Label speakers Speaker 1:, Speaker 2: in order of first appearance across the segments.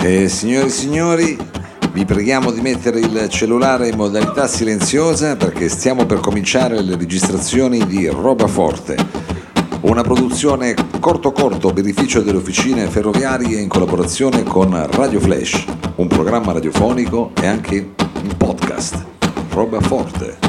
Speaker 1: Eh, signore e signori, vi preghiamo di mettere il cellulare in modalità silenziosa perché stiamo per cominciare le registrazioni di Roba Forte, una produzione corto corto a beneficio delle officine ferroviarie in collaborazione con Radio Flash, un programma radiofonico e anche un podcast. Roba Forte.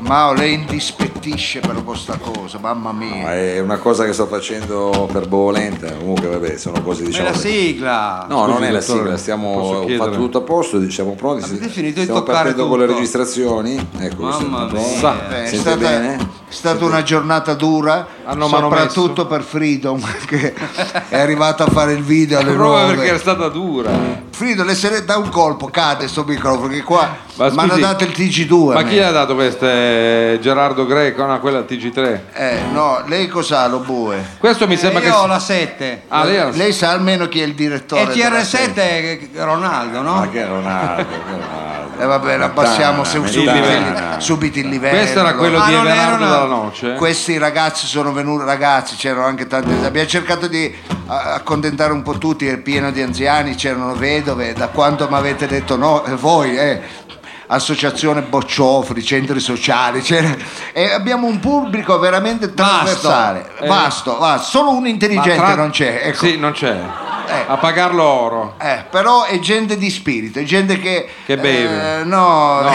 Speaker 2: Mao, lei indispettisce per questa cosa, mamma
Speaker 1: No,
Speaker 2: mia.
Speaker 1: è una cosa che sto facendo per Bovolenta, comunque vabbè, sono cose
Speaker 3: Ma è
Speaker 1: diciamo...
Speaker 3: la sigla!
Speaker 1: No, non è la
Speaker 4: dottore,
Speaker 1: sigla, stiamo
Speaker 4: posso
Speaker 1: ho
Speaker 4: chiedere?
Speaker 1: fatto tutto a posto, diciamo pronti.
Speaker 3: Avete
Speaker 1: si-
Speaker 3: finito di
Speaker 1: stiamo
Speaker 3: toccare
Speaker 1: partendo con le
Speaker 3: tutto?
Speaker 1: registrazioni. Ecco,
Speaker 3: Mamma
Speaker 1: sento un po'.
Speaker 3: mia.
Speaker 4: Sa-
Speaker 2: Eh, è
Speaker 1: Sente
Speaker 2: stata,
Speaker 1: bene?
Speaker 2: è stata una giornata dura,
Speaker 4: Hanno
Speaker 2: soprattutto per Freedom che è arrivata a fare il video alle
Speaker 4: Proprio perché era
Speaker 2: nove.
Speaker 4: stata dura.
Speaker 2: Freedom, le sere- da un colpo cade sto microfono che qua
Speaker 4: Ma
Speaker 2: mi hanno
Speaker 4: scusi,
Speaker 2: dato il TG2. a
Speaker 4: Ma
Speaker 2: me.
Speaker 4: chi l'ha dato queste? Gerardo Greco? No, quella TG3.
Speaker 2: Eh, no, lei cos'ha lo bue?
Speaker 4: Questo mi sembra
Speaker 3: Eh, io
Speaker 4: che.
Speaker 3: ho la 7.
Speaker 4: Ah, lei ha la-
Speaker 2: Lei sa almeno chi è il
Speaker 3: e
Speaker 2: direttore. della
Speaker 3: TR7
Speaker 2: serie.
Speaker 3: è Ronaldo, no?
Speaker 1: Ma che Ronaldo, che Ronaldo.
Speaker 2: E va bene, Eh, abbassiamo se- subito,
Speaker 4: Mentana.
Speaker 2: il, subito il livello.
Speaker 4: Questo era quello
Speaker 3: Ah,
Speaker 4: di
Speaker 3: non era
Speaker 4: Everardo
Speaker 3: una-
Speaker 4: dalla Noce.
Speaker 2: Questi ragazzi sono venuti, ragazzi, c'erano anche tanti. Abbiamo cercato di a- accontentare un po' tutti, è pieno di anziani, c'erano vedove, da quanto mi avete detto no, eh, voi, eh, associazione Bocciofri, centri sociali, c'era- e abbiamo un pubblico veramente trasversale,
Speaker 4: Eh.
Speaker 2: vasto, vasto. solo un
Speaker 4: Ma
Speaker 2: intelligente
Speaker 4: tra-
Speaker 2: non c'è. Ecco.
Speaker 4: Sì, non c'è.
Speaker 2: Eh.
Speaker 4: A pagarlo oro.
Speaker 2: Eh, però è gente di spirito, è gente che...
Speaker 4: Che beve.
Speaker 2: eh, no,
Speaker 4: No.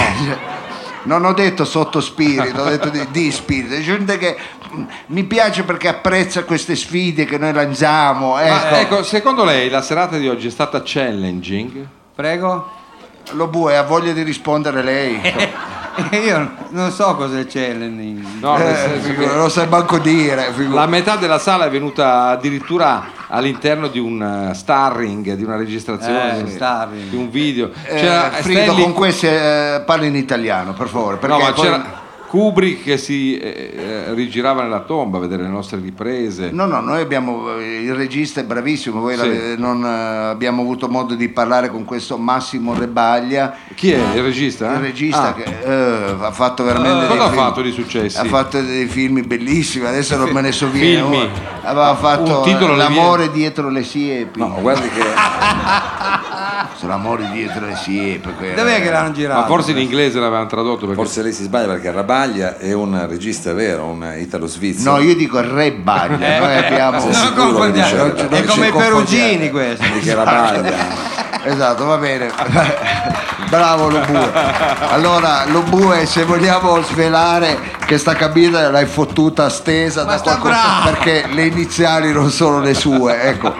Speaker 2: non ho detto sotto spirito, ho detto di, di spirito, è gente che mm, mi piace perché apprezza queste sfide che noi lanciamo.
Speaker 4: Ma,
Speaker 2: Ecco.
Speaker 4: ecco, secondo lei la serata di oggi è stata challenging?
Speaker 3: Prego.
Speaker 2: Lo bue ha voglia di rispondere lei.
Speaker 3: Io non so cos'è Challenging.
Speaker 4: No, nel
Speaker 2: Eh,
Speaker 4: senso
Speaker 2: figura-
Speaker 4: che
Speaker 2: lo sai manco dire. figura-
Speaker 4: la metà della sala è venuta addirittura all'interno di un eh, starring, di una registrazione,
Speaker 3: Eh,
Speaker 4: sì.
Speaker 3: starring.
Speaker 4: di un video.
Speaker 2: Eh,
Speaker 4: C'era
Speaker 2: Frido,
Speaker 4: Stanley-
Speaker 2: con questi eh, parli in italiano, per favore. Perché
Speaker 4: No, ma
Speaker 2: poi-
Speaker 4: c'era Kubrick che si eh, eh, rigirava nella tomba a vedere le nostre riprese.
Speaker 2: No, no, noi abbiamo eh, il regista è bravissimo, voi
Speaker 4: Sì.
Speaker 2: l'ave- non eh, abbiamo avuto modo di parlare con questo Massimo Rebaglia,
Speaker 4: Chi è il regista?
Speaker 2: il regista
Speaker 4: Ah,
Speaker 2: che eh, ha fatto veramente
Speaker 4: Eh,
Speaker 2: dei
Speaker 4: cosa ha
Speaker 2: film-
Speaker 4: fatto di successi?
Speaker 2: ha fatto dei film bellissimi adesso non me ne sovviene
Speaker 4: Filmi.
Speaker 2: uno. aveva fatto
Speaker 4: Un titolo
Speaker 2: eh,
Speaker 4: le
Speaker 2: l'amore dietro le siepi Ah.
Speaker 1: No, guardi che
Speaker 2: l'amore dietro le siepi quello.
Speaker 3: Dov'è che l'hanno girato?
Speaker 4: ma forse in inglese l'avevano tradotto perché
Speaker 1: forse lei si sbaglia perché Rabaglia è un regista vero, un italo-svizzero.
Speaker 2: no io dico
Speaker 3: Eh.
Speaker 2: Rebaglia noi abbiamo
Speaker 1: Sì,
Speaker 3: Non
Speaker 1: sicuro che
Speaker 3: confondiamo.
Speaker 1: dice-
Speaker 3: È
Speaker 1: non
Speaker 3: come
Speaker 1: ci
Speaker 3: i perugini questo.
Speaker 1: Di che Rabaglia.
Speaker 2: Esatto, va bene. Bravo Lobue. Allora, Lobue, se vogliamo svelare che sta cabina l'hai fottuta stesa
Speaker 3: Ma
Speaker 2: da
Speaker 3: sta
Speaker 2: qualcosa
Speaker 3: bravo!
Speaker 2: perché le iniziali non sono le sue, ecco.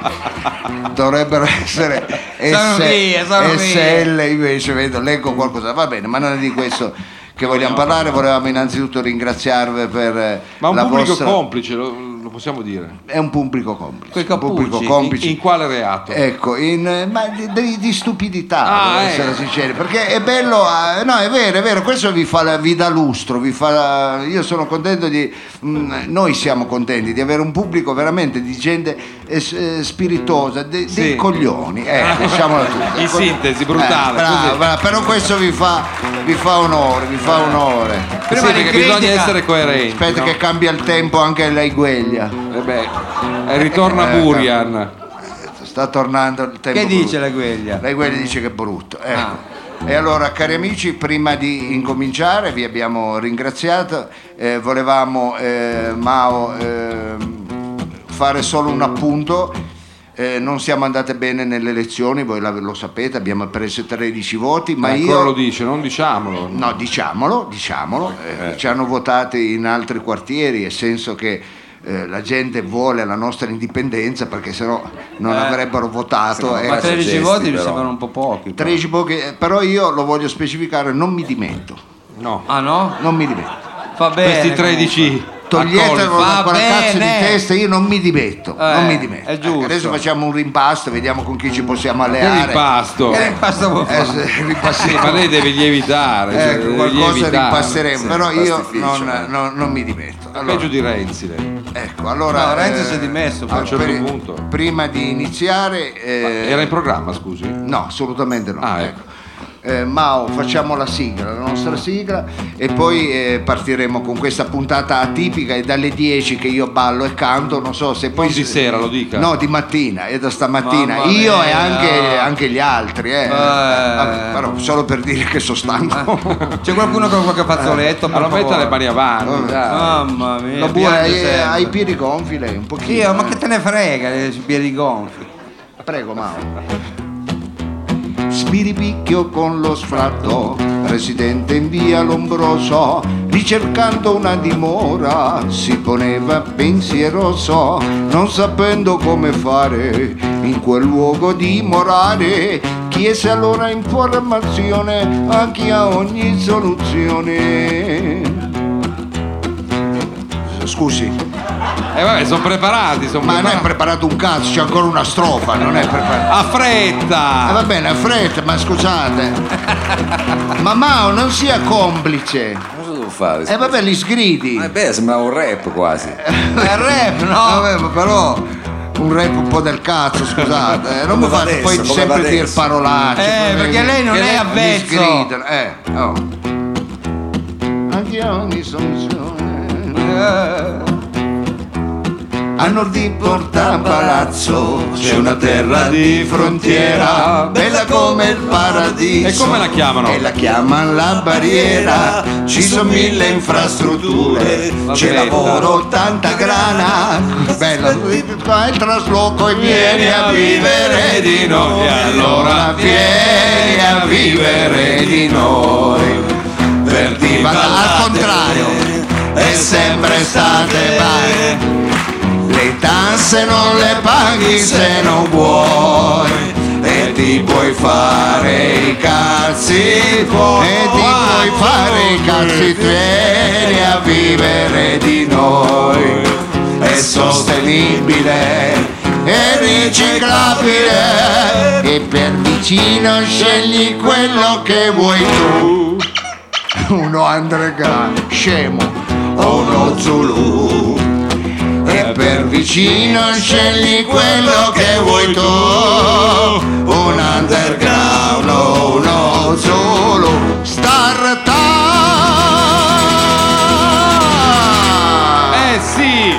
Speaker 2: Dovrebbero essere
Speaker 3: Sono
Speaker 2: S-
Speaker 3: mie, sono mie.
Speaker 2: SL invece, vedo, leggo qualcosa. Va bene, ma non è di questo che vogliamo parlare, volevamo innanzitutto ringraziarvi per eh,
Speaker 4: Ma un
Speaker 2: la
Speaker 4: pubblico
Speaker 2: vostra
Speaker 4: complice, lo, lo possiamo dire.
Speaker 2: è un pubblico complice.
Speaker 3: Quei
Speaker 2: Un pubblico
Speaker 3: cappucci,
Speaker 2: complice.
Speaker 4: In, in quale reato? Eh
Speaker 2: Ecco, in- ma di, di- di stupidità,
Speaker 4: Ah,
Speaker 2: devo
Speaker 4: eh.
Speaker 2: essere sinceri, perché è bello, eh, no è vero, è vero, questo vi, fa, vi dà lustro, vi fa, io sono contento di, mm, noi siamo contenti di avere un pubblico veramente di gente eh, s- eh, spiritosa, de-
Speaker 4: Sì.
Speaker 2: dei coglioni, ecco, diciamola tutta.
Speaker 4: In sintesi, brutale.
Speaker 2: Eh, brava,
Speaker 4: così.
Speaker 2: brava, però questo vi fa, vi fa onore, vi fa onore.
Speaker 4: Sì,
Speaker 3: Prima di
Speaker 4: perché bisogna
Speaker 3: critica-
Speaker 4: essere coerenti.
Speaker 2: Aspetta
Speaker 4: no?
Speaker 2: che cambia il tempo anche lei Gueglia.
Speaker 4: Eh beh, eh, ritorna
Speaker 2: Eh,
Speaker 4: Burian.
Speaker 2: Sta tornando il tempo.
Speaker 3: Che dice
Speaker 2: brutto.
Speaker 3: la gueglia?
Speaker 2: Lei quelli dice che è brutto. ecco. E allora, cari amici, prima di incominciare, vi abbiamo ringraziato. eh, volevamo, eh, Mao, ehm, fare solo un appunto. Eh, non siamo andate bene nelle elezioni, voi la- lo sapete, abbiamo preso 13 voti, ma
Speaker 4: Eh, Ancora
Speaker 2: io...
Speaker 4: lo dice, non diciamolo.
Speaker 2: No, diciamolo, diciamolo, eh, ci hanno votati in altri quartieri, nel senso che eh, la gente vuole la nostra indipendenza perché sennò non
Speaker 3: Eh.
Speaker 2: avrebbero votato.
Speaker 1: Sì,
Speaker 2: eh.
Speaker 3: Ma 13
Speaker 1: gesti,
Speaker 3: voti mi
Speaker 1: però.
Speaker 3: sembrano un po' pochi. però.
Speaker 2: 13 pochi, eh, però io lo voglio specificare, non mi dimento,
Speaker 4: No.
Speaker 3: Ah no?
Speaker 2: non mi dimento.
Speaker 3: Fa bene.
Speaker 4: Questi 13
Speaker 2: Toglietelo
Speaker 3: Va
Speaker 2: da quella cazzo di
Speaker 3: bene.
Speaker 2: testa, io non mi dimetto,
Speaker 3: Eh,
Speaker 2: non mi dimetto.
Speaker 3: è
Speaker 2: Ecco,
Speaker 3: giusto.
Speaker 2: adesso facciamo un rimpasto, vediamo con chi ci possiamo
Speaker 4: Che
Speaker 2: alleare.
Speaker 4: rimpasto.
Speaker 3: Che rimpasto vuoi
Speaker 2: Eh,
Speaker 3: fare?
Speaker 2: se-
Speaker 4: Sì,
Speaker 2: ripassiamo.
Speaker 4: ma lei deve lievitare. cioè,
Speaker 2: Ecco,
Speaker 4: deve
Speaker 2: qualcosa
Speaker 4: lievitare.
Speaker 2: ripasseremo,
Speaker 1: Sì,
Speaker 2: però io
Speaker 1: pastificio,
Speaker 2: non,
Speaker 1: eh.
Speaker 2: non- non mi dimetto. Allora,
Speaker 4: Peggio di Renzi lei.
Speaker 2: Ecco, allora...
Speaker 3: No, Renzi si è dimesso,
Speaker 4: a un certo
Speaker 2: per-
Speaker 4: punto.
Speaker 2: Prima di iniziare... eh,
Speaker 4: Era in programma, scusi?
Speaker 2: No, assolutamente no.
Speaker 4: Ah,
Speaker 2: ecco. Eh, Mao, facciamo la sigla, la nostra sigla, e poi eh, partiremo con questa puntata atipica. È dalle 10 che io ballo e canto. Non so se poi.
Speaker 4: Quindi sera, lo dica.
Speaker 2: No, di mattina, è da stamattina.
Speaker 3: Mamma
Speaker 2: io
Speaker 3: mia.
Speaker 2: e anche, anche gli altri, eh. Vabbè, però solo per dire che sono stanco.
Speaker 3: C'è qualcuno con qualche fazzoletto? per
Speaker 4: Allora metta
Speaker 3: favore?
Speaker 4: le mani avanti. dai.
Speaker 3: Mamma mia.
Speaker 2: Ma
Speaker 3: Eh, piange
Speaker 2: hai,
Speaker 3: sempre.
Speaker 2: eh, hai i piedi gonfi lei, un pochino.
Speaker 3: Io, ma
Speaker 2: eh.
Speaker 3: che te ne frega, le piedi gonfi.
Speaker 2: Prego Mao. Spiripicchio con lo sfratto, residente in via Lombroso, ricercando una dimora, si poneva pensieroso, non sapendo come fare in quel luogo dimorare. Chiese allora informazione a chi ha ogni soluzione. Scusi,
Speaker 4: Eh, vabbè, sono preparati, sono
Speaker 2: ma non è
Speaker 4: preparati.
Speaker 2: preparato un cazzo, c'è ancora una strofa, non è preparato.
Speaker 4: A
Speaker 2: Ah,
Speaker 4: fretta!
Speaker 2: va bene, a fretta, ma scusate. ma Mao non sia complice.
Speaker 1: Cosa devo fare?
Speaker 2: E Eh, vabbè, li sgridi.
Speaker 1: Eh beh, sembra un rap quasi.
Speaker 2: È rap, no? Vabbè, ma però un rap un po' del cazzo, scusate. eh. Non
Speaker 1: Come
Speaker 2: mi
Speaker 1: va
Speaker 2: fate
Speaker 1: adesso,
Speaker 2: poi
Speaker 1: come
Speaker 2: sempre
Speaker 1: va
Speaker 2: dire
Speaker 1: adesso?
Speaker 2: parolacce.
Speaker 3: Eh,
Speaker 2: poi
Speaker 3: perché
Speaker 2: mi-
Speaker 3: lei non
Speaker 2: che
Speaker 3: è
Speaker 2: mi
Speaker 3: avvezzo.
Speaker 2: sgridano, Eh, oh. Anche ogni soluzione. A nord di Porta Palazzo c'è una terra di frontiera, bella come il paradiso.
Speaker 4: E come la chiamano?
Speaker 3: Eh,
Speaker 2: E la chiamano la barriera, ci sono mille infrastrutture,
Speaker 4: La
Speaker 2: c'è
Speaker 4: bella.
Speaker 2: lavoro, tanta grana. Bella, fai il trasloco e vieni a vivere di noi, allora vieni a vivere di noi. Verdi va al contrario, è sempre state vai. Le tasse non le paghi se non vuoi e ti puoi fare i cazzi tuoi e ti puoi fare i cazzi tuoi a vivere di noi è sostenibile è riciclabile e per vicino scegli quello che vuoi tu uno andrega scemo o uno zulu e per vicino scegli quello che vuoi tu un underground o uno solo star Time.
Speaker 4: Eh sì!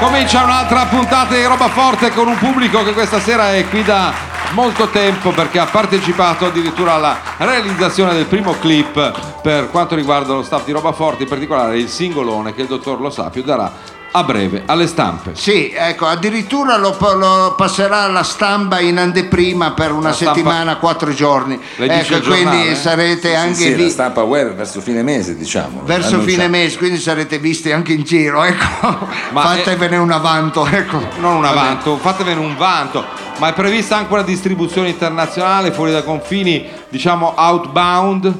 Speaker 4: Comincia un'altra puntata di roba forte con un pubblico che questa sera è qui da molto tempo perché ha partecipato addirittura alla realizzazione del primo clip per quanto riguarda lo staff di roba forte, in particolare il singolone che il dottor Lo Sapio darà a breve alle stampe.
Speaker 2: Sì, ecco, addirittura lo, lo passerà alla stampa in anteprima per una
Speaker 4: La stampa-
Speaker 2: settimana, quattro giorni.
Speaker 4: Le dice
Speaker 2: Ecco,
Speaker 4: il giornale,
Speaker 2: quindi
Speaker 4: eh?
Speaker 2: sarete anche
Speaker 1: sì,
Speaker 2: lì.
Speaker 1: la stampa web verso fine mese, diciamo.
Speaker 2: Verso
Speaker 1: Annuncia-
Speaker 2: fine mese, quindi sarete visti anche in giro, ecco.
Speaker 4: Ma
Speaker 2: Fatevene un avanto, ecco.
Speaker 4: non un
Speaker 2: Vabbè.
Speaker 4: avanto, fatevene un vanto, ma è prevista anche una distribuzione internazionale fuori dai confini, diciamo outbound.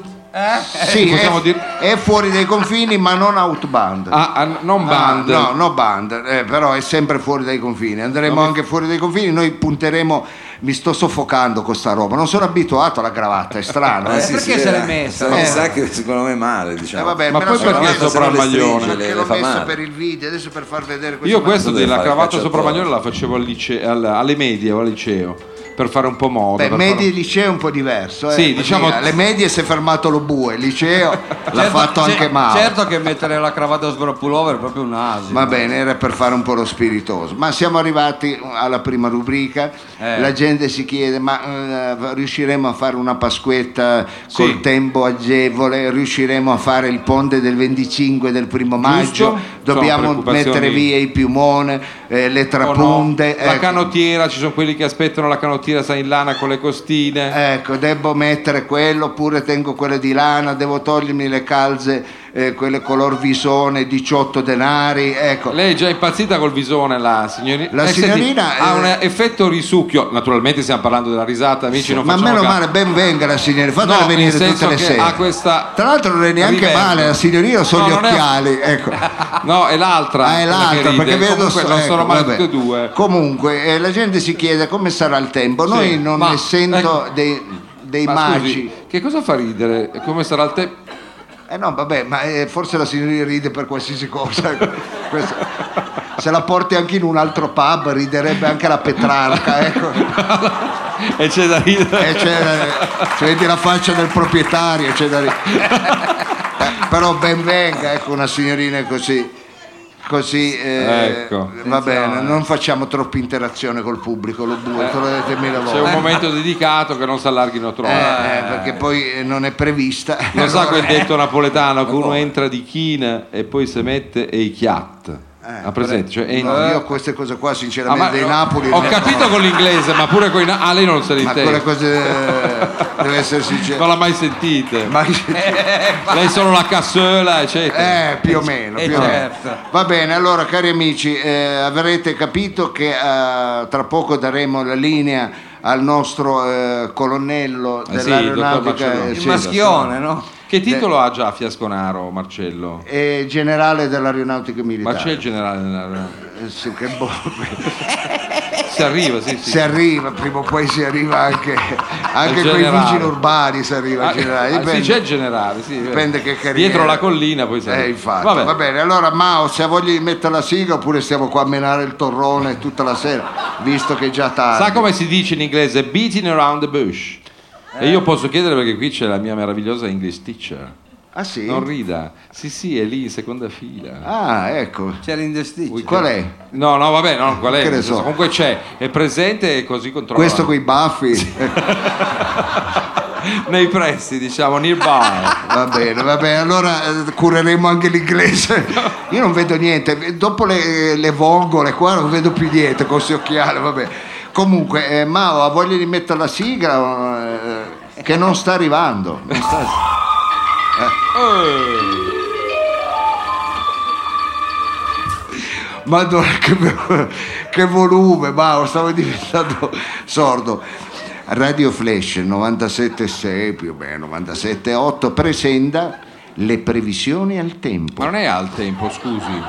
Speaker 2: Sì,
Speaker 4: Eh, possiamo
Speaker 2: è,
Speaker 4: dire-
Speaker 2: è fuori dai confini, ma non outbound.
Speaker 4: Ah, ah, non band.
Speaker 2: Ah, no, no band, eh, però è sempre fuori dai confini. Andremo anche fuori dai confini. Noi punteremo. Mi sto soffocando con sta roba. Non sono abituato alla cravatta, è strano.
Speaker 1: Ma
Speaker 2: eh.
Speaker 1: sì,
Speaker 3: perché
Speaker 1: sì,
Speaker 3: se l'è
Speaker 1: eh,
Speaker 3: messa?
Speaker 1: Ma
Speaker 2: Eh.
Speaker 1: Mi sa che secondo me male, diciamo.
Speaker 2: Eh, vabbè,
Speaker 4: Ma
Speaker 2: me la
Speaker 4: poi
Speaker 2: sono
Speaker 4: perché
Speaker 2: messa
Speaker 1: il
Speaker 4: sopra il maglione?
Speaker 1: le-
Speaker 2: Perché
Speaker 1: le
Speaker 2: l'ho
Speaker 1: fa
Speaker 2: messo
Speaker 1: male.
Speaker 2: per il video, adesso per far vedere questo.
Speaker 4: Io questo
Speaker 1: deve
Speaker 4: della
Speaker 1: fare
Speaker 4: cravatta
Speaker 1: il
Speaker 4: sopra il maglione
Speaker 1: calciatore.
Speaker 4: la facevo al lice- al- alle medie o al liceo per fare un po' moda.
Speaker 2: Beh,
Speaker 4: per
Speaker 2: medie
Speaker 4: fare
Speaker 2: e liceo è un po' diverso. eh,
Speaker 4: Sì,
Speaker 2: perché
Speaker 4: diciamo- Certo,
Speaker 2: Alle medie si è fermato lo bue, il liceo l'ha fatto
Speaker 3: ce-
Speaker 2: anche Mao.
Speaker 3: Certo che mettere la cravatta sopra il pullover è proprio un asino.
Speaker 2: Va bene, era per fare un po' lo spiritoso. Ma siamo arrivati alla prima rubrica.
Speaker 3: Eh.
Speaker 2: La gente si chiede: ma eh, riusciremo a fare una Pasquetta col
Speaker 4: Sì.
Speaker 2: tempo agevole? Riusciremo a fare il ponte del 25 e del primo maggio?
Speaker 4: Sono
Speaker 2: Dobbiamo
Speaker 4: preoccupazioni-
Speaker 2: mettere via i piumone, eh, le
Speaker 4: un po' no.
Speaker 2: trapunte.
Speaker 4: La
Speaker 2: ecco.
Speaker 4: canottiera, ci sono quelli che aspettano la canottiera sai in lana con le costine.
Speaker 2: Ecco, devo mettere quello oppure tengo quelle di lana, devo togliermi le calze, eh, quelle color visone, 18 denari, ecco.
Speaker 4: Lei è già impazzita col visone, la signorina.
Speaker 2: La
Speaker 4: Eh, senti,
Speaker 2: signorina,
Speaker 4: ha
Speaker 2: eh,
Speaker 4: un effetto risucchio. Naturalmente stiamo parlando della risata, amici. Non
Speaker 2: Ma
Speaker 4: facciamo
Speaker 2: meno
Speaker 4: caso.
Speaker 2: male, ben venga la signorina, fatela
Speaker 4: No,
Speaker 2: venire
Speaker 4: nel senso
Speaker 2: tutte le
Speaker 4: che
Speaker 2: sere.
Speaker 4: ha questa-
Speaker 2: Tra l'altro non è neanche
Speaker 4: Riverso.
Speaker 2: male la signorina, sono
Speaker 4: No,
Speaker 2: gli
Speaker 4: non è-
Speaker 2: occhiali, ecco.
Speaker 4: No, è l'altra.
Speaker 2: Ah, è
Speaker 4: quella che
Speaker 2: l'altra,
Speaker 4: ride.
Speaker 2: perché vedo
Speaker 4: Comunque,
Speaker 2: so-
Speaker 4: non
Speaker 2: ecco,
Speaker 4: sono male
Speaker 2: vabbè.
Speaker 4: tutte e due.
Speaker 2: Comunque, eh, la gente si chiede come sarà il tempo.
Speaker 4: Sì,
Speaker 2: Noi non
Speaker 4: ma-
Speaker 2: essendo
Speaker 4: ecco.
Speaker 2: dei, dei
Speaker 4: Ma
Speaker 2: magi.
Speaker 4: scusi, che cosa fa ridere? Come sarà il tempo?
Speaker 2: Eh no, vabbè, ma eh, forse la signorina ride per qualsiasi cosa. Questo- Se la porti anche in un altro pub riderebbe anche la Petrarca, ecco.
Speaker 4: e c'è da ridere.
Speaker 2: Eh, c'è, se vedi la faccia del proprietario, c'è da ridere. Eh, Però ben venga, ecco, una signorina così. Così, eh,
Speaker 4: Ecco.
Speaker 2: va bene,
Speaker 3: Attenzione.
Speaker 2: non facciamo troppa interazione col pubblico, lo bue, te lo dite mille
Speaker 4: Eh. C'è
Speaker 2: volte.
Speaker 4: un momento dedicato che non si allarghino troppo.
Speaker 2: Eh, eh, perché poi eh, non è prevista.
Speaker 4: Lo sa
Speaker 2: Allora-
Speaker 4: quel detto napoletano che
Speaker 2: Eh.
Speaker 4: uno entra di china e poi si mette e i chiat. ha presente? Cioè,
Speaker 2: Eh, No,
Speaker 4: entra-
Speaker 2: io queste cose qua
Speaker 4: Ah, ma-
Speaker 2: sinceramente dei Napoli
Speaker 4: Ho
Speaker 2: non-
Speaker 4: capito con l'inglese, ma pure con i na- Ah, lei non se ne
Speaker 2: ma quelle
Speaker 4: intende.
Speaker 2: cose eh, deve essere sincero
Speaker 4: Non l'ha mai sentite.
Speaker 2: ma
Speaker 4: Lei è solo la cassola, eccetera.
Speaker 2: eh, più o meno,
Speaker 3: eh,
Speaker 2: più o meno.
Speaker 3: certo.
Speaker 2: va bene allora cari amici eh, avrete capito che eh, tra poco daremo la linea al nostro eh, colonnello
Speaker 4: Eh sì, dottor
Speaker 2: dell'aeronautica
Speaker 4: Marcello.
Speaker 2: eh,
Speaker 3: Il
Speaker 2: sì,
Speaker 3: maschione, no?
Speaker 4: Che titolo
Speaker 2: Eh.
Speaker 4: ha già Fiasconaro, Marcello?
Speaker 2: e generale dell'aeronautica
Speaker 4: Ma c'è il
Speaker 2: militare
Speaker 4: generale nella-
Speaker 2: Eh, sì, che boh,
Speaker 4: Si arriva, sì, sì.
Speaker 2: si arriva prima o poi si arriva anche anche
Speaker 4: Il
Speaker 2: con i
Speaker 4: generale.
Speaker 2: vigili urbani si arriva
Speaker 4: Ah,
Speaker 2: il generale
Speaker 4: ah, sì,
Speaker 2: dipende.
Speaker 4: c'è il generale, sì.
Speaker 2: Dipende che carriera.
Speaker 4: Dietro la collina poi si arriva.
Speaker 2: Eh, infatti.
Speaker 4: Vabbè.
Speaker 2: Va bene, allora Mao, se voglia di mettere la sigla oppure stiamo qua a menare il torrone tutta la sera, visto che è già tardi.
Speaker 4: Sa come si dice in inglese beating around the bush?
Speaker 2: Eh.
Speaker 4: E io posso chiedere perché qui c'è la mia meravigliosa English teacher.
Speaker 2: Ah sì?
Speaker 4: Non rida. Sì, sì, è lì in seconda fila.
Speaker 2: ah, ecco.
Speaker 3: C'è l'indestito.
Speaker 2: Qual è?
Speaker 4: No, no, vabbè, no, qual è?
Speaker 2: Che ne
Speaker 4: Nel senso,
Speaker 2: so.
Speaker 4: Comunque c'è, è presente e così controlla.
Speaker 2: Questo coi baffi? Eh,
Speaker 4: Nei pressi, diciamo, nearby.
Speaker 2: Va bene, va bene, allora eh, cureremo anche l'inglese. Io non vedo niente, dopo le, le vongole qua non vedo più niente con questi occhiali, va bene. Comunque, eh, Mao ha voglia di mettere la sigla eh, che non sta arrivando. Non sta- Madonna, che, che volume, ma stavo diventando sordo. Radio Flash 97.6 più o meno, 97.8 presenta le previsioni al tempo.
Speaker 4: Ma non è al tempo, scusi.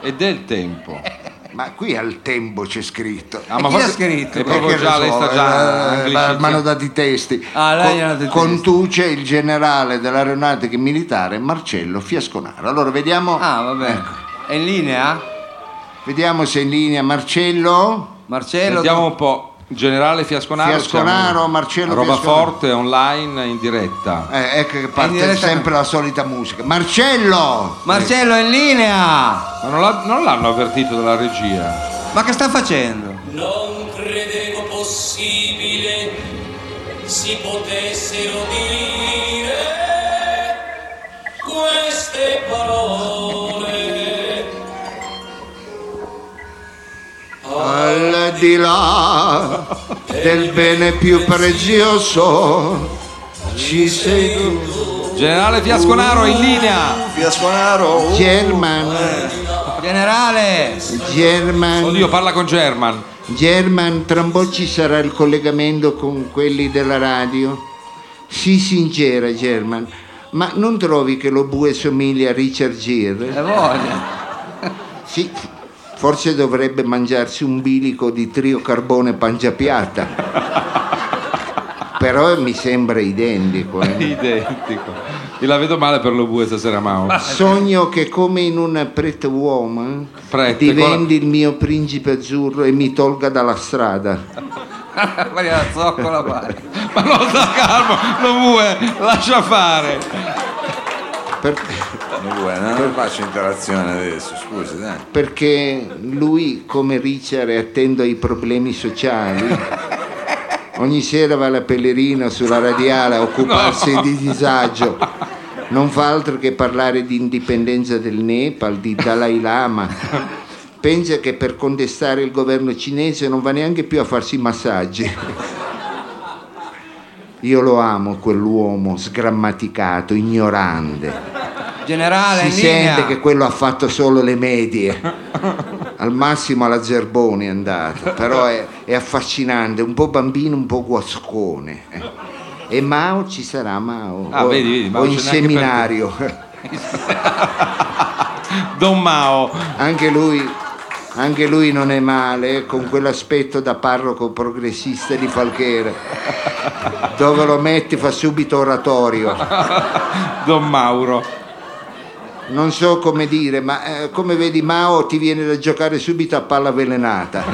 Speaker 4: È del tempo.
Speaker 2: Ma qui al tempo c'è scritto.
Speaker 4: Ah,
Speaker 3: chi l'ha
Speaker 4: forse-
Speaker 3: scritto?
Speaker 4: È
Speaker 2: Perché
Speaker 4: proprio
Speaker 2: ne
Speaker 4: già, cioè.
Speaker 2: so,
Speaker 4: lei sta
Speaker 2: eh,
Speaker 4: già...
Speaker 2: la-
Speaker 4: English
Speaker 2: mi hanno
Speaker 4: teacher.
Speaker 2: dato i testi.
Speaker 3: Ah, lei gli ha dato i
Speaker 2: conduce il generale dell'aeronautica militare Marcello Fiasconaro. Allora vediamo,
Speaker 3: Ah, vabbè. È in linea?
Speaker 2: vediamo se è in linea Marcello.
Speaker 3: Marcello?
Speaker 4: Vediamo un po'. Generale Fiasconaro.
Speaker 2: Eh, Fiasconaro,
Speaker 4: siamo-
Speaker 2: Marcello
Speaker 4: Roba
Speaker 2: Fiasconaro.
Speaker 4: forte, online, in diretta.
Speaker 2: Eh, ecco che
Speaker 3: In
Speaker 2: parte
Speaker 3: diretta-
Speaker 2: sempre la solita musica. Marcello!
Speaker 3: Marcello è in linea!
Speaker 4: Ma non, l'ha- non l'hanno avvertito dalla regia.
Speaker 3: Ma che sta facendo?
Speaker 5: Non credevo possibile si potessero dire queste parole.
Speaker 2: Al di là del bene più prezioso ci sei tu,
Speaker 4: Generale Fiasconaro in linea.
Speaker 6: Fiasconaro.
Speaker 2: German,
Speaker 3: Generale!
Speaker 2: German,
Speaker 4: Oddio, parla con German.
Speaker 2: German, tra un po' ci sarà il collegamento con quelli della radio. Sii sincera German, ma non trovi che lo bue somiglia a Richard Gere?
Speaker 3: È voglia!
Speaker 2: Sì, forse dovrebbe mangiarsi un bilico di triocarbone pangiapiata. Però mi sembra identico. eh.
Speaker 4: Identico. E la vedo male per lo bue stasera, Mao.
Speaker 2: Sogno che come in una Pretty Woman
Speaker 4: Pretty,
Speaker 2: diventi il mio principe azzurro e mi tolga dalla strada.
Speaker 3: Guarda la zoccola pare.
Speaker 4: Ma non sta calmo, lo bue, lascia fare.
Speaker 2: Per-
Speaker 1: Non vuoi, no? non faccio interazione adesso, scusi, dai.
Speaker 2: perché lui, come Richard, è attento ai problemi sociali. Ogni sera va la Pellerina sulla radiale a occuparsi di disagio. Non fa altro che parlare di indipendenza del Nepal, di Dalai Lama. Pensa che per contestare il governo cinese non va neanche più a farsi i massaggi. Io lo amo quell'uomo sgrammaticato, ignorante
Speaker 3: Generale,
Speaker 2: si
Speaker 3: in linea!
Speaker 2: sente che quello ha fatto solo le medie al massimo alla Zerboni è andato però è, è affascinante un po' bambino un po' guascone eh. e Mao ci sarà Mao
Speaker 4: Ah,
Speaker 2: o,
Speaker 4: vedi, vedi, Mao
Speaker 2: o
Speaker 4: c'è
Speaker 2: in
Speaker 4: neanche per
Speaker 2: seminario
Speaker 4: Don Mao.
Speaker 2: anche lui Anche lui non è male, eh, con quell'aspetto da parroco progressista di Falchera. Dove lo metti fa subito oratorio.
Speaker 4: Don Mauro.
Speaker 2: Non so come dire, ma eh, come vedi Mao ti viene da giocare subito a palla avvelenata.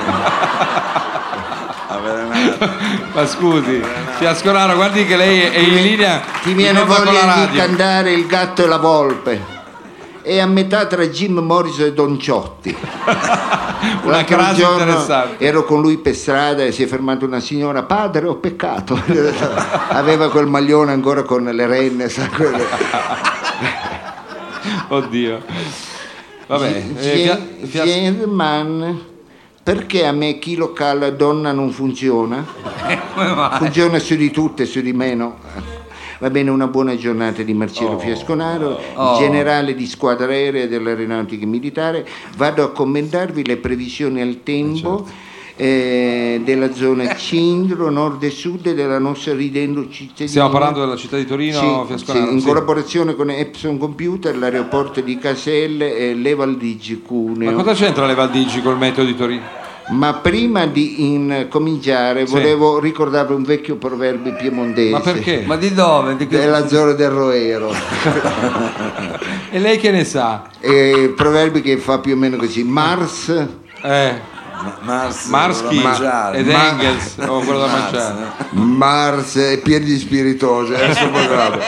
Speaker 4: Ma scusi, Fiascolaro, guardi che lei è in linea
Speaker 2: Ti viene
Speaker 4: in onda con la
Speaker 2: voglia di
Speaker 4: radio.
Speaker 2: cantare il gatto e la volpe. È a metà tra Jim Morrison e Don Ciotti.
Speaker 4: Una
Speaker 2: L'altro
Speaker 4: crasi
Speaker 2: giorno
Speaker 4: interessante.
Speaker 2: Ero con lui per strada e si è fermata una signora, padre ho peccato. Aveva quel maglione ancora con le renne, sa, quelle-
Speaker 4: Oddio. Vabbè, eh,
Speaker 2: Gien-
Speaker 4: Fia- Fias-
Speaker 2: Gentleman, perché a me chi lo cala donna non funziona?
Speaker 3: Come
Speaker 4: Ah,
Speaker 3: mai?
Speaker 4: ecco.
Speaker 2: Funziona su di tutte, su di meno. Va bene, una buona giornata di Marcello Fiasconaro,
Speaker 3: Oh.
Speaker 2: generale di squadra aerea dell'aeronautica militare. Vado a commentarvi le previsioni al tempo
Speaker 4: Certo.
Speaker 2: eh, della zona centro, nord e sud della nostra ridendo cittadina.
Speaker 4: stiamo parlando della città di Torino,
Speaker 2: Sì, sì,
Speaker 4: Fiascolaro.
Speaker 2: in
Speaker 4: sì.
Speaker 2: collaborazione con Epson Computer, l'aeroporto di Caselle e Levaldigi Cuneo.
Speaker 4: Ma cosa c'entra le Valdigi col metodo di Torino?
Speaker 2: Ma prima di in- cominciare
Speaker 4: Sì.
Speaker 2: volevo ricordarvi un vecchio proverbio piemontese.
Speaker 4: Ma perché?
Speaker 3: Ma di dove? Di che-
Speaker 2: Della zona del Roero.
Speaker 4: E lei che ne sa?
Speaker 2: E proverbi che fa più o meno così. Mars,
Speaker 4: Eh,
Speaker 1: Ma- Mars,
Speaker 4: Marschi
Speaker 1: quello da mangiare.
Speaker 4: ed
Speaker 1: Ma-
Speaker 4: Engels, o quello da
Speaker 1: Mars,
Speaker 4: mangiare.
Speaker 2: Mars e piedi di spiritosi. adesso poi bravo.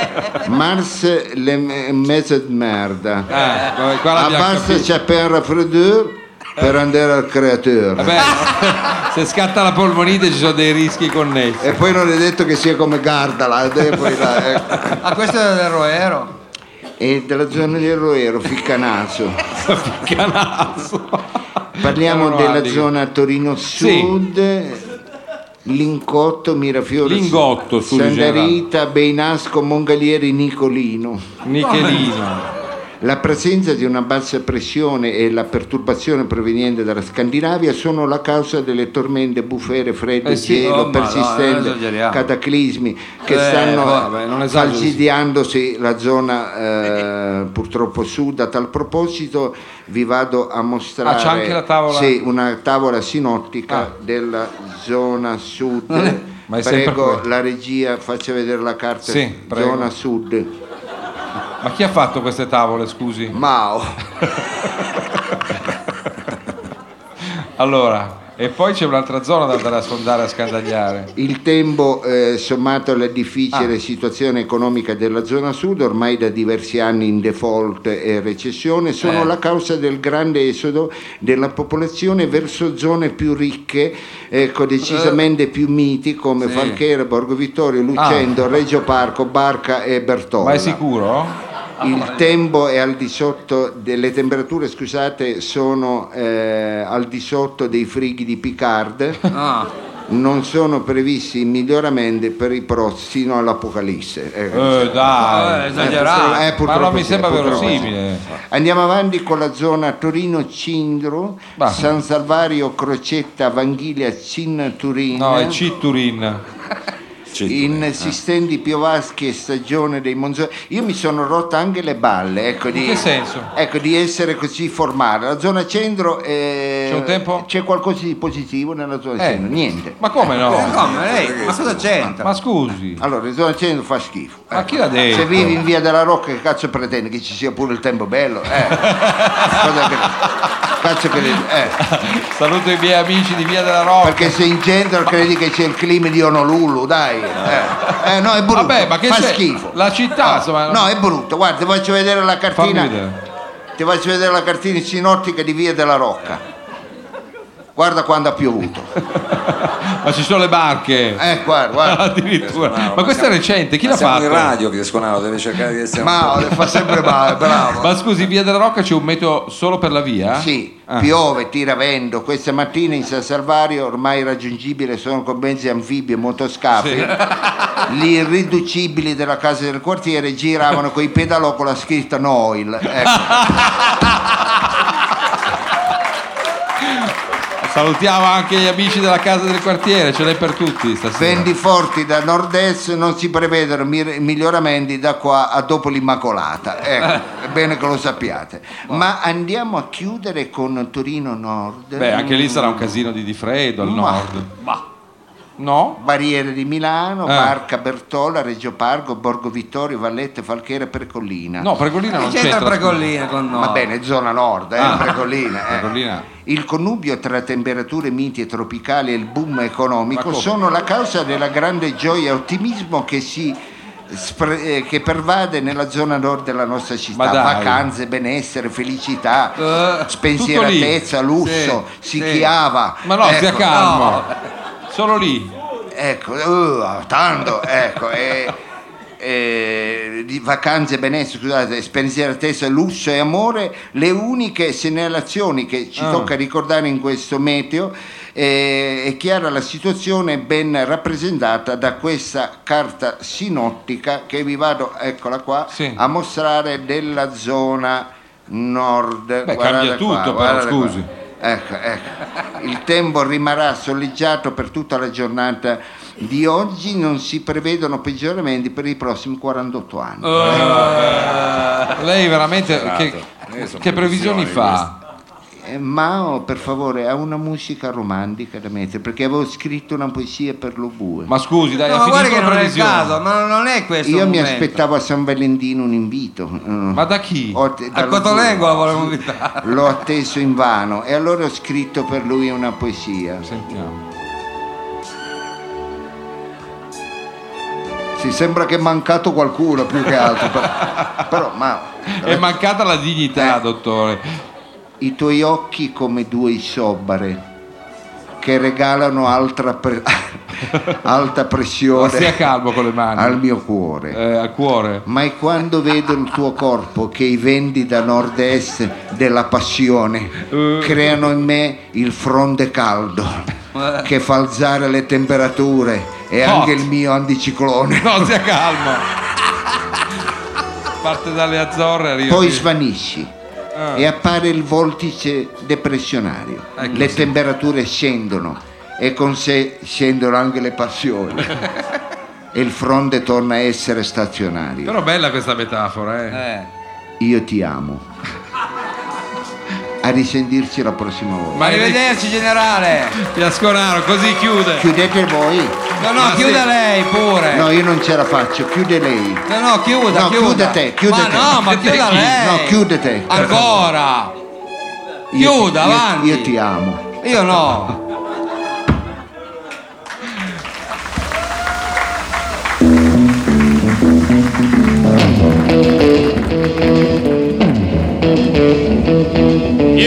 Speaker 2: Mars le me- mezze di merda.
Speaker 4: Ah, vabbè, qua l'abbiamo
Speaker 2: Abbassa
Speaker 4: capito.
Speaker 2: c'è per raffreddore per andare al creatore.
Speaker 4: Vabbè, se scatta la polmonite ci sono dei rischi connessi.
Speaker 2: E poi non è detto che sia come Gardala. E poi là, ecco.
Speaker 3: Ah, questo è del Roero.
Speaker 2: E della zona del Roero, Ficcanaso.
Speaker 4: Canazzo.
Speaker 2: Parliamo
Speaker 4: Erano
Speaker 2: della
Speaker 4: alico.
Speaker 2: zona Torino
Speaker 4: Sì.
Speaker 2: Sud, Lingotto, Mirafiore,
Speaker 4: Lingotto, su,
Speaker 2: Santa
Speaker 4: Gerardo.
Speaker 2: Rita, Beinasco, Mongalieri, Nicolino.
Speaker 4: Michelino.
Speaker 2: La presenza di una bassa pressione e la perturbazione proveniente dalla Scandinavia sono la causa delle tormente bufere, fredde,
Speaker 4: Eh sì,
Speaker 2: gelo,
Speaker 3: oh, ma no, non
Speaker 2: persistenti,
Speaker 3: esageriamo.
Speaker 2: cataclismi che
Speaker 3: Eh,
Speaker 2: stanno
Speaker 4: vabbè, non esageri.
Speaker 2: falcidiandosi la zona eh, purtroppo sud. A tal proposito vi vado a mostrare
Speaker 4: Ah, c'è anche la tavola?
Speaker 2: Sì, una tavola sinottica
Speaker 4: Ah.
Speaker 2: della zona sud.
Speaker 4: ma è sempre
Speaker 2: prego
Speaker 4: quella.
Speaker 2: la regia faccia vedere la carta
Speaker 4: Sì, prego.
Speaker 2: zona sud.
Speaker 4: Ma chi ha fatto queste tavole, scusi?
Speaker 2: Mao.
Speaker 4: Allora, e poi c'è un'altra zona da andare a sondare, a scandagliare.
Speaker 2: Il tempo eh, sommato alla
Speaker 4: Ah.
Speaker 2: difficile situazione economica della zona sud, ormai da diversi anni in default e recessione, sono
Speaker 3: Eh.
Speaker 2: la causa del grande esodo della popolazione verso zone più ricche, ecco, decisamente più miti come
Speaker 3: Sì.
Speaker 2: Falchera, Borgo Vittorio, Lucendo, Reggio Parco, Barca e Bertolla.
Speaker 4: Ah. Ma è sicuro?
Speaker 2: Il tempo è al di sotto, de- le temperature scusate sono eh, al di sotto dei frighi di Picard.
Speaker 3: Ah,
Speaker 2: non sono previsti miglioramenti per i prossimi fino all'Apocalisse. Eh,
Speaker 4: Eh,
Speaker 3: Eh,
Speaker 4: dai.
Speaker 3: esagerato.
Speaker 2: Eh,
Speaker 4: Ma
Speaker 2: purtroppo
Speaker 4: non mi
Speaker 2: sì,
Speaker 4: sembra
Speaker 2: purtroppo sì.
Speaker 4: verosimile.
Speaker 2: Andiamo avanti con la zona Torino-Cindro,
Speaker 4: Va.
Speaker 2: San Salvario, Crocetta, Vanghiglia, Cinna-Turin.
Speaker 4: No, è eh. Citturin.
Speaker 1: C'è
Speaker 2: Insistenti piovaschi e stagione dei monzoni. Io mi sono rotta anche le balle, ecco, di,
Speaker 4: che senso?
Speaker 2: ecco, di essere così formale. La zona centro eh,
Speaker 4: C'è un tempo?
Speaker 2: c'è qualcosa di positivo nella zona
Speaker 4: Eh.
Speaker 2: centro, niente.
Speaker 4: Ma come
Speaker 2: Eh,
Speaker 3: ma
Speaker 4: no?
Speaker 3: come lei? Ma cosa c'entra?
Speaker 4: Ma scusi.
Speaker 2: Allora, il zona centro fa schifo. ecco.
Speaker 4: Ma chi l'ha detto?
Speaker 2: Se vivi in via della Rocca, che cazzo pretende? Che ci sia pure il tempo bello? Eh. Cosa che- Cazzo che ne- eh.
Speaker 4: Saluto i miei amici di Via della Rocca.
Speaker 2: Perché se in centro credi che c'è il clima di Honolulu, dai. Eh, Eh, no, è brutto.
Speaker 4: Vabbè, ma che
Speaker 2: fa
Speaker 4: c'è?
Speaker 2: schifo.
Speaker 4: La città, insomma.
Speaker 2: No, è brutto. Guarda, ti faccio vedere la
Speaker 4: Fammi
Speaker 2: cartina.
Speaker 4: vedere.
Speaker 2: Ti faccio vedere la cartina sinottica di via della Rocca. Guarda quando ha piovuto.
Speaker 4: Ma ci sono le barche.
Speaker 2: Eh, guarda, guarda.
Speaker 4: Addirittura. Ma questo è recente, chi l'ha
Speaker 1: Siamo in
Speaker 4: fatto?
Speaker 1: radio, Fiasconaro, deve cercare di essere un
Speaker 2: Ma
Speaker 1: po'-
Speaker 2: le fa sempre male, bravo.
Speaker 4: Ma scusi, Via della Rocca c'è un meteo solo per la via?
Speaker 2: Sì,
Speaker 4: Ah.
Speaker 2: piove, tira vento. Questa mattina in San Salvario ormai raggiungibile sono con mezzi anfibi e motoscafi. Gli irriducibili della casa del quartiere giravano coi pedalò con la scritta
Speaker 4: Ah,
Speaker 2: Noil. Ecco.
Speaker 4: Salutiamo anche gli amici della casa del quartiere, ce l'hai per tutti stasera.
Speaker 2: Vendi forti da nord-est non si prevedono mir- miglioramenti da qua a dopo l'Immacolata. Ecco, è bene che lo sappiate. Ma andiamo a chiudere con Torino Nord.
Speaker 4: Beh, anche lì sarà un casino di, di freddo al
Speaker 2: Ma-
Speaker 4: nord. No?
Speaker 2: Barriere di Milano,
Speaker 4: Eh.
Speaker 2: Barca Bertola, Reggio Pargo, Borgo Vittorio, Vallette, Falchera, Percollina.
Speaker 4: No, Pregollina non c'entra.
Speaker 3: c'entra
Speaker 4: scusa.
Speaker 3: Pregollina con noi.
Speaker 2: Va bene, zona nord, eh,
Speaker 4: Ah.
Speaker 2: Percollina. eh.
Speaker 4: Pregollina.
Speaker 2: Il connubio tra temperature miti e tropicali e il boom
Speaker 4: Ma
Speaker 2: economico
Speaker 4: come?
Speaker 2: sono la causa della grande gioia e ottimismo che si spre- eh, che pervade nella zona nord della nostra città,
Speaker 4: Ma dai.
Speaker 2: vacanze, benessere, felicità,
Speaker 3: Eh,
Speaker 2: spensieratezza,
Speaker 4: tutto lì.
Speaker 2: lusso,
Speaker 3: Sì,
Speaker 2: si
Speaker 3: sì.
Speaker 2: chiava.
Speaker 4: Ma no, stia
Speaker 2: Ecco,
Speaker 4: calmo.
Speaker 3: no.
Speaker 4: Solo lì.
Speaker 2: Ecco, uh, tanto, ecco, e, e di vacanze benessere, scusate, spensieratezza, lusso e amore, le uniche segnalazioni che ci
Speaker 4: Ah.
Speaker 2: tocca ricordare in questo meteo, eh, è chiara la situazione ben rappresentata da questa carta sinottica che vi vado, eccola qua,
Speaker 4: Sì.
Speaker 2: a mostrare della zona nord.
Speaker 4: Beh,
Speaker 2: Guardate
Speaker 4: cambia tutto, però,
Speaker 2: guardate
Speaker 4: scusi.
Speaker 2: Ecco, ecco. Il tempo rimarrà soleggiato per tutta la giornata di oggi, non si prevedono peggioramenti per i prossimi 48 anni.
Speaker 4: Lei veramente che,
Speaker 1: Eh, sono
Speaker 4: che previsioni
Speaker 1: previsioni,
Speaker 4: fa?
Speaker 2: Eh, Mao, per favore, ha una musica romantica da mettere, perché avevo scritto una poesia per lo bue.
Speaker 4: Ma scusi, dai,
Speaker 3: No,
Speaker 4: ha
Speaker 3: ma guarda
Speaker 4: finito
Speaker 3: che
Speaker 4: la
Speaker 3: non è il
Speaker 4: previsione.
Speaker 3: caso, ma non è questo.
Speaker 2: Io
Speaker 3: il
Speaker 2: mi
Speaker 3: momento.
Speaker 2: aspettavo a San Valentino un invito. eh,
Speaker 4: Ma da chi?
Speaker 3: A Cotolengo la volevo invitare.
Speaker 2: L'ho atteso invano e allora ho scritto per lui una poesia.
Speaker 4: Sentiamo.
Speaker 2: Sì, sembra che è mancato qualcuno più che altro, però, però Mao...
Speaker 4: È mancata la dignità,
Speaker 2: Eh.
Speaker 4: dottore.
Speaker 2: i tuoi occhi come due isobare che regalano altra pre- alta
Speaker 4: Ma stia
Speaker 2: pressione
Speaker 4: calmo con le mani.
Speaker 2: al mio cuore.
Speaker 4: Eh, al cuore.
Speaker 2: Ma è quando vedo il tuo corpo che i vendi da nord-est della passione
Speaker 4: Eh.
Speaker 2: creano in me il fronte caldo che fa alzare le temperature e
Speaker 4: Eh. Hot.
Speaker 2: anche il mio anticiclone.
Speaker 4: No, stia calmo. Parte dalle Azzorre arriva.
Speaker 2: Poi
Speaker 4: qui.
Speaker 2: svanisci
Speaker 4: Ah.
Speaker 2: e appare il vortice depressionario.
Speaker 4: Ecco,
Speaker 2: le
Speaker 4: sì.
Speaker 2: temperature scendono e con sé scendono anche le passioni. e il fronte torna a essere stazionario.
Speaker 4: Però bella questa metafora, eh.
Speaker 3: Eh.
Speaker 2: Io ti amo. A risentirci la prossima volta.
Speaker 4: Ma-
Speaker 3: Arrivederci generale.
Speaker 4: Fiasconaro, così chiude.
Speaker 2: Chiudete voi.
Speaker 3: No,
Speaker 4: Ma
Speaker 3: no, chiuda
Speaker 4: sì.
Speaker 3: lei pure.
Speaker 2: No, io non ce la faccio, chiude lei.
Speaker 3: No, no, chiuda,
Speaker 2: No,
Speaker 3: chiuda.
Speaker 2: chiude te, chiude
Speaker 3: ma
Speaker 2: te.
Speaker 3: no, ma
Speaker 4: Chiude
Speaker 3: chiuda
Speaker 4: chi?
Speaker 3: lei.
Speaker 2: No, chiude te.
Speaker 4: Ah,
Speaker 3: Ancora.
Speaker 2: Io-
Speaker 3: Chiuda,
Speaker 2: io-
Speaker 3: avanti.
Speaker 2: io ti amo.
Speaker 3: Io no.
Speaker 5: You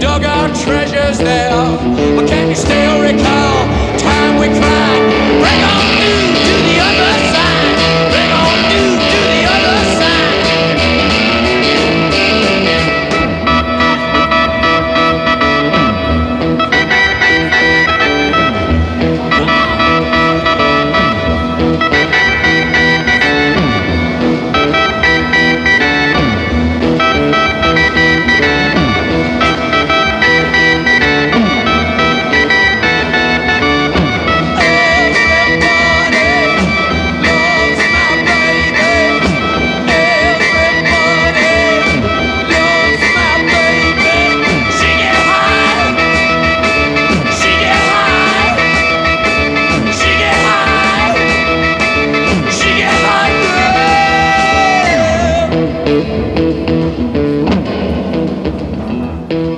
Speaker 5: dug our treasures there. But can you still recall time we cried? Bring on new to the other side. Bring on new to the other side.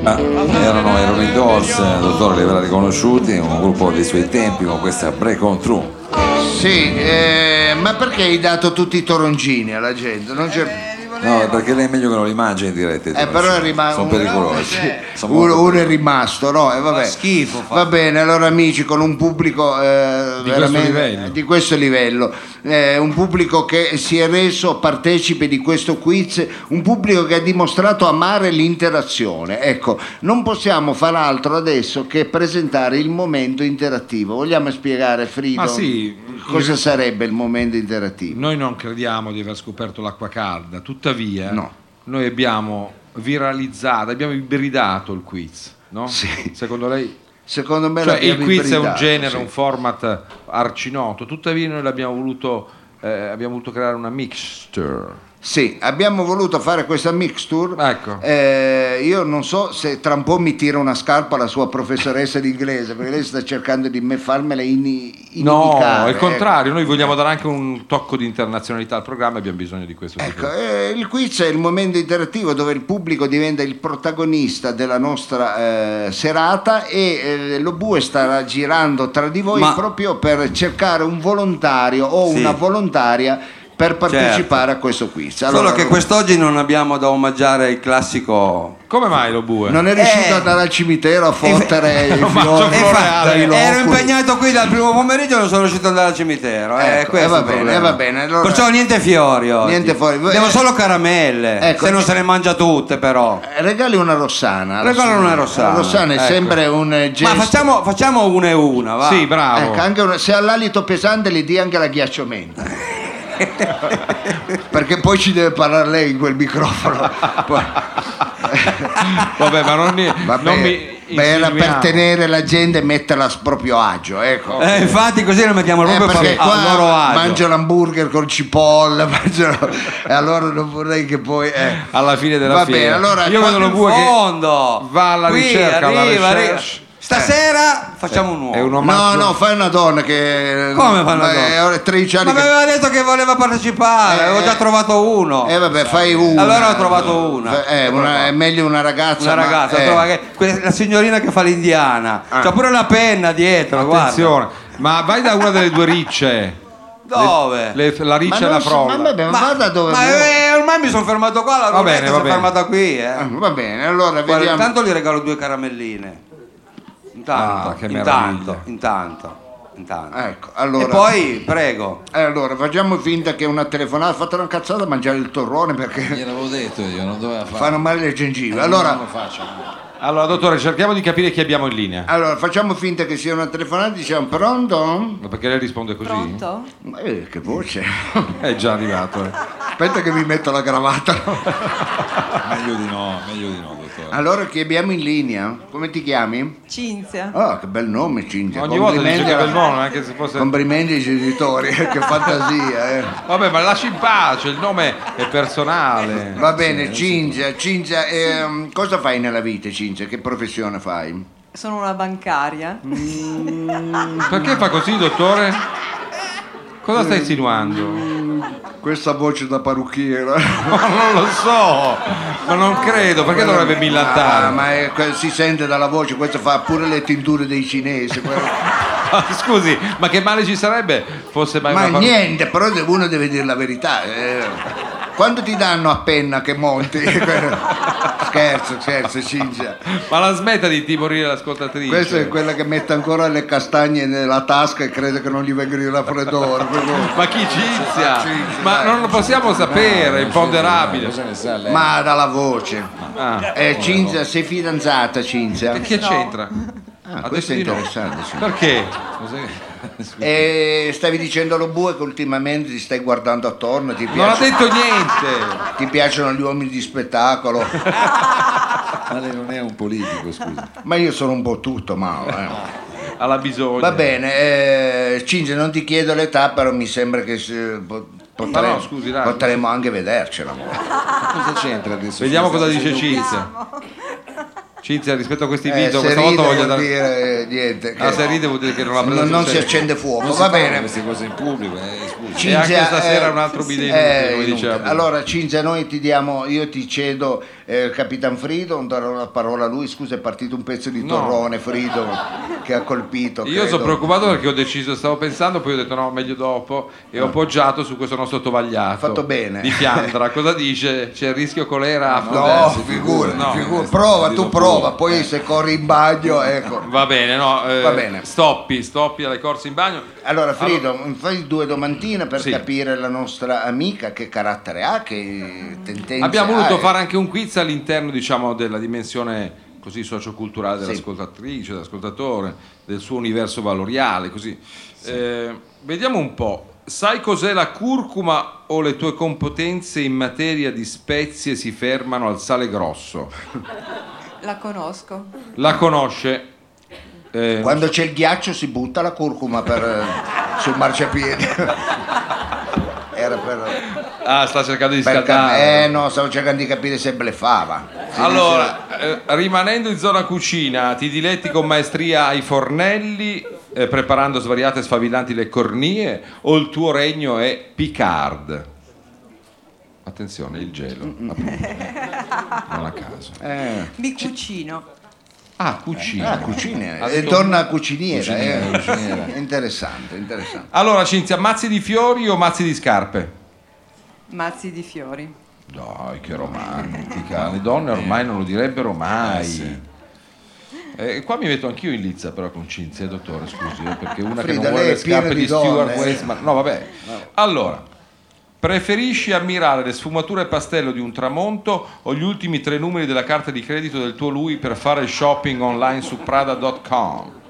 Speaker 1: Ma Ah, erano, erano i Doors, eh, dottore, li avrà riconosciuti, un gruppo dei suoi tempi con questa Break on True.
Speaker 2: Sì, eh, ma perché hai dato tutti i toroncini alla gente? Non c'è...
Speaker 3: Eh, li volevo
Speaker 1: No, perché lei è meglio che non li mangi in diretta.
Speaker 2: Eh, però è rimasto
Speaker 1: Sono pericolosi. Sono molto
Speaker 2: uno, uno è rimasto, no? E vabbè.
Speaker 7: Fa schifo, fa.
Speaker 2: Va bene, allora amici, con un pubblico eh,
Speaker 4: Di questo
Speaker 2: veramente
Speaker 4: livello.
Speaker 2: di questo livello, eh, un pubblico che si è reso partecipe di questo quiz, un pubblico che ha dimostrato amare l'interazione. Ecco, non possiamo far altro adesso che presentare il momento interattivo. Vogliamo spiegare, Frido,
Speaker 4: Ma sì.
Speaker 2: cosa sarebbe il momento interattivo?
Speaker 4: Noi non crediamo di aver scoperto l'acqua calda, tuttavia
Speaker 2: No.
Speaker 4: noi abbiamo viralizzato, abbiamo ibridato il quiz, no?
Speaker 2: Sì.
Speaker 4: Secondo lei?
Speaker 2: Secondo me
Speaker 4: Cioè, il
Speaker 2: l'abbiamo
Speaker 4: quiz è un
Speaker 2: ibridato,
Speaker 4: genere,
Speaker 2: sì.
Speaker 4: un format arcinoto, tuttavia noi l'abbiamo voluto, eh, abbiamo voluto creare una mixture.
Speaker 2: Sì, abbiamo voluto fare questa mixture.
Speaker 4: Ecco.
Speaker 2: Eh, io non so se tra un po' mi tira una scarpa la sua professoressa d'inglese, perché lei sta cercando di me farmela in, ecco.
Speaker 4: No,
Speaker 2: inevitabile,
Speaker 4: al contrario, noi vogliamo dare anche un tocco di internazionalità al programma e abbiamo bisogno di questo. tipo
Speaker 2: Ecco, eh, il quiz è il momento interattivo dove il pubblico diventa il protagonista della nostra eh, serata e eh, lo Bue sta girando tra di voi
Speaker 3: Ma-
Speaker 2: proprio per cercare un volontario o
Speaker 3: Sì.
Speaker 2: una volontaria per partecipare a questo quiz.
Speaker 3: Solo
Speaker 2: Allora,
Speaker 3: che quest'oggi non abbiamo da omaggiare il classico
Speaker 4: di- Come mai lo bue?
Speaker 2: Non è riuscito
Speaker 3: Eh.
Speaker 2: ad andare al cimitero a fottere i
Speaker 4: faccio
Speaker 2: fiori
Speaker 4: floreale.
Speaker 3: Eh, infatti,
Speaker 2: dai
Speaker 3: ero
Speaker 2: loculi.
Speaker 3: impegnato qui dal primo pomeriggio e non sono riuscito ad andare al cimitero. eh,
Speaker 2: Ecco,
Speaker 3: questo
Speaker 2: eh, va
Speaker 3: è il
Speaker 2: bene,
Speaker 3: problema.
Speaker 2: eh, va bene, allora-
Speaker 3: Perciò niente fiori oggi.
Speaker 2: Niente fiori.
Speaker 3: Abbiamo
Speaker 2: Eh,
Speaker 3: solo caramelle.
Speaker 2: ecco.
Speaker 3: Se non se ne mangia tutte, però.
Speaker 2: Eh, Regali una Rossana. alla
Speaker 3: Regalano
Speaker 2: signora.
Speaker 3: una Rossana,
Speaker 2: La Rossana è
Speaker 3: ecco.
Speaker 2: sempre un eh, gesto.
Speaker 3: Ma facciamo, facciamo una e una, va.
Speaker 4: Sì, bravo.
Speaker 2: Ecco, anche una- se ha l'alito pesante le dia anche la ghiacciomenta. Perché poi ci deve parlare lei in quel microfono. Poi-
Speaker 4: Vabbè, ma non, mi-
Speaker 2: Vabbè,
Speaker 4: non mi
Speaker 2: ma era per
Speaker 4: insinuiamo.
Speaker 2: tenere la gente e metterla a proprio agio, ecco.
Speaker 3: Eh, infatti così lo mettiamo
Speaker 2: Eh,
Speaker 3: proprio
Speaker 2: perché
Speaker 3: per a
Speaker 2: qua
Speaker 3: loro agio.
Speaker 2: mangiano hamburger con cipolla, mangiano- e allora non vorrei che poi... eh.
Speaker 4: alla fine della
Speaker 2: Va bene,
Speaker 4: fiera.
Speaker 2: allora
Speaker 4: io vedo
Speaker 2: fate
Speaker 4: lo
Speaker 2: il
Speaker 4: bue
Speaker 3: In
Speaker 4: che
Speaker 3: fondo.
Speaker 4: va alla
Speaker 3: Qui,
Speaker 4: ricerca, alla
Speaker 3: arriva, arriva.
Speaker 4: recherche.
Speaker 3: Stasera facciamo un uomo.
Speaker 4: è un
Speaker 2: No,
Speaker 4: omaggio.
Speaker 2: no, fai una donna che...
Speaker 3: Come fa una
Speaker 2: ma è-
Speaker 3: donna?
Speaker 2: è 13
Speaker 3: Ma
Speaker 2: anni
Speaker 3: mi
Speaker 2: che-
Speaker 3: aveva detto che voleva partecipare,
Speaker 2: Eh,
Speaker 3: avevo già
Speaker 2: eh.
Speaker 3: trovato uno.
Speaker 2: Eh vabbè, fai una.
Speaker 3: Allora ho trovato una.
Speaker 2: Eh, una- è meglio una ragazza.
Speaker 3: Una
Speaker 2: ma-
Speaker 3: ragazza,
Speaker 2: eh.
Speaker 3: trova che- que- la signorina che fa l'indiana, c'ha pure la penna dietro,
Speaker 4: Ah. Attenzione, ma vai da una delle due ricce.
Speaker 3: guarda. Dove?
Speaker 4: Le- la
Speaker 2: Ma
Speaker 4: riccia e
Speaker 2: non
Speaker 4: la
Speaker 2: so-
Speaker 4: frolla.
Speaker 2: Ma, vabbè, ma guarda dove
Speaker 3: ma
Speaker 2: vuoi.
Speaker 3: eh, ormai mi sono fermato qua, la
Speaker 4: Va bene,
Speaker 3: roulette si
Speaker 4: va
Speaker 3: è
Speaker 4: bene.
Speaker 3: fermata qui, eh.
Speaker 2: Ah, Va bene, allora
Speaker 3: Guarda,
Speaker 2: vediamo.
Speaker 3: intanto gli regalo due caramelline. Intanto,
Speaker 4: Ah, che
Speaker 3: intanto,
Speaker 4: meraviglia.
Speaker 3: intanto, intanto.
Speaker 2: Ecco, allora-
Speaker 3: E poi, prego.
Speaker 2: Eh, allora, facciamo finta che una telefonata, fate una cazzata a mangiare il torrone perché
Speaker 1: Gliel'avevo detto io, non doveva fare.
Speaker 2: fanno male le
Speaker 3: Eh,
Speaker 2: gengive.
Speaker 1: Non lo
Speaker 2: Allora,
Speaker 1: faccio.
Speaker 4: Allora, dottore, cerchiamo di capire chi abbiamo in linea.
Speaker 2: allora, facciamo finta che sia una telefonata, diciamo pronto?
Speaker 4: Ma Perché lei risponde così?
Speaker 8: Pronto?
Speaker 2: Eh, che voce.
Speaker 4: È già arrivato. eh.
Speaker 2: Aspetta che mi metto la cravatta.
Speaker 1: Meglio di no, meglio di no, dottore.
Speaker 2: Allora, chi abbiamo in linea? Come ti chiami?
Speaker 8: Cinzia.
Speaker 2: Ah, che bel nome, Cinzia.
Speaker 4: Ogni volta dice
Speaker 2: Complimenti
Speaker 4: che è
Speaker 2: alla-
Speaker 4: bel nome, anche se fosse.
Speaker 2: Complimenti ai genitori, eh, che fantasia, eh.
Speaker 4: Vabbè, ma lasci in pace, il nome è personale.
Speaker 2: Va bene, Cinzia, Cinzia, ehm, cosa fai nella vita, Cinzia? Che professione fai?
Speaker 8: Sono una bancaria.
Speaker 4: Perché fa così, dottore? Cosa sta insinuando?
Speaker 2: Questa voce da parrucchiera.
Speaker 4: Ma non lo so, ma non credo, perché dovrebbe millantare?
Speaker 2: Ah, ma è- que- si sente dalla voce, questa fa pure le tinture dei cinesi. quello-
Speaker 4: Ah, Scusi, ma che male ci sarebbe fosse mai
Speaker 2: ma
Speaker 4: una parola-
Speaker 2: niente, però de- uno deve dire la verità. eh. Quando ti danno a penna che monti? scherzo, scherzo, Cinzia.
Speaker 4: Ma la smetta di intimorire l'ascoltatrice.
Speaker 2: Questa è quella che mette ancora le castagne nella tasca e crede che non gli venga il raffreddore. quello-
Speaker 4: Ma chi Cinzia?
Speaker 2: Cinzia,
Speaker 4: ma
Speaker 2: dai.
Speaker 4: non lo possiamo sapere, è imponderabile.
Speaker 1: Cosa ne sa lei?
Speaker 2: Ma dalla voce.
Speaker 4: Ah,
Speaker 2: Eh, Cinzia, sei fidanzata, Cinzia?
Speaker 4: che c'entra?
Speaker 2: Ah,
Speaker 4: Adesso
Speaker 2: questo è
Speaker 4: di no.
Speaker 2: interessante. sì.
Speaker 4: Perché?
Speaker 2: Eh, stavi dicendo allo bue che ultimamente ti stai guardando attorno, ti,
Speaker 4: Non ha
Speaker 2: piace-
Speaker 4: detto niente.
Speaker 2: ti piacciono gli uomini di spettacolo,
Speaker 1: Ma lei non è un politico, scusa.
Speaker 4: Ah.
Speaker 2: ma io sono un po' tutto, ma... eh.
Speaker 4: Alla bisogno.
Speaker 2: Va bene, eh, Cinzia, non ti chiedo l'età, però mi sembra che se- po- potremo,
Speaker 4: Ma no, scusi, dai.
Speaker 2: potremo anche vedercela. amore.
Speaker 1: Cosa c'entra adesso?
Speaker 4: Vediamo cosa
Speaker 1: Scusa,
Speaker 4: dice
Speaker 1: sei
Speaker 4: Cinzia. Cinzia, rispetto a questi
Speaker 2: Eh,
Speaker 4: video,
Speaker 2: se
Speaker 4: questa volta
Speaker 2: ride
Speaker 4: voglio
Speaker 2: vuol
Speaker 4: dare...
Speaker 2: dire eh, niente,
Speaker 4: Ah,
Speaker 2: che-
Speaker 4: se ride vuol dire che non l'ha
Speaker 2: non,
Speaker 4: presa sul
Speaker 2: non si
Speaker 4: serio.
Speaker 2: accende
Speaker 1: tu-
Speaker 2: fuoco,
Speaker 1: Non si
Speaker 2: va
Speaker 1: fanno
Speaker 2: bene. eh,
Speaker 1: queste cose in pubblico, eh, scusa.
Speaker 4: E anche stasera un altro bidet inutile, come diceva
Speaker 2: Allora Cinzia, noi ti diamo, io ti cedo eh, Capitan Frido, non darò la parola a lui, scusa è partito un pezzo di
Speaker 4: No.
Speaker 2: torrone Frido che ha colpito.
Speaker 4: Io
Speaker 2: credo.
Speaker 4: sono preoccupato perché ho deciso, stavo pensando, poi ho detto no, meglio dopo e ho poggiato su questo nostro tovagliato.
Speaker 2: Ah. Fatto bene.
Speaker 4: Di Fiandra, cosa dice? C'è il rischio colera?
Speaker 2: No,
Speaker 4: Afrodesio?
Speaker 2: figura,
Speaker 4: No.
Speaker 2: prova,
Speaker 4: Dillo
Speaker 2: tu prova,
Speaker 4: Eh.
Speaker 2: poi se corri in bagno, ecco.
Speaker 4: Va bene, no, eh,
Speaker 2: Va bene.
Speaker 4: stoppi, stoppi alle corse in bagno.
Speaker 2: Allora Frido, mi fai due domandine per
Speaker 4: Sì.
Speaker 2: capire la nostra amica che carattere ha, che tendenze
Speaker 4: Abbiamo
Speaker 2: ha,
Speaker 4: voluto
Speaker 2: eh.
Speaker 4: fare anche un quiz all'interno, diciamo, della dimensione così socioculturale
Speaker 2: Sì.
Speaker 4: dell'ascoltatrice, dell'ascoltatore, del suo universo valoriale, così. Eh, vediamo un po'. Sai cos'è la curcuma o le tue competenze in materia di spezie si fermano al sale grosso?
Speaker 8: La conosco.
Speaker 4: La conosce? Eh,
Speaker 2: Quando c'è il ghiaccio si butta la curcuma per- eh, sul marciapiede. Era per...
Speaker 4: ah, sta cercando di
Speaker 2: per cap-
Speaker 4: scaldare.
Speaker 2: eh no, stavo cercando di capire se blefava. Si
Speaker 4: Allora, eh, rimanendo in zona cucina, ti diletti con maestria ai fornelli, eh, preparando svariate e sfavillanti le cornie, o il tuo regno è Picard? Attenzione, il gelo, appunto, eh. non a caso.
Speaker 2: dice-
Speaker 4: Eh.
Speaker 8: Mi cucino.
Speaker 4: Ah,
Speaker 2: eh,
Speaker 4: cucina.
Speaker 2: ah, cucina.
Speaker 4: Ha
Speaker 2: E
Speaker 4: detto-
Speaker 2: torna a cuciniera. eh.
Speaker 1: cuciniera.
Speaker 2: interessante, interessante.
Speaker 4: Allora, Cinzia, mazzi di fiori o mazzi di scarpe?
Speaker 8: Mazzi di fiori.
Speaker 4: Dai, che romantica. Le donne ormai non lo direbbero mai. Eh, qua mi metto anch'io in lizza però con Cinzia, dottore, scusi, eh, perché una che
Speaker 2: Frida,
Speaker 4: non vuole
Speaker 2: lei è
Speaker 4: le scarpe
Speaker 2: piena
Speaker 4: di,
Speaker 2: di
Speaker 4: Stuart
Speaker 2: donne. eh.
Speaker 4: Westman. No, vabbè. Allora, preferisci ammirare le sfumature pastello di un tramonto o gli ultimi tre numeri della carta di credito del tuo lui per fare shopping online su prada.com?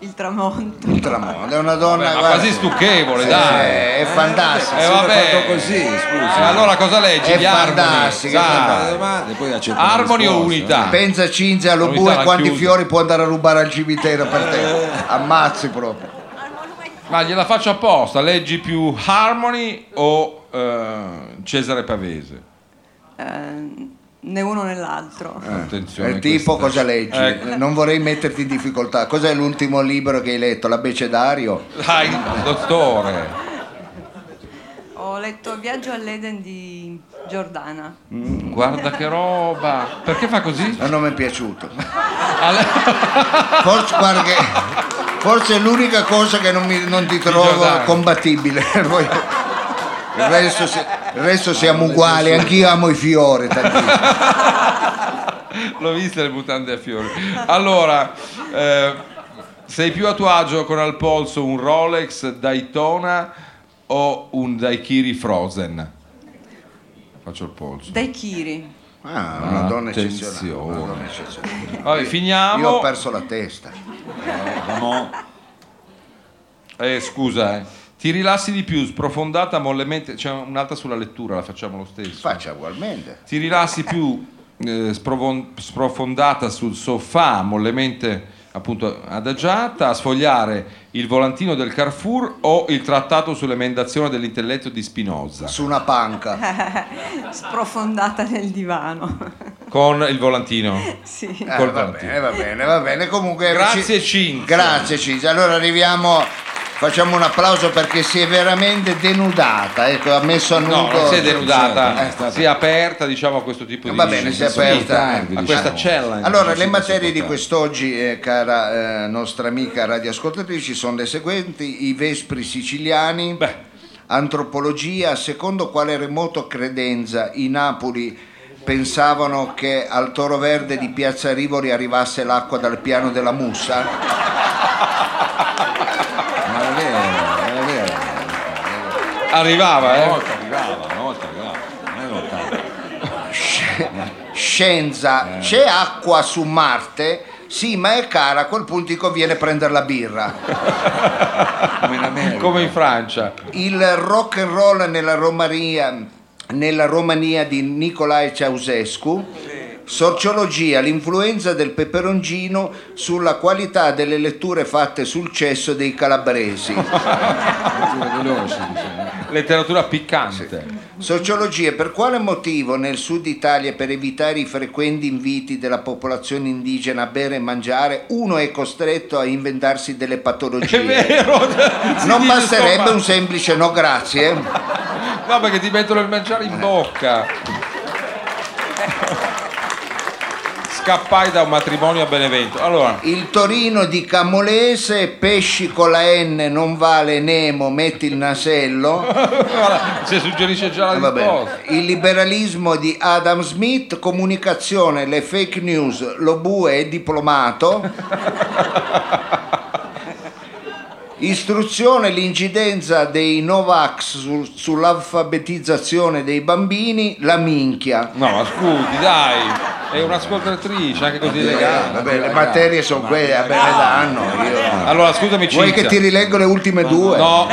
Speaker 8: Il tramonto.
Speaker 2: Il tramonto. È una donna...
Speaker 4: Ma
Speaker 2: Eh, guarda-
Speaker 4: quasi stucchevole,
Speaker 2: Eh,
Speaker 4: dai.
Speaker 2: è fantastica.
Speaker 4: Eh,
Speaker 1: Se
Speaker 4: vabbè. Eh,
Speaker 1: l'ho fatto così, scusi.
Speaker 4: E allora cosa leggi?
Speaker 2: È
Speaker 4: Gli armoni,
Speaker 2: fantastica,
Speaker 4: dai.
Speaker 2: è
Speaker 1: Fate le domande, poi accetto le
Speaker 4: Armoni o
Speaker 1: risposte,
Speaker 4: unità?
Speaker 2: Pensa Cinzia allo
Speaker 4: Novità,
Speaker 2: bue
Speaker 4: l'ha
Speaker 2: quanti
Speaker 4: chiuso. Eh.
Speaker 2: fiori può andare a rubare al cimitero per te. Ammazzi proprio.
Speaker 4: Ma gliela faccio apposta, leggi più Harmony o eh, Cesare Pavese?
Speaker 8: Eh, né uno né l'altro.
Speaker 4: Attenzione.
Speaker 2: Il Eh, tipo
Speaker 4: questa-
Speaker 2: cosa leggi?
Speaker 4: Ecco.
Speaker 2: Non vorrei metterti in difficoltà. Cos'è l'ultimo libro che hai letto? L'abbecedario?
Speaker 4: Dai, dottore.
Speaker 8: Ho letto Viaggio all'Eden di Giordana.
Speaker 4: Guarda che roba. Perché fa così?
Speaker 2: No, non mi è piaciuto.
Speaker 4: Ale-
Speaker 2: Forse, guarda che- forse è l'unica cosa che non, mi- non ti trovo
Speaker 4: Giordano.
Speaker 2: combattibile. Poi- Il resto, si- il resto siamo uguali, anch'io amo i fiori. tantissimo.
Speaker 4: L'ho vista le mutande a fiori. Allora, eh, sei più a tuo agio con al polso un Rolex Daytona o un Daikiri Frozen? Faccio il polso.
Speaker 8: Dai Kiri.
Speaker 2: Ah, una donna eccezionale.
Speaker 4: Attenzione.
Speaker 2: una donna eccezionale.
Speaker 4: Vabbè,
Speaker 2: Io ho
Speaker 4: finiamo.
Speaker 2: perso la testa.
Speaker 4: Eh, scusa, eh. ti rilassi di più, sprofondata mollemente. C'è un'altra sulla lettura, la facciamo lo stesso.
Speaker 2: Faccia ugualmente.
Speaker 4: Ti rilassi più eh, sprovon- sprofondata sul sofà, mollemente appunto adagiata, a sfogliare il volantino del Carrefour o il trattato sull'emendazione dell'intelletto di Spinoza
Speaker 2: Su una panca.
Speaker 8: Sprofondata nel divano.
Speaker 4: con il volantino.
Speaker 8: sì.
Speaker 2: Eh,
Speaker 4: Col
Speaker 2: va
Speaker 4: Valentino.
Speaker 2: bene, va bene, va bene. Comunque,
Speaker 4: Grazie,
Speaker 2: ci-
Speaker 4: Cinzia.
Speaker 2: Grazie Cinzia. Allora arriviamo, facciamo un applauso perché si è veramente denudata. Ecco, ha messo a
Speaker 4: No,
Speaker 2: nudo.
Speaker 4: non si è
Speaker 2: Eh,
Speaker 4: denudata, si è aperta diciamo a questo tipo di
Speaker 2: Va bene, si è aperta. eh. Ah, Diciamo.
Speaker 4: a questa challenge.
Speaker 2: Allora, le
Speaker 4: Sì,
Speaker 2: materie di
Speaker 4: sì,
Speaker 2: quest'oggi, eh, cara eh, nostra amica radioascoltatrice, sono le seguenti: i Vespri siciliani, antropologia, secondo quale remoto credenza i Napoli pensavano che al Toro Verde di Piazza Rivoli arrivasse l'acqua dal piano della Mussa?
Speaker 1: Ma è vero, è vero.
Speaker 4: Arrivava, eh?
Speaker 1: Una volta arrivava, una volta arrivava. Non è lontano.
Speaker 2: Scienza, c'è acqua su Marte? Sì, ma è cara, a quel punto dico, viene a prendere la birra.
Speaker 1: Come in America.
Speaker 4: come in Francia.
Speaker 2: il rock and roll nella Romaria, nella Romania di Nicolae Ceausescu, sociologia, l'influenza del peperoncino sulla qualità delle letture fatte sul cesso dei calabresi,
Speaker 1: Cultura veloce, diciamo.
Speaker 4: Letteratura piccante.
Speaker 2: sociologia, per quale motivo nel sud Italia per evitare i frequenti inviti della popolazione indigena a bere e mangiare uno è costretto a inventarsi delle
Speaker 4: È
Speaker 2: patologie?
Speaker 4: vero. si
Speaker 2: Non
Speaker 4: dice
Speaker 2: basterebbe
Speaker 4: sto
Speaker 2: un semplice no grazie.
Speaker 4: ma- No, perché ti mettono il mangiare in bocca. Scappai da un matrimonio a Benevento. Allora,
Speaker 2: Il Torino di Camolese, pesci con la N non vale Nemo, metti il nasello. Eh,
Speaker 4: guarda, si suggerisce già la
Speaker 2: Va bene.
Speaker 4: risposta.
Speaker 2: Il liberalismo di Adam Smith, comunicazione, le fake news, lo bue è diplomato. Istruzione, l'incidenza dei Novax sul- sull'alfabetizzazione dei bambini, la minchia.
Speaker 4: No, ma scusi, dai, è un'ascoltatrice, anche così
Speaker 2: Eh,
Speaker 4: legale.
Speaker 2: vabbè, le materie sono quelle, vabbè, le danno. io-
Speaker 4: Allora, scusami,
Speaker 2: Vuoi che
Speaker 4: Cinzia.
Speaker 2: ti rileggo le ultime due?
Speaker 4: No,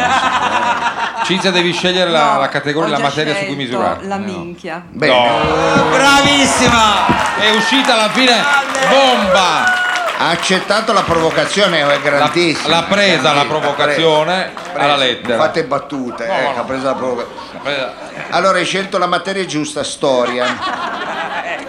Speaker 4: Cinzia, devi scegliere la,
Speaker 8: No,
Speaker 4: la categoria,
Speaker 8: ho
Speaker 4: la
Speaker 8: già
Speaker 4: materia su cui
Speaker 8: scelto
Speaker 4: misurare.
Speaker 8: La minchia.
Speaker 2: Bene.
Speaker 3: Bravissima!
Speaker 4: È uscita alla fine, bomba!
Speaker 2: Ha accettato la provocazione, è
Speaker 4: La-
Speaker 2: grandissima.
Speaker 4: L'ha presa la
Speaker 2: grandissima,
Speaker 4: provocazione
Speaker 2: l'ha presa,
Speaker 4: alla
Speaker 2: presa.
Speaker 4: lettera.
Speaker 2: Fate battute, ecco, ha preso la provocazione.
Speaker 4: L'ha presa-
Speaker 2: Allora hai scelto la materia giusta, storia.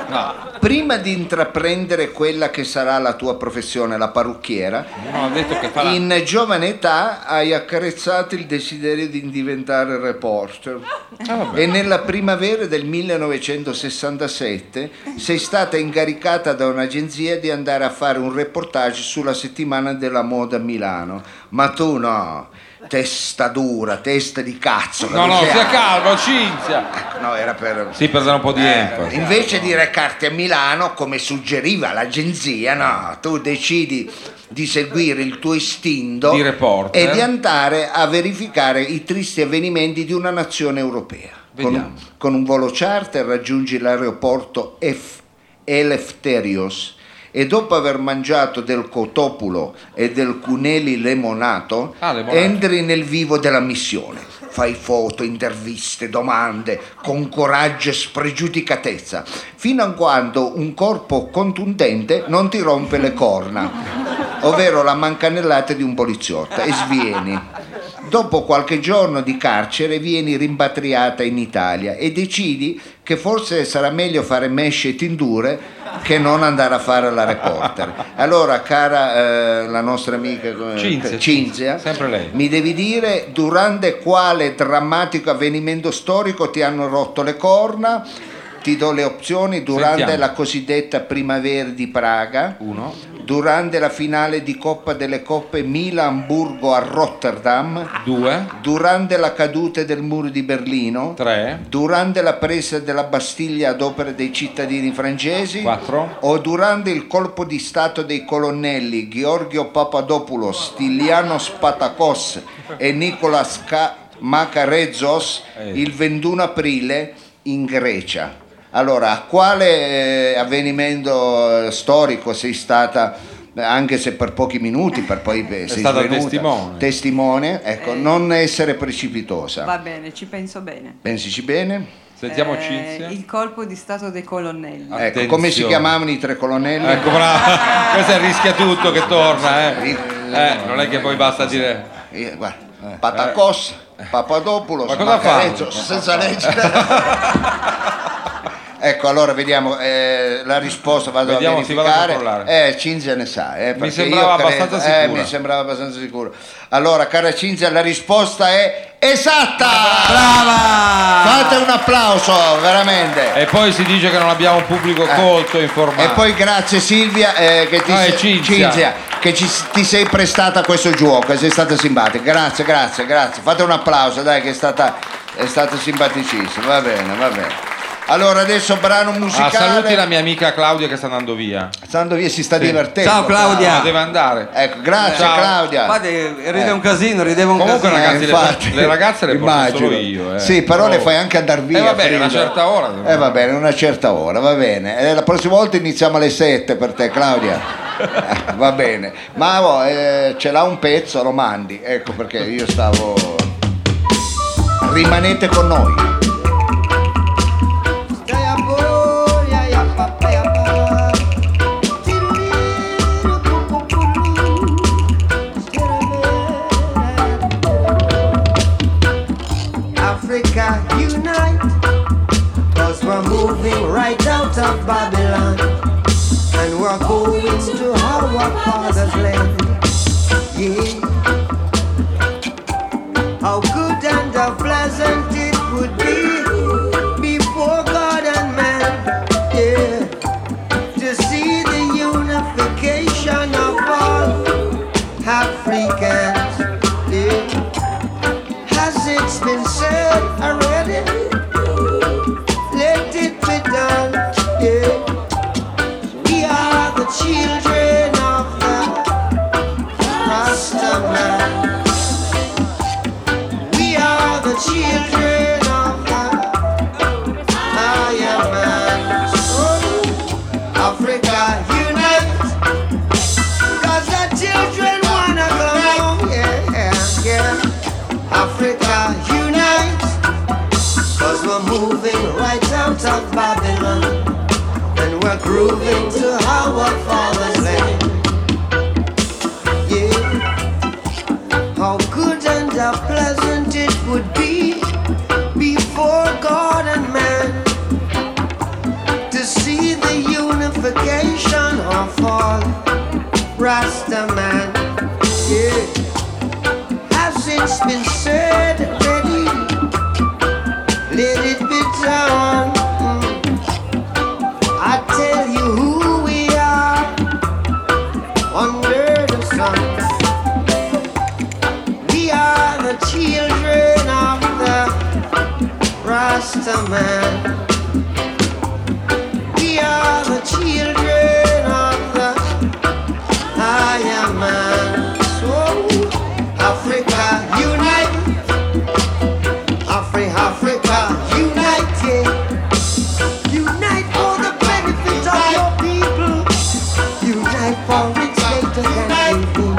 Speaker 4: No,
Speaker 2: Prima di intraprendere quella che sarà la tua professione, la parrucchiera,
Speaker 4: non ho detto che fa la...
Speaker 2: in giovane età hai accarezzato il desiderio di diventare reporter.
Speaker 4: Ah,
Speaker 2: e nella primavera del 1967 sei stata incaricata da un'agenzia di andare a fare un reportage sulla settimana della moda a Milano. Ma tu no, testa dura, testa di cazzo.
Speaker 4: No, no,
Speaker 2: dove sei
Speaker 4: sia
Speaker 2: andata?
Speaker 4: calmo, Cinzia! Eh,
Speaker 2: No, era per...
Speaker 4: Cioè, ah. Sì, per dare un po' di enfasi.
Speaker 2: Eh, Invece di recarti a Milano, come suggeriva l'agenzia, no, tu decidi di seguire il tuo istinto
Speaker 4: Di reporter.
Speaker 2: e di andare a verificare i tristi avvenimenti di una nazione europea. Con un,
Speaker 4: Vediamo.
Speaker 2: con un volo charter raggiungi l'aeroporto F- Eleftherios e dopo aver mangiato del cotopulo e del cuneli lemonato,
Speaker 4: Ah, lemonato.
Speaker 2: entri nel vivo della missione. Fai foto, interviste, domande con coraggio e spregiudicatezza, fino a quando un corpo contundente non ti rompe le corna, ovvero la mancanellata di un poliziotta, e svieni. Dopo qualche giorno di carcere vieni rimpatriata in Italia e decidi che forse sarà meglio fare mesce e tindure che non andare a fare la reporter. Allora, cara eh, la nostra amica eh,
Speaker 4: Cinzia,
Speaker 2: Cinzia,
Speaker 4: sempre lei.
Speaker 2: mi devi dire durante quale drammatico avvenimento storico ti hanno rotto le corna? Ti do le opzioni durante
Speaker 4: Sentiamo.
Speaker 2: la cosiddetta primavera di Praga,
Speaker 4: Uno.
Speaker 2: durante la finale di Coppa delle Coppe Milan-Burgo a Rotterdam,
Speaker 4: Due,
Speaker 2: durante la caduta del muro di Berlino,
Speaker 4: tre,
Speaker 2: durante la presa della Bastiglia ad opera dei cittadini francesi,
Speaker 4: Quattro.
Speaker 2: o durante il colpo di stato dei colonnelli Gheorghio Papadopoulos, Tiliano Spatakos e Nicolas Ka- Makarezos
Speaker 4: Eh.
Speaker 2: il 21 aprile in Grecia. Allora, a quale eh, avvenimento eh, storico sei stata, eh, anche se per pochi minuti, per poi eh, sei
Speaker 4: stata
Speaker 2: svenuta?
Speaker 4: testimone.
Speaker 2: Testimone, ecco, non essere precipitosa.
Speaker 8: Va bene, ci penso bene.
Speaker 2: Pensici bene?
Speaker 4: sentiamo
Speaker 8: Eh,
Speaker 4: Cinzia.
Speaker 8: Il colpo di stato dei colonnelli.
Speaker 2: Ecco, come si
Speaker 4: Attenzione.
Speaker 2: chiamavano i tre colonnelli?
Speaker 4: Ecco, brava. Questo è il rischia tutto che torna, eh. Eh, non è che poi basta dire...
Speaker 2: Eh, guarda, Patacos, Papadopoulos,
Speaker 4: Eh, Ma cosa fa?
Speaker 2: Macarezzo, senza leggere. ecco, allora vediamo eh, la risposta, vado
Speaker 4: Vediamo,
Speaker 2: a
Speaker 4: si vado a
Speaker 2: verificare.
Speaker 4: controllare.
Speaker 2: eh, Cinzia ne sa, eh, perché
Speaker 4: sembrava
Speaker 2: io credo-
Speaker 4: abbastanza
Speaker 2: eh,
Speaker 4: sicura.
Speaker 2: mi sembrava abbastanza sicuro. Allora, cara Cinzia, la risposta è esatta!
Speaker 3: Brava!
Speaker 2: Fate un applauso, veramente.
Speaker 4: E poi si dice che non abbiamo un pubblico colto Eh. e informato.
Speaker 2: E poi grazie Silvia eh, che, ti,
Speaker 4: Ah, è
Speaker 2: sei-
Speaker 4: Cinzia.
Speaker 2: che ci- ti sei prestata a questo gioco, e sei stata simpatica. Grazie, grazie, grazie. Fate un applauso, dai, che è stata, è stata simpaticissima. Va bene, va bene. Allora adesso brano
Speaker 4: Ah,
Speaker 2: musicale.
Speaker 4: saluti la mia amica Claudia che sta andando via.
Speaker 2: Stando via si sta divertendo.
Speaker 3: Ciao, Claudia.
Speaker 4: Ma deve andare.
Speaker 2: Ecco, grazie
Speaker 4: Ciao.
Speaker 2: Claudia. Eh,
Speaker 3: Infatti, ride un casino, rideva un
Speaker 4: Eh. Comunque,
Speaker 3: casino.
Speaker 4: ragazzi, le-
Speaker 2: infatti.
Speaker 4: le ragazze le porto
Speaker 2: Immagino.
Speaker 4: solo io, eh.
Speaker 2: Sì, però le
Speaker 4: Oh.
Speaker 2: fai anche andare via.
Speaker 4: Eh, va bene,
Speaker 2: Frido.
Speaker 4: una certa ora. devo
Speaker 2: Eh va bene, una certa ora, va bene. Eh, la prossima volta iniziamo alle 7 per te, Claudia. Eh, va bene. Ma oh, eh, ce l'ha un pezzo, lo mandi. Ecco perché io stavo. Rimanete con noi.
Speaker 9: Africa unite, cause we're moving right out of Babylon, and we're going to our father's land. Yeah. How good and how pleasant it would be before God and man Africans. Yeah. Has it been said already? Let it be done. Yeah. We are the children of the Rasta man. We are the children of the Iron man. Oh, Africa, unite. Cause the children wanna go home. Yeah, yeah. Africa, unite. Cause we're moving right out of Babylon. And we're grooving to our father's land. Yeah. How good and how pleasant it would be before God and man to see the unification of all. Rasta man, yeah. Has it been said already? Let it be done. Mm. I tell you who we are under the sun. We are the children of the Rasta man. We are the children of the I am man. So Africa unite. Afri Africa unite. yeah. Unite for the benefit of your people. Unite for its later and evil.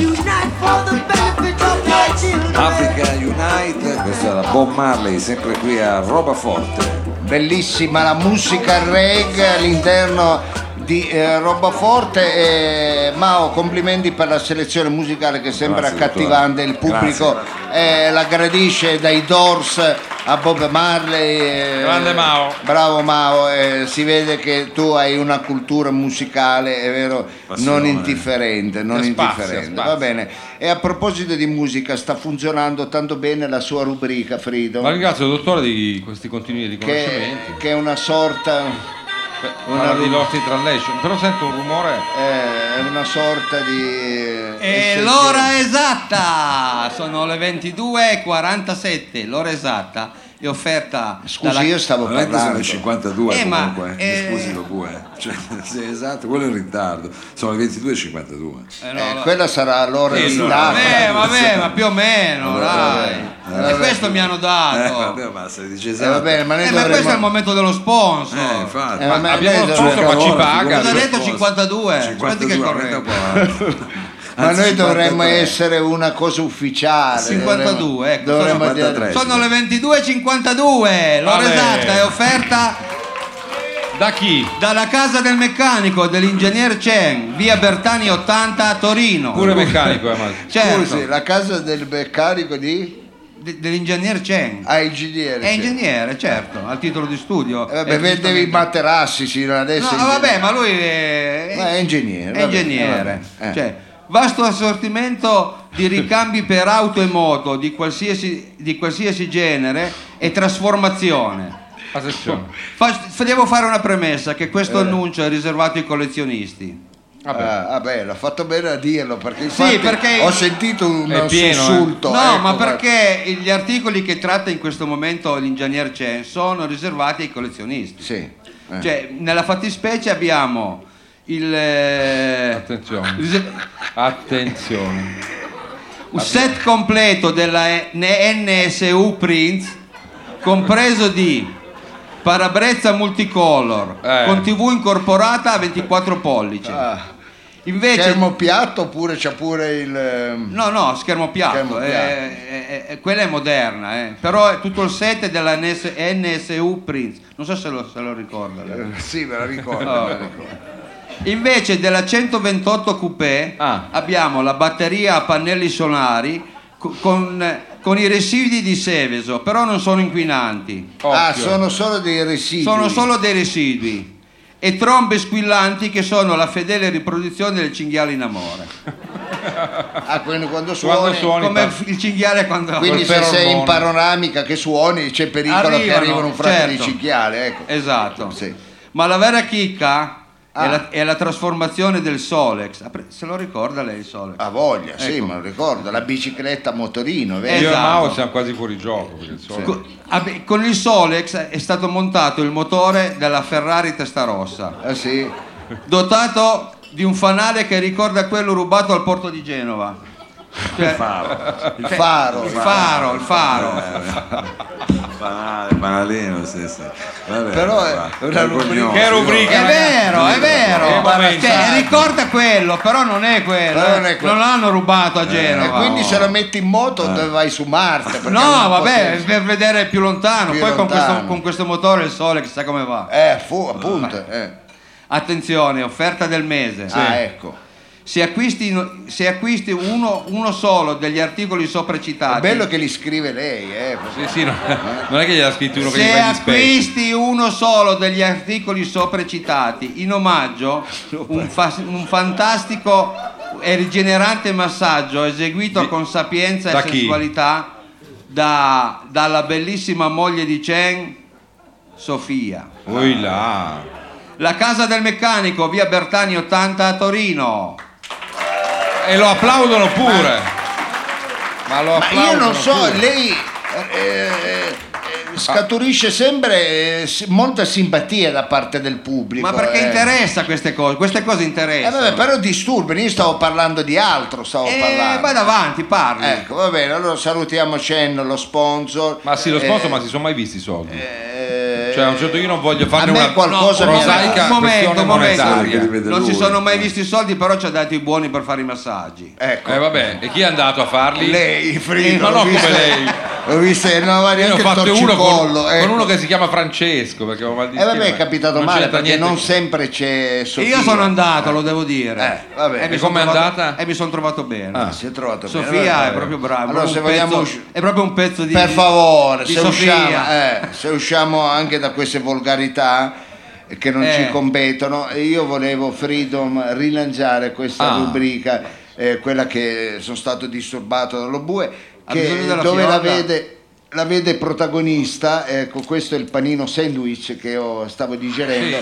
Speaker 9: Unite for the benefit of your children.
Speaker 1: Africa Unite, questa era Bob Marley, sempre qui a Roba Forte.
Speaker 2: Bellissima la musica reggae all'interno di eh, Robaforte e Mao complimenti per la selezione musicale che sembra
Speaker 1: Grazie, dottore.
Speaker 2: accattivante il pubblico eh, la gradisce dai Doors a Bob Marley eh,
Speaker 4: Grande Mao.
Speaker 2: bravo Mao eh, si vede che tu hai una cultura musicale è vero non indifferente non
Speaker 4: Eh, spazio,
Speaker 2: indifferente
Speaker 4: spazio.
Speaker 2: va bene e a proposito di musica sta funzionando tanto bene la sua rubrica Frido
Speaker 4: Ma ringrazio il dottore di questi continui
Speaker 2: che,
Speaker 4: riconoscimenti.
Speaker 2: che è una sorta
Speaker 4: Beh, Parla di Lost in Translation, però sento un rumore.
Speaker 2: eh, è una sorta di
Speaker 3: E l'ora esatta! Sono le 22.47, l'ora esatta è offerta
Speaker 2: scusi
Speaker 3: dalla...
Speaker 2: io stavo
Speaker 1: Veramente sono
Speaker 2: parlando
Speaker 1: le 52
Speaker 3: Eh, ma,
Speaker 1: comunque, mi
Speaker 3: eh,
Speaker 1: scusi lo pure. Cioè, sì, esatto, quello è in ritardo. Sono le 22.52.
Speaker 3: Eh, no,
Speaker 2: Eh,
Speaker 3: no.
Speaker 2: quella sarà l'ora di là
Speaker 3: Vabbè, vabbè, ma più o meno, dai.
Speaker 1: vabbè.
Speaker 3: E questo mi hanno
Speaker 4: Ah,
Speaker 1: Eh,
Speaker 3: dato.
Speaker 1: vabbè, ma se dice
Speaker 2: Eh,
Speaker 1: esatto.
Speaker 2: va bene ma noi
Speaker 3: Eh, ma questo è il
Speaker 2: dovremmo
Speaker 3: momento dello sponsor.
Speaker 1: Eh,
Speaker 2: eh, ma
Speaker 1: infatti.
Speaker 2: noi
Speaker 4: abbiamo
Speaker 2: dovremmo-
Speaker 4: assunto, ma ci paga.
Speaker 3: Cosa ha detto 52? Aspetti che
Speaker 1: 52, aumenta un
Speaker 3: correggo.
Speaker 1: po'. eh.
Speaker 2: ma
Speaker 1: Anzi,
Speaker 2: noi dovremmo
Speaker 1: 53.
Speaker 2: essere una cosa ufficiale
Speaker 3: 52, ecco,
Speaker 2: dovremmo,
Speaker 1: sono
Speaker 2: dovremmo
Speaker 1: 53.
Speaker 2: dire
Speaker 3: Sono le 22.52, l'ora
Speaker 4: Vabbè.
Speaker 3: esatta è offerta
Speaker 4: Da chi?
Speaker 3: dalla casa del meccanico dell'ingegner Chen, via Bertani 80 a Torino.
Speaker 4: Pure meccanico, eh, ma-
Speaker 3: Certo,
Speaker 2: Scusi, la casa del beccarico di
Speaker 3: de- dell'ingegner Chen.
Speaker 2: ah ingegnere
Speaker 3: È
Speaker 2: sì.
Speaker 3: ingegnere, certo, al titolo di studio.
Speaker 2: Eh, vabbè
Speaker 3: È
Speaker 2: vendevi i
Speaker 3: giustamente-
Speaker 2: materassi sino adesso
Speaker 3: No,
Speaker 2: è ingegnere.
Speaker 3: vabbè, ma lui è,
Speaker 2: Ma è ingegnere,
Speaker 3: È
Speaker 2: va bene,
Speaker 3: ingegnere.
Speaker 2: va bene, eh.
Speaker 3: Cioè, vasto assortimento di ricambi per auto e moto di qualsiasi, di qualsiasi genere e trasformazione.
Speaker 4: Attenzione.
Speaker 3: Fa- devo fare una premessa che
Speaker 2: Eh.
Speaker 3: questo annuncio è riservato ai collezionisti.
Speaker 2: Vabbè. Ah, vabbè, l'ha fatto bene a dirlo perché,
Speaker 3: Sì,
Speaker 2: infatti
Speaker 3: perché-
Speaker 2: ho sentito un
Speaker 4: È pieno, eh.
Speaker 2: sussulto.
Speaker 3: no,
Speaker 2: ecco,
Speaker 3: ma
Speaker 2: guarda.
Speaker 3: perché gli articoli che tratta in questo momento l'ingegner Chen sono riservati ai collezionisti.
Speaker 2: Sì. eh.
Speaker 3: Cioè, nella fattispecie abbiamo il eh,
Speaker 4: Attenzione.
Speaker 3: ris-
Speaker 4: Attenzione.
Speaker 3: Un set completo della E- N- NSU Prince, compreso di parabrezza multicolor
Speaker 4: Eh.
Speaker 3: con TV incorporata a 24 pollici.
Speaker 2: Ah,
Speaker 3: Invece,
Speaker 2: schermo piatto oppure c'è pure il. ehm,
Speaker 3: no, no, schermo piatto,
Speaker 2: Schermo
Speaker 3: eh,
Speaker 2: piatto.
Speaker 3: eh, eh, quella è moderna, eh, però è tutto il set della NS- NSU Prince. Non so se lo, se lo ricorda. lei.
Speaker 2: eh, Sì, me la ricordo.
Speaker 3: Oh.
Speaker 2: me la ricordo.
Speaker 3: Invece della 128 coupé
Speaker 4: Ah.
Speaker 3: abbiamo la batteria a pannelli solari co- con, con i residui di Seveso, però non sono inquinanti,
Speaker 2: Ah,
Speaker 4: Occhio.
Speaker 2: sono solo dei residui.
Speaker 3: sono solo dei residui e trombe squillanti che sono la fedele riproduzione del cinghiale in amore,
Speaker 2: Ah, quindi quando suoni.
Speaker 4: Quando suoni
Speaker 3: come
Speaker 4: pa-
Speaker 3: il cinghiale quando...
Speaker 2: Quindi
Speaker 4: Col
Speaker 2: se sei in
Speaker 4: feromone.
Speaker 2: panoramica che suoni c'è pericolo che
Speaker 3: Arrivano,
Speaker 2: arrivano un fratello
Speaker 3: certo.
Speaker 2: di cicchiale, ecco.
Speaker 3: Esatto.
Speaker 2: Sì.
Speaker 3: Ma la vera chicca
Speaker 2: Ah.
Speaker 3: È, la, è la trasformazione del Solex. Ah, pre- Se lo ricorda lei il Solex?
Speaker 2: Ha voglia, sì,
Speaker 3: Ecco.
Speaker 2: me lo ricordo, la bicicletta a motorino, vero?
Speaker 10: Io e
Speaker 3: Esatto.
Speaker 10: Mao siamo quasi fuori gioco. perché il suono-
Speaker 3: Co- ah, beh, con il Solex è stato montato il motore della Ferrari Testarossa,
Speaker 2: Ah, sì.
Speaker 3: dotato di un fanale che ricorda quello rubato al porto di Genova. Cioè,
Speaker 2: Eh. Il faro.
Speaker 3: il faro, il faro.
Speaker 1: Eh, Banale, banalino, sì, sì. Vabbè,
Speaker 2: Però è
Speaker 1: va,
Speaker 2: una rubrica-
Speaker 1: vergognoso.
Speaker 4: Che rubrica?
Speaker 3: È vero, è
Speaker 4: Che
Speaker 3: vero.
Speaker 4: momento.
Speaker 3: Cioè, ricorda quello, però non è quello.
Speaker 2: Però
Speaker 3: eh.
Speaker 2: non è quello. Eh,
Speaker 3: Non l'hanno rubato a
Speaker 2: E
Speaker 3: Genova.
Speaker 2: quindi se la metti in moto
Speaker 4: Eh.
Speaker 2: dove vai su Marte. perché
Speaker 3: No,
Speaker 2: non
Speaker 3: vabbè,
Speaker 2: potevi-
Speaker 3: per vedere più lontano.
Speaker 2: Più
Speaker 3: Poi con questo-
Speaker 2: lontano.
Speaker 3: con questo motore il sole chissà come va.
Speaker 2: Eh, fu, appunto. eh.
Speaker 3: Attenzione, offerta del mese.
Speaker 2: Ah, ecco.
Speaker 3: Se acquisti, se acquisti uno, uno solo degli articoli sopra
Speaker 2: È
Speaker 3: citati,
Speaker 2: bello che li scrive lei, eh.
Speaker 4: Sì, sì, no- non è che gliel'ha scritto uno che gli
Speaker 3: se
Speaker 4: fa gli specchi.
Speaker 3: acquisti uno solo degli articoli sopra citati, in omaggio un, fa- un fantastico e rigenerante massaggio eseguito con sapienza
Speaker 4: da
Speaker 3: e
Speaker 4: chi?
Speaker 3: sensualità da- dalla bellissima moglie di Chen, Sofia.
Speaker 4: Ui là.
Speaker 3: La casa del meccanico, via Bertani 80 a Torino.
Speaker 4: E lo applaudono pure. Ma lo
Speaker 2: Ma
Speaker 4: applaudono
Speaker 2: io non so,
Speaker 4: pure.
Speaker 2: lei eh, eh, scaturisce sempre eh, si- molta simpatia da parte del pubblico.
Speaker 3: Ma perché
Speaker 2: eh.
Speaker 3: interessa queste cose? Queste cose
Speaker 2: Eh,
Speaker 3: interessano.
Speaker 2: vabbè, però disturbano, io stavo parlando di altro, stavo
Speaker 3: Eh,
Speaker 2: parlando.
Speaker 3: vai davanti, parli.
Speaker 2: Ecco, va bene, allora salutiamo Cenno, lo sponsor.
Speaker 10: Ma sì, lo sponsor,
Speaker 2: Eh,
Speaker 10: ma si sono mai visti i soldi?
Speaker 2: eh,
Speaker 10: Cioè, a un certo io non voglio farne
Speaker 2: a me
Speaker 10: una
Speaker 2: qualcosa mi ha
Speaker 10: prosaica
Speaker 3: Un momento,
Speaker 10: questione
Speaker 3: un momento.
Speaker 1: Che
Speaker 10: monetaria.
Speaker 1: li vede
Speaker 3: Non si
Speaker 1: lui.
Speaker 3: sono mai visti i soldi, però ci ha dato i buoni per fare i massaggi.
Speaker 2: Ecco,
Speaker 4: Eh vabbè, e chi è andato a farli?
Speaker 2: lei, Frido,
Speaker 4: no, no,
Speaker 2: l'ho vista-
Speaker 4: eh, come lei.
Speaker 2: L'ho vista, eh, no, guardi,
Speaker 4: Io ne ho
Speaker 2: anche il
Speaker 4: fatto uno con,
Speaker 2: torcicollo,
Speaker 4: con
Speaker 2: ecco.
Speaker 4: uno che si chiama Francesco perché avevo mal di
Speaker 2: Eh vabbè,
Speaker 4: schiena.
Speaker 2: è capitato
Speaker 4: Non
Speaker 2: male
Speaker 4: c'entra
Speaker 2: perché non
Speaker 4: niente.
Speaker 2: sempre c'è Sofia.
Speaker 3: Io sono andato, lo devo dire.
Speaker 2: Eh, vabbè.
Speaker 3: mi
Speaker 4: E
Speaker 3: son
Speaker 4: com'è
Speaker 3: trovato-
Speaker 4: andata?
Speaker 3: E mi sono trovato bene.
Speaker 2: Si è trovato Ah, bene.
Speaker 3: Sofia è
Speaker 2: Vabbè.
Speaker 3: proprio brava.
Speaker 2: Allora,
Speaker 3: proprio
Speaker 2: se
Speaker 3: un
Speaker 2: vogliamo
Speaker 3: pezzo-
Speaker 2: usci-
Speaker 3: è proprio un pezzo di
Speaker 2: Per favore,
Speaker 3: di
Speaker 2: se
Speaker 3: Sofia.
Speaker 2: usciamo, eh, se usciamo anche da queste volgarità che non
Speaker 3: Eh.
Speaker 2: ci competono, io volevo Freedom rilanciare questa
Speaker 4: Ah.
Speaker 2: rubrica, eh, quella che sono stato disturbato dallo bue,
Speaker 3: Ha
Speaker 2: che
Speaker 3: bisogno della
Speaker 2: dove la
Speaker 3: fionda?
Speaker 2: vede, la vede protagonista, ecco questo è il panino sandwich che io stavo digerendo,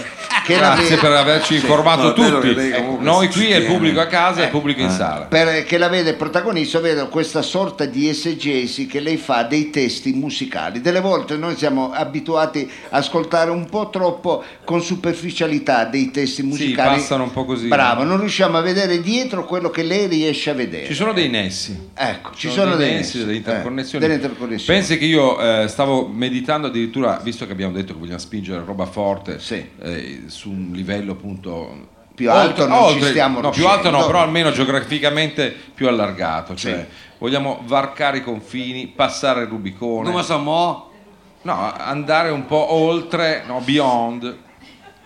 Speaker 2: che la
Speaker 4: Grazie
Speaker 2: vede,
Speaker 4: per averci
Speaker 1: No,
Speaker 4: informato
Speaker 1: è vero
Speaker 4: tutti.
Speaker 1: che lei comunque
Speaker 4: Noi
Speaker 1: ci
Speaker 4: qui è il
Speaker 1: tiene. Eh.
Speaker 4: pubblico a casa e il pubblico in sala.
Speaker 2: per- che la vede protagonista, vedo questa sorta di esegesi che lei fa dei testi musicali. Delle volte noi siamo abituati a ascoltare un po' troppo con superficialità dei testi musicali.
Speaker 4: passano un po' così.
Speaker 2: Bravo, non riusciamo a vedere dietro quello che lei riesce a vedere.
Speaker 4: Ci sono dei nessi.
Speaker 2: ecco, ci sono,
Speaker 4: dei
Speaker 2: dei
Speaker 4: nessi,
Speaker 2: nessi,
Speaker 4: delle
Speaker 2: eh,
Speaker 4: interconnessioni.
Speaker 2: delle interconnessioni.
Speaker 4: Pensi che io eh, stavo meditando addirittura, visto che abbiamo detto che vogliamo spingere roba forte
Speaker 2: Sì.
Speaker 4: eh, su un livello appunto
Speaker 2: Più alto non ci stiamo
Speaker 4: no, più
Speaker 2: riuscendo.
Speaker 4: alto no, però almeno geograficamente più allargato, cioè vogliamo varcare i confini, passare il Rubicone.
Speaker 3: Come siamo?
Speaker 4: No, andare un po' oltre, no, beyond,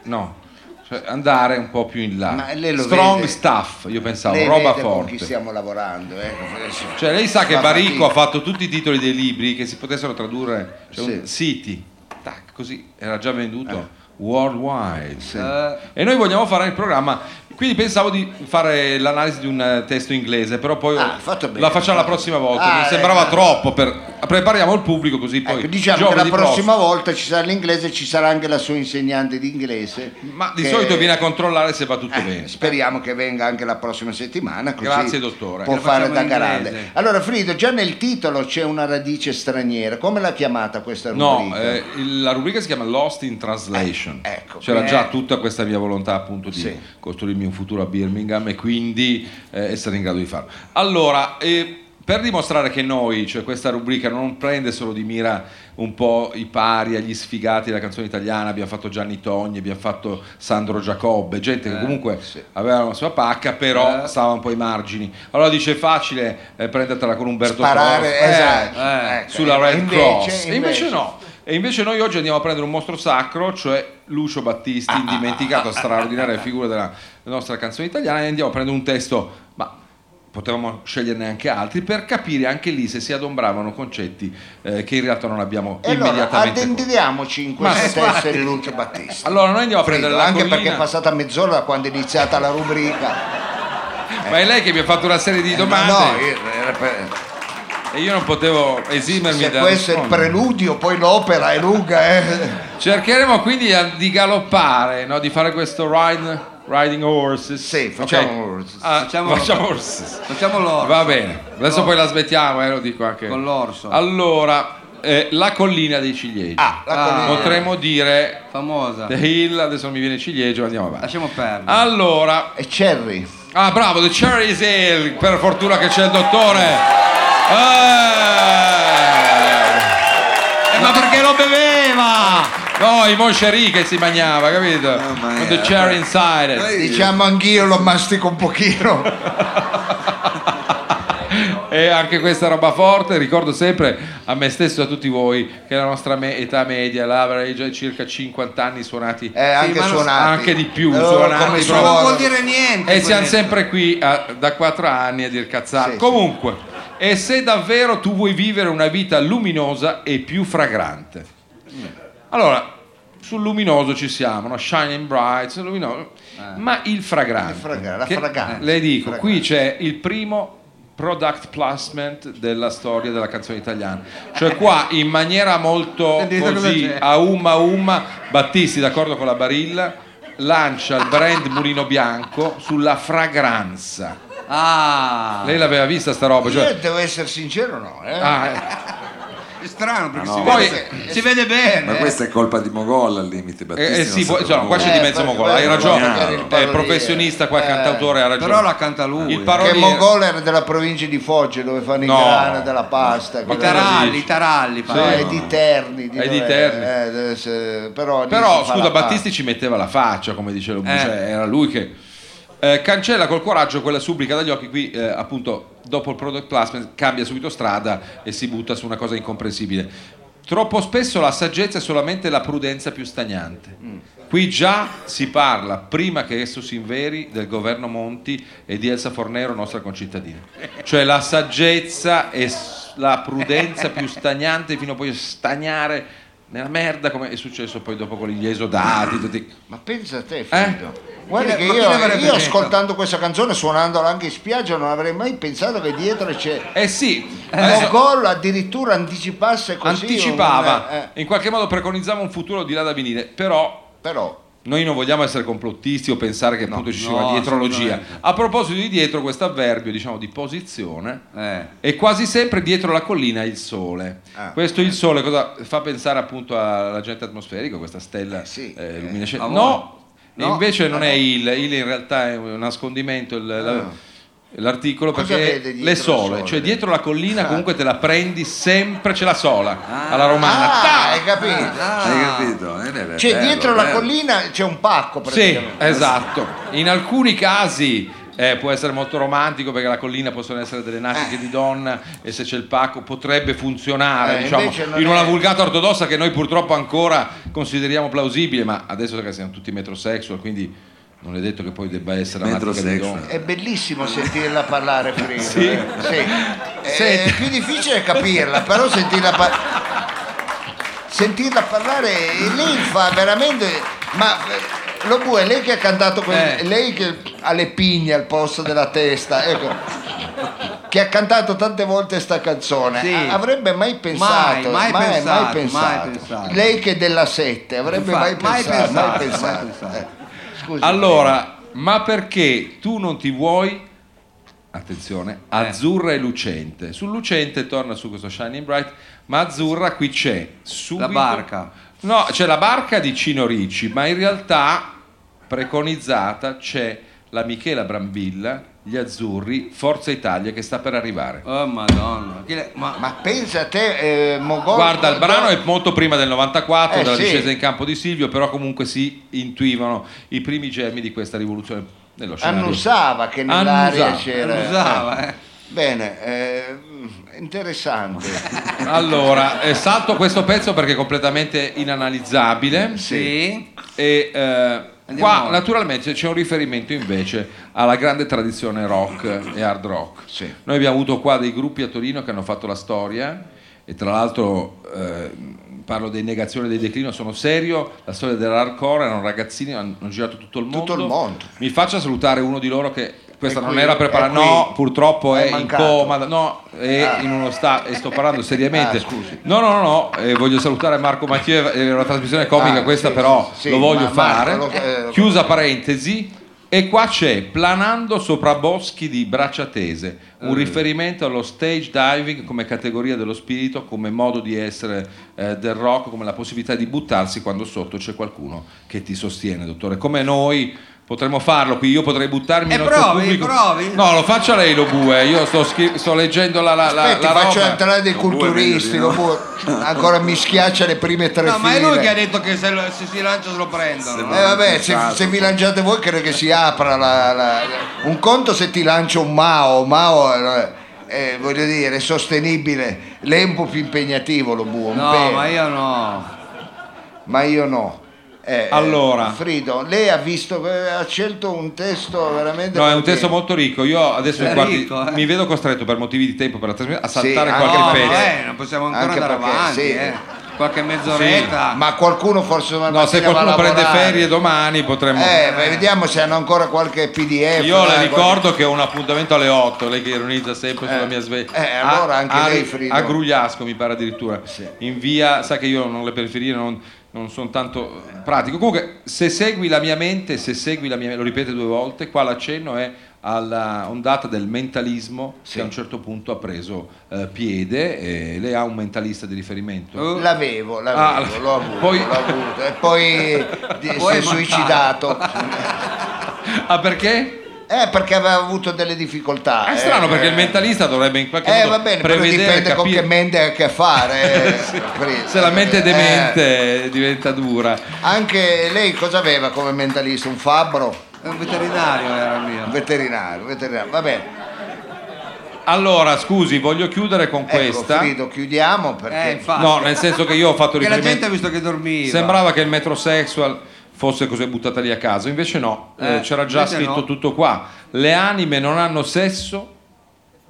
Speaker 4: no, cioè andare un po' più in là.
Speaker 2: Ma lei lo
Speaker 4: Strong
Speaker 2: vede?
Speaker 4: stuff, io pensavo,
Speaker 2: Lei
Speaker 4: roba
Speaker 2: vede con chi
Speaker 4: forte.
Speaker 2: stiamo lavorando. ecco, adesso-
Speaker 4: Cioè, lei sa che
Speaker 2: Fa
Speaker 4: Baricco
Speaker 2: fatica.
Speaker 4: ha fatto tutti i titoli dei libri che si potessero tradurre, cioè un
Speaker 2: Sì. Eh.
Speaker 4: City, tac, così era già venduto worldwide.
Speaker 3: Eh,
Speaker 4: E noi vogliamo fare il programma, quindi pensavo di fare l'analisi di un eh, testo inglese, però poi
Speaker 2: Ah, fatto bene,
Speaker 4: la facciamo la
Speaker 2: fatto-
Speaker 4: prossima volta,
Speaker 2: Ah,
Speaker 4: mi sembrava
Speaker 2: eh,
Speaker 4: troppo per prepariamo il pubblico così poi
Speaker 2: Ecco, diciamo che
Speaker 4: giovedì
Speaker 2: la prossima
Speaker 4: prossimo-
Speaker 2: volta ci sarà l'inglese, ci sarà anche la sua insegnante di inglese.
Speaker 4: Ma di
Speaker 2: che-
Speaker 4: solito viene a controllare se va tutto
Speaker 2: Eh,
Speaker 4: bene.
Speaker 2: speriamo che venga anche la prossima settimana. Così
Speaker 4: Grazie, dottore.
Speaker 2: Può
Speaker 3: Lo
Speaker 2: fare
Speaker 3: facciamo
Speaker 2: da
Speaker 3: in inglese.
Speaker 2: garante. Allora, Frido, già nel titolo c'è una radice straniera. Come l'ha chiamata questa
Speaker 4: No,
Speaker 2: rubrica?
Speaker 4: eh, il- la rubrica si chiama Lost in Translation.
Speaker 2: Eh, ecco.
Speaker 4: C'era
Speaker 2: Eh.
Speaker 4: già tutta questa mia volontà appunto di
Speaker 2: Sì.
Speaker 4: costruirmi un futuro a Birmingham e quindi eh, essere in grado di farlo. Allora, eh, per dimostrare che noi, cioè questa rubrica non prende solo di mira un po' i pari agli sfigati della canzone italiana, abbiamo fatto Gianni Togni, abbiamo fatto Sandro Giacobbe, gente
Speaker 2: Eh,
Speaker 4: che comunque aveva la sua pacca, però stava un po' ai margini. Allora dice è facile eh, prendertela con Umberto
Speaker 2: Sparare,
Speaker 4: Cross. Eh,
Speaker 2: esatto.
Speaker 4: eh,
Speaker 2: Ecco.
Speaker 4: sulla Red
Speaker 2: Invece-
Speaker 4: Cross. E invece
Speaker 2: invece-
Speaker 4: no. E invece noi oggi andiamo a prendere un mostro sacro, cioè Lucio Battisti, indimenticato, straordinaria figura della nostra canzone italiana, e andiamo a prendere un testo, ma potevamo sceglierne anche altri, per capire anche lì se si adombravano concetti eh, che in realtà non abbiamo
Speaker 2: E allora
Speaker 4: immediatamente.
Speaker 2: addentriamoci in
Speaker 4: Ma
Speaker 2: questo
Speaker 4: infatti-
Speaker 2: testo di Lucio Battista.
Speaker 4: Allora noi andiamo a prendere
Speaker 2: Frido,
Speaker 4: la
Speaker 2: anche
Speaker 4: collina,
Speaker 2: perché è passata mezz'ora da quando è iniziata la rubrica.
Speaker 4: ma è lei che mi ha fatto una serie di
Speaker 2: Ma
Speaker 4: domande
Speaker 2: Eh, no, io- era per-
Speaker 4: e io non potevo esimermi
Speaker 2: se
Speaker 4: da
Speaker 2: questo è il
Speaker 4: rispondere.
Speaker 2: preludio, poi l'opera è lunga. Eh.
Speaker 4: Cercheremo quindi a- di galoppare, no? di fare questo ride Riding horses.
Speaker 2: Sì, facciamo
Speaker 4: Ok.
Speaker 2: horses.
Speaker 4: Ah,
Speaker 3: Facciamo-
Speaker 4: facciamo, horses.
Speaker 3: Facciamo l'orso.
Speaker 4: Va bene, adesso poi la smettiamo, eh, lo dico anche.
Speaker 3: Con l'orso.
Speaker 4: Allora, eh, la collina dei ciliegi.
Speaker 2: Ah, la
Speaker 3: Ah.
Speaker 2: collina.
Speaker 4: Potremmo dire
Speaker 3: Famosa.
Speaker 4: The Hill, adesso non mi viene ciliegio, andiamo avanti.
Speaker 3: Lasciamo perdere.
Speaker 4: Allora,
Speaker 2: E Cherry.
Speaker 4: Ah, bravo, The Cherry is Hill. Per fortuna che c'è il dottore. Eh,
Speaker 3: Eh, ma perché lo beveva?
Speaker 4: no, i moscerì che si mangiava, capito?
Speaker 1: Mamma
Speaker 4: Con
Speaker 1: mia.
Speaker 4: The Cherry Inside. It.
Speaker 2: Diciamo anch'io lo mastico un pochino.
Speaker 4: E anche questa roba forte, ricordo sempre a me stesso e a tutti voi che la nostra me- età media, l'average è circa 50 anni suonati.
Speaker 2: Eh, anche
Speaker 3: ma non-
Speaker 2: suonati.
Speaker 4: anche di più,
Speaker 2: Eh,
Speaker 4: suonati
Speaker 2: come
Speaker 4: proprio.
Speaker 3: Ma non
Speaker 2: suono.
Speaker 3: vuol dire niente.
Speaker 4: E siamo
Speaker 3: questo.
Speaker 4: sempre qui a- da quattro anni a dir cazzate.
Speaker 2: Sì,
Speaker 4: Comunque, e se davvero tu vuoi vivere una vita luminosa e più fragrante? Allora, sul luminoso ci siamo, no? shining bright, sul luminoso. ma il fragrante.
Speaker 2: Eh. Il fragra- la
Speaker 4: che-
Speaker 2: fragranza.
Speaker 4: Le dico,
Speaker 2: Fragranza.
Speaker 4: qui c'è il primo product placement della storia della canzone italiana. Cioè qua in maniera molto
Speaker 3: Vedete cosa
Speaker 4: così
Speaker 3: c'è?
Speaker 4: a umma umma Battisti d'accordo con la Barilla lancia il brand Mulino Bianco sulla fragranza.
Speaker 3: Ah,
Speaker 4: Lei l'aveva vista sta roba,
Speaker 2: Io
Speaker 4: cioè
Speaker 2: Eh, devo essere sincero, no. Eh?
Speaker 4: ah,
Speaker 3: è strano perché
Speaker 1: No,
Speaker 3: si,
Speaker 1: no.
Speaker 3: vede, si vede bene.
Speaker 1: Eh,
Speaker 3: eh.
Speaker 1: Ma questa è colpa di Mogol al limite.
Speaker 4: eh, eh,
Speaker 1: Battisti non
Speaker 4: sì, può-
Speaker 1: sapeva
Speaker 4: no, qua c'è
Speaker 1: nulla.
Speaker 4: di
Speaker 2: Eh,
Speaker 4: mezzo
Speaker 2: perché
Speaker 4: Mogol, hai
Speaker 2: quello
Speaker 1: magari
Speaker 2: il
Speaker 4: ragione, è
Speaker 2: paroliere.
Speaker 4: professionista qua,
Speaker 2: Eh,
Speaker 4: cantautore, ha ragione.
Speaker 3: Però la canta lui.
Speaker 4: Il
Speaker 2: Che
Speaker 4: paroliere-
Speaker 2: Mogol era della provincia di Foggia dove fanno
Speaker 4: No.
Speaker 2: i grana della pasta.
Speaker 4: Ma
Speaker 3: I
Speaker 2: quello-
Speaker 3: taralli, i taralli.
Speaker 2: No,
Speaker 3: parla.
Speaker 2: è Eh, di Terni.
Speaker 4: È di
Speaker 2: dov'è?
Speaker 4: Terni.
Speaker 2: Eh, deve essere- però lì
Speaker 4: Però
Speaker 2: si fa
Speaker 4: scusa,
Speaker 2: la pasta.
Speaker 4: Battisti ci metteva la faccia, come dice Lobu,
Speaker 3: Eh.
Speaker 4: cioè, era lui che eh, cancella col coraggio quella supplica dagli occhi. Qui, eh, appunto, dopo il product placement, cambia subito strada e si butta su una cosa incomprensibile. Troppo spesso la saggezza è solamente la prudenza più stagnante. Qui già si parla, prima che esso si inveri, del governo Monti e di Elsa Fornero, nostra concittadina. Cioè la saggezza è s- la prudenza più stagnante fino a poi stagnare nella merda, come è successo poi dopo con gli esodati. Tutti...
Speaker 2: Ma pensa a
Speaker 4: Eh?
Speaker 2: te, Fido. Guarda
Speaker 3: Chi-
Speaker 2: che
Speaker 3: ma chi
Speaker 2: io,
Speaker 3: l'avrebbe
Speaker 2: io
Speaker 3: detto?
Speaker 2: ascoltando questa canzone, suonandola anche in spiaggia, non avrei mai pensato che dietro c'è.
Speaker 4: Eh sì, adesso-
Speaker 2: Mogol addirittura anticipasse così.
Speaker 4: anticipava,
Speaker 2: un- eh, eh,
Speaker 4: in qualche modo preconizzava un futuro di là da venire, però
Speaker 2: però.
Speaker 4: noi non vogliamo essere complottisti o pensare che appunto ci sia
Speaker 3: no,
Speaker 4: una dietrologia.
Speaker 3: assolutamente.
Speaker 4: A proposito di dietro, questo avverbio diciamo di posizione
Speaker 3: Eh.
Speaker 4: è quasi sempre dietro la collina il sole.
Speaker 2: Ah.
Speaker 4: Questo il sole cosa fa pensare appunto all'agente atmosferico, questa stella
Speaker 2: Eh, sì.
Speaker 4: eh, luminescente.
Speaker 3: Ah,
Speaker 4: No,
Speaker 3: no.
Speaker 2: eh.
Speaker 4: invece non è il, il in realtà è un nascondimento. il- la- L'articolo
Speaker 2: Ah. Cosa vede
Speaker 4: perché
Speaker 2: dietro
Speaker 4: le
Speaker 2: il
Speaker 4: sole,
Speaker 2: sole? Ah.
Speaker 4: cioè dietro la collina comunque te la prendi sempre, ce la sola alla romana. Ah,
Speaker 2: Ah,
Speaker 4: Tac!
Speaker 2: hai capito?
Speaker 1: Hai capito? Eh, eh,
Speaker 2: Cioè,
Speaker 1: bello,
Speaker 2: dietro la
Speaker 1: bello.
Speaker 2: collina c'è un pacco
Speaker 4: Sì,
Speaker 2: praticamente.
Speaker 4: esatto. In alcuni casi eh, può essere molto romantico perché la collina possono essere delle natiche di donna e se c'è il pacco potrebbe funzionare
Speaker 2: Eh,
Speaker 4: diciamo,
Speaker 2: invece non
Speaker 4: in una
Speaker 2: è-
Speaker 4: vulgata ortodossa che noi purtroppo ancora consideriamo plausibile, ma adesso che siamo tutti metrosexual, quindi non è detto che poi debba essere una natica di
Speaker 1: Metrosexual.
Speaker 4: donna.
Speaker 2: È bellissimo sentirla parlare Frida.
Speaker 4: Sì.
Speaker 2: eh. Sì. È-
Speaker 4: Senti.
Speaker 2: È più difficile capirla, però sentirla, par- sentirla parlare e lei fa veramente. Ma eh, lo bue, lei che ha cantato quel-
Speaker 3: Eh.
Speaker 2: lei che ha le pigne al posto della testa, ecco. Che ha cantato tante volte sta canzone,
Speaker 3: Sì.
Speaker 2: a- avrebbe mai pensato,
Speaker 3: mai pensato, mai pensato.
Speaker 2: Lei che è della sette, avrebbe mai,
Speaker 3: Infatti, mai
Speaker 2: pensato, mai
Speaker 3: pensato, mai
Speaker 2: pensato.
Speaker 3: pensato.
Speaker 2: Eh, scusi.
Speaker 4: Allora, ma perché tu non ti vuoi attenzione, azzurra e lucente. Sul lucente torna su questo Shining Bright, ma azzurra qui c'è subito
Speaker 3: La barca.
Speaker 4: No, c'è la barca di Cino Ricci, ma in realtà preconizzata c'è la Michela Brambilla, gli azzurri, Forza Italia che sta per arrivare.
Speaker 3: Oh madonna. Chi le- ma-
Speaker 2: Ma pensa a te, eh, Mogol.
Speaker 4: Guarda, il brano è molto prima del 94,
Speaker 2: Eh,
Speaker 4: della
Speaker 2: sì.
Speaker 4: discesa in campo di Silvio, però comunque si intuivano i primi germi di questa rivoluzione nello scenario.
Speaker 2: Annusava che nell'aria
Speaker 4: Annusava,
Speaker 2: c'era.
Speaker 3: Usava, eh.
Speaker 2: Bene, eh, interessante.
Speaker 4: Allora, eh, salto questo pezzo perché è completamente inanalizzabile.
Speaker 3: Sì.
Speaker 4: E eh,
Speaker 3: Andiamo
Speaker 4: qua
Speaker 3: avanti.
Speaker 4: naturalmente c'è un riferimento invece alla grande tradizione rock e hard rock.
Speaker 2: Sì.
Speaker 4: Noi abbiamo avuto qua dei gruppi a Torino che hanno fatto la storia e tra l'altro eh, parlo dei negazioni e del declino, sono serio, la storia dell'hardcore erano ragazzini, hanno hanno girato tutto il mondo.
Speaker 2: Tutto il mondo.
Speaker 4: Mi faccia salutare uno di loro che questa
Speaker 2: È
Speaker 4: non
Speaker 2: qui,
Speaker 4: era
Speaker 2: è
Speaker 4: preparata,
Speaker 2: qui.
Speaker 4: no, purtroppo
Speaker 2: È
Speaker 4: è, in
Speaker 2: mancato.
Speaker 4: coma, no, è
Speaker 2: Ah.
Speaker 4: in uno stato, e sto parlando seriamente.
Speaker 2: Ah, scusi.
Speaker 4: No, no, no, no, eh, voglio salutare Marco Mathieu, è una trasmissione comica
Speaker 2: Ah,
Speaker 4: questa
Speaker 2: sì,
Speaker 4: però
Speaker 2: sì,
Speaker 4: lo
Speaker 2: sì,
Speaker 4: voglio
Speaker 2: ma-
Speaker 4: fare.
Speaker 2: Marco, lo- eh,
Speaker 4: Chiusa parentesi, E qua c'è Planando sopra boschi di braccia tese,
Speaker 2: Mm.
Speaker 4: un riferimento allo stage diving come categoria dello spirito, come modo di essere eh, del rock, come la possibilità di buttarsi quando sotto c'è qualcuno che ti sostiene, dottore. Come noi potremmo farlo qui, io potrei buttarmi
Speaker 2: Eh,
Speaker 3: E
Speaker 4: in nostro
Speaker 3: provi,
Speaker 4: pubblico.
Speaker 3: provi.
Speaker 4: No, lo faccia lei lo bue, io sto, scri- sto leggendo la, la, la,
Speaker 2: Aspetti,
Speaker 4: la
Speaker 2: faccio
Speaker 4: roba.
Speaker 2: entrare dei culturisti, lo può- ancora mi schiaccia le prime tre
Speaker 3: No, ma è
Speaker 2: file.
Speaker 3: lui che ha detto che se, lo- se si lancia se lo prendono. no?
Speaker 2: Eh, vabbè, se, se vi lanciate voi credo che si apra la- la- un conto se ti lancio un Mao, Mao eh, eh, voglio dire, è sostenibile, lei è un po' più impegnativo lo buon
Speaker 3: No, ma io no.
Speaker 2: ma io no. Eh,
Speaker 4: Allora.
Speaker 2: Frido, lei ha visto, eh, ha scelto un testo veramente...
Speaker 4: No, è un
Speaker 2: perché-
Speaker 4: testo molto ricco. Io adesso
Speaker 3: È
Speaker 4: guardi,
Speaker 3: ricco, eh.
Speaker 4: mi vedo costretto per motivi di tempo per la trasmissione a saltare
Speaker 2: anche
Speaker 4: qualche
Speaker 3: No, eh,
Speaker 2: perché-
Speaker 4: pezzo.
Speaker 3: vabbè, non possiamo ancora
Speaker 2: Anche
Speaker 3: andare
Speaker 2: perché,
Speaker 3: avanti,
Speaker 2: sì.
Speaker 3: eh. Qualche mezz'oretta.
Speaker 2: Ah, Ma qualcuno forse domani
Speaker 4: No, se
Speaker 2: mattina va a
Speaker 4: qualcuno prende
Speaker 2: lavorare.
Speaker 4: ferie domani potremmo.
Speaker 2: Eh, beh, vediamo se hanno ancora qualche PDF.
Speaker 4: Io le
Speaker 2: dai,
Speaker 4: ricordo che ho un appuntamento alle 8, lei che ironizza sempre sulla
Speaker 2: Eh,
Speaker 4: mia sveglia.
Speaker 2: eh, allora anche
Speaker 4: a,
Speaker 2: lei, Frido.
Speaker 4: A Grugliasco mi pare addirittura. In via, sa che io non le periferie non, non sono tanto pratico. Comunque, se segui la mia mente, se segui la mia lo ripete due volte, qua l'accenno è alla ondata del mentalismo che a un certo punto ha preso eh, piede e lei ha un mentalista di riferimento.
Speaker 2: qualche- L'avevo, l'avevo,
Speaker 4: Ah,
Speaker 2: l'ho avuto,
Speaker 4: poi-
Speaker 2: l'ho avuto. E poi di- si è
Speaker 3: Poi è
Speaker 2: suicidato.
Speaker 4: Ah, perché?
Speaker 2: Eh, perché aveva avuto delle difficoltà.
Speaker 4: È
Speaker 2: eh.
Speaker 4: strano perché il mentalista dovrebbe in qualche
Speaker 2: Eh,
Speaker 4: modo
Speaker 2: va bene, però
Speaker 4: prevedere
Speaker 2: dipende con
Speaker 4: capire-
Speaker 2: che mente ha a che fare. eh, Frido.
Speaker 4: se la mente è
Speaker 2: Eh,
Speaker 4: demente diventa dura.
Speaker 2: anche lei cosa aveva come mentalista? Un fabbro?
Speaker 3: È un veterinario era il
Speaker 2: Un
Speaker 4: Ah.
Speaker 3: mio.
Speaker 2: veterinario, veterinario. Va bene.
Speaker 4: Allora, scusi, voglio chiudere con
Speaker 2: Ecco,
Speaker 4: questa.
Speaker 2: Frido, chiudiamo perché...
Speaker 3: Eh, infatti.
Speaker 4: no, nel senso che io ho fatto
Speaker 3: Perché la
Speaker 4: riferimento
Speaker 3: gente ha visto che dormiva.
Speaker 4: Sembrava che il metrosexual fosse così buttata lì a caso, invece no, eh,
Speaker 3: Eh,
Speaker 4: c'era già
Speaker 3: invece
Speaker 4: scritto
Speaker 3: no.
Speaker 4: tutto qua. Le anime non hanno sesso